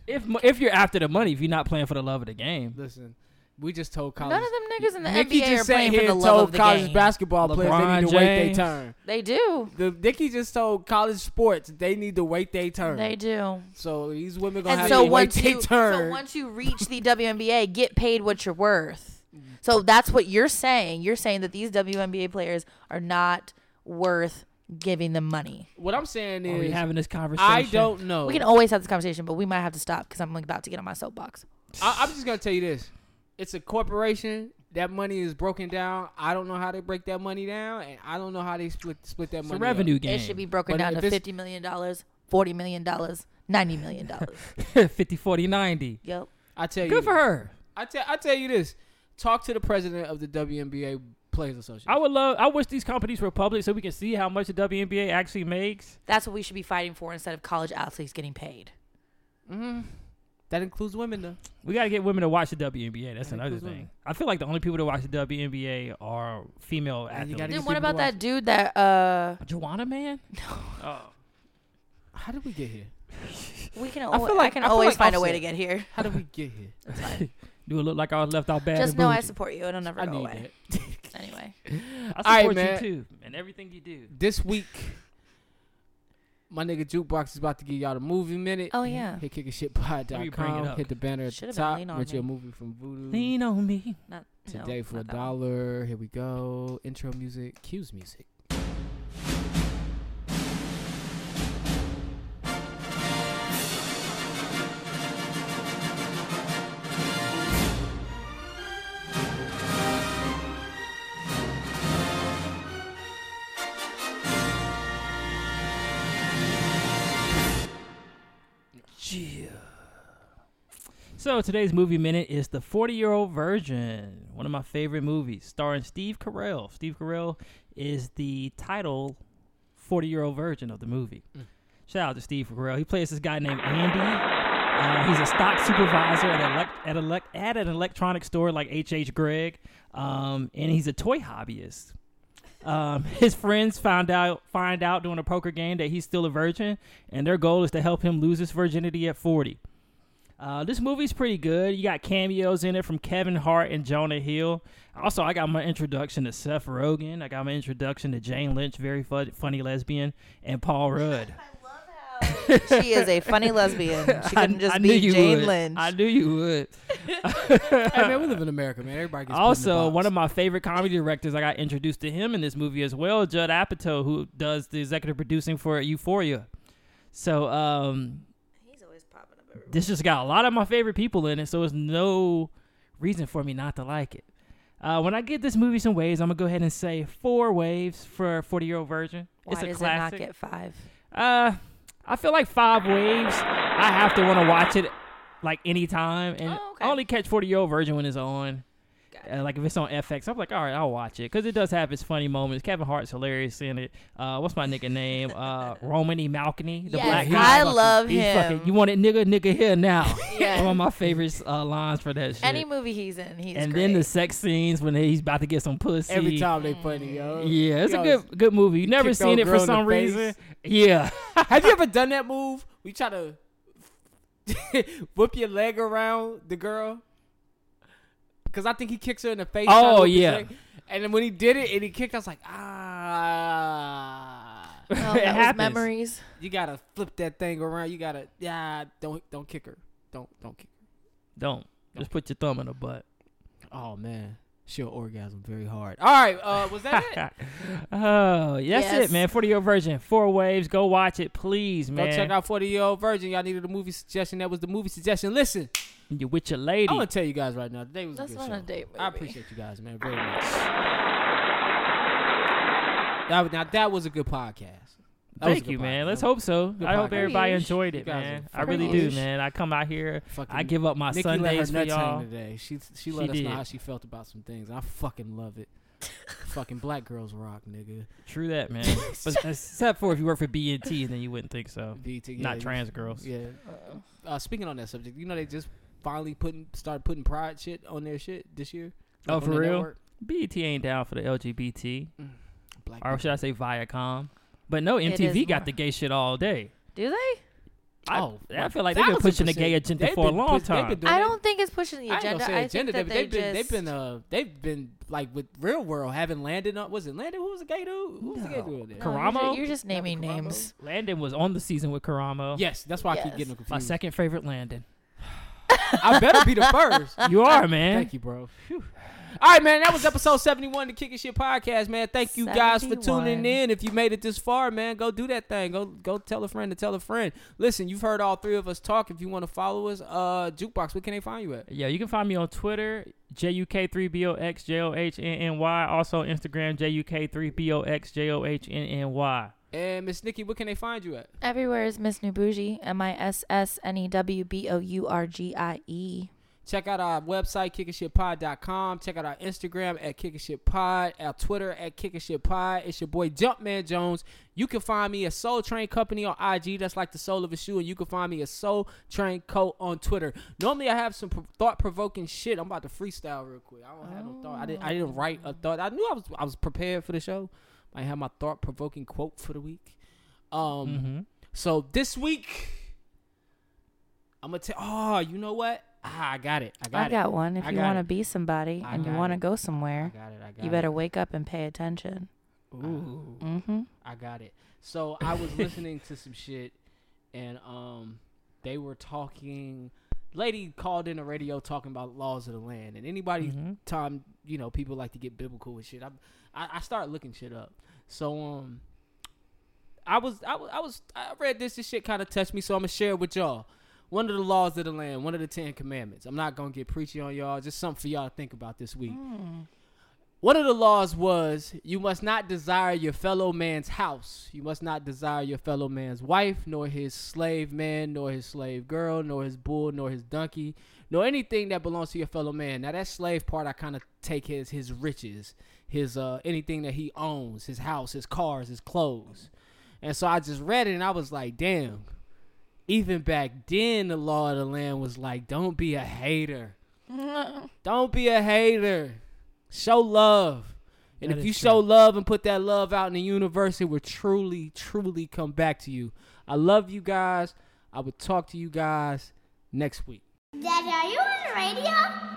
If mo- if you're after the money, if you're not playing for the love of the game, Listen, we just told college. None of them niggas in the Nikki NBA just are playing sat for here the and love told of the college game. basketball players they need to wait their James. turn. They do. The Nikki just told college sports they need to wait their turn. They do. so these women gonna And have so to wait once their you so turn. once you reach the WNBA, get paid what you're worth. So that's what you're saying. You're saying that these WNBA players are not worth giving them money. what I'm saying are we is, having this conversation? I don't know. We can always have this conversation, but we might have to stop because I'm like about to get on my soapbox. I, I'm just gonna tell you this: it's a corporation. That money is broken down. I don't know how they break that money down, and I don't know how they split split that It's a money. revenue up. game. It should be broken But down to if it's- fifty million dollars, forty million dollars, ninety million dollars. 50, 40, 90. yep. I tell you, Good for this. her. I tell I tell you this: talk to the president of the WNBA Players Association. I would love. I wish these companies were public so we can see how much the WNBA actually makes. That's what we should be fighting for instead of college athletes getting paid. Mm, that includes women, though. We got to get women to watch the WNBA. That's That another includes thing. women. I feel like the only people to watch the WNBA are female athletes. Then what about that dude that uh Joanna man? Oh. How did we get here? We can al- I can always find a way to get here. How did we get here? Do it look like I was left out bad? Just and know I bougie? support you. It'll never I go need away. anyway. I All right, support man. you too, and everything you do. This week, my nigga Jukebox is about to give y'all the movie minute. Oh, yeah. Hit Let me bring it kickitshitpod.com. up. Hit the banner at Should've the been top. Lean On Rent your Me. movie from Voodoo. Lean on me. Not- no, Today for a not that dollar. Here we go. Intro music. Cues music. Yeah. So today's movie minute is the 40 year old virgin, one of my favorite movies, starring Steve Carell. Steve Carell is the title 40 year old virgin of the movie. Shout out to Steve Carell. He plays this guy named Andy. Uh, he's a stock supervisor at, elect, at, elect, at an electronic store like H.H. Gregg, um, and he's a toy hobbyist. Um, his friends find out find out during a poker game that he's still a virgin, and their goal is to help him lose his virginity at forty. Uh, this movie's pretty good. You got cameos in it from Kevin Hart and Jonah Hill. Also, I got my introduction to Seth Rogen. I got my introduction to Jane Lynch, very fu- funny lesbian, and Paul Rudd. She is a funny lesbian. She couldn't just knew be you Jane would. Lynch. I knew you would. hey man, we live in America, man. Everybody gets put in the also, box. one of my favorite comedy directors, I got introduced to him in this movie as well, Judd Apatow, who does the executive producing for Euphoria. So, um, he's always popping up. This just got a lot of my favorite people in it, so there's no reason for me not to like it. Uh, when I give this movie some waves, I'm gonna go ahead and say four waves for Forty Year Old Virgin. Why it's a does it classic. not get five? Uh, I feel like five waves. I have to want to watch it like anytime, and Oh, I only catch Forty Year Old Virgin when it's on. Uh, like if it's on FX, I'm like, all right, I'll watch it because it does have its funny moments. Kevin Hart's hilarious in it. Uh, what's my nigga name? Uh, Romany Malkany, the Yes, black. I guy. He's fucking- love he's fucking- him. you want it, nigga, nigga here now. Yes. One of my favorite uh, lines for that shit. Any movie he's in, he's and great. then the sex scenes when he's about to get some pussy. Every time they funny, yo. Yeah, it's He a always good good movie. You never kick the seen old it for girl in the some face. reason. Yeah. Have you ever done that move? We try to whip your leg around the girl. Cause I think he kicks her in the face. trying to Oh, whip his yeah. leg. And then when he did it and he kicked, I was like, ah. Oh, that It was happens. memories. You gotta flip that thing around. You gotta yeah. Don't don't kick her. Don't don't kick. Don't. Just put your thumb in her butt. Her. Oh man, she'll orgasm very hard. All right, uh, was that it? Oh, that's Yes. it, man. 40 year old version. Four waves. Go watch it, please, man. Go check out 40 Year Old Virgin. Y'all needed a movie suggestion. That was the movie suggestion. Listen. You with your lady. I'm gonna tell you guys right now. Today was That's a good not show. a date I movie. appreciate you guys, man, very much. That, was- now that was a good podcast. That was a Thank good you, podcast. man. Let's hope so. Good I hope podcast. everybody Preach. enjoyed You it, guys man. are I really fucking- do, man. I come out here. Fucking I give up my Nikki Sundays let her for nuts hang y'all. today. She she let us did. know how she felt about some things. I fucking love it. fucking black girls rock, nigga. True that, man. but except for if you work for BNT, then you wouldn't think so. BT, yeah, Not you- trans girls. Yeah. Uh, speaking on that subject, you know they just finally putting started putting pride shit on their shit this year. Like, Oh, on for their real? network. BET E ain't down for the LGBT. Black or should I say Viacom? But no, It MTV is got more- the gay shit all day. Do they? I, Oh, I feel like they've been 1000%. pushing the gay agenda They've for a been long push- they've time. been doing I it. don't think it's pushing the I ain't gonna agenda. say I, agenda, think but that they they've been just. they've been uh they've been like with real world having Landon on was it Landon who was a gay dude who was a gay dude in there? No, you're ju- You're just, naming names. Landon was on the season with Karamo. Yes, that's why I keep getting them confused. My second favorite Landon. I better be the first. You are, man. Thank you, bro. Phew. All right, man. That was episode seventy-one of the Kicking Shit Podcast, man. Thank you guys for tuning 71. in. If you made it this far, man, go do that thing. Go go tell a friend to tell a friend. Listen, you've heard all three of us talk. If you want to follow us, uh, jukebox, where can they find you at? Yeah, you can find me on Twitter, JUK3BOXJOHNNY. Also Instagram, JUK3BOXJOHNNY. And Miss Nikki, where can they find you at? Everywhere is Miss New Bougie. M I S S N E W B O U R G I E. Check out our website, kickingshitpod.com. Check out our Instagram at kickingshitpod, our Twitter at kickingshitpod. It's your boy Jumpman Jones. You can find me at Soul Train Company on IG. That's like the soul of a shoe. And you can find me at Soul Train Co on Twitter. Normally, I have some pro- thought-provoking shit. I'm about to freestyle real quick. I don't have no thought. I didn't. I didn't write a thought. I knew I was. I was prepared for the show. I have my thought-provoking quote for the week. Um. Mhm. So this week, I'm gonna tell. Oh, you know what? Ah, I got it. I got I it. got one. If I you got want to it. be somebody I and you got want to it. go somewhere, got it, I got you it. better wake up and pay attention. Ooh. Mm-hmm. I got it. So I was listening to some shit, and um, they were talking. Lady called in the radio talking about laws of the land, and anybody time you know people like to get biblical with shit. I I, I start looking shit up. So um, I was I was I was I read this. This shit kind of touched me, so I'm gonna share it with y'all. One of the laws of the land, one of the Ten Commandments. I'm not gonna get preachy on y'all. Just something for y'all to think about this week. One of the laws was you must not desire your fellow man's house. You must not desire your fellow man's wife, nor his slave man, nor his slave girl, nor his bull, nor his donkey, nor anything that belongs to your fellow man. Now that slave part I kind of take his his riches, his uh anything that he owns, his house, his cars, his clothes. And so I just read it and I was like, damn. Even back then the law of the land was like, don't be a hater. Don't be a hater. Show love. And That if is you show love and put that love out in the universe, it will truly, truly come back to you. I love you guys. I will talk to you guys next week. Daddy, are you on the radio?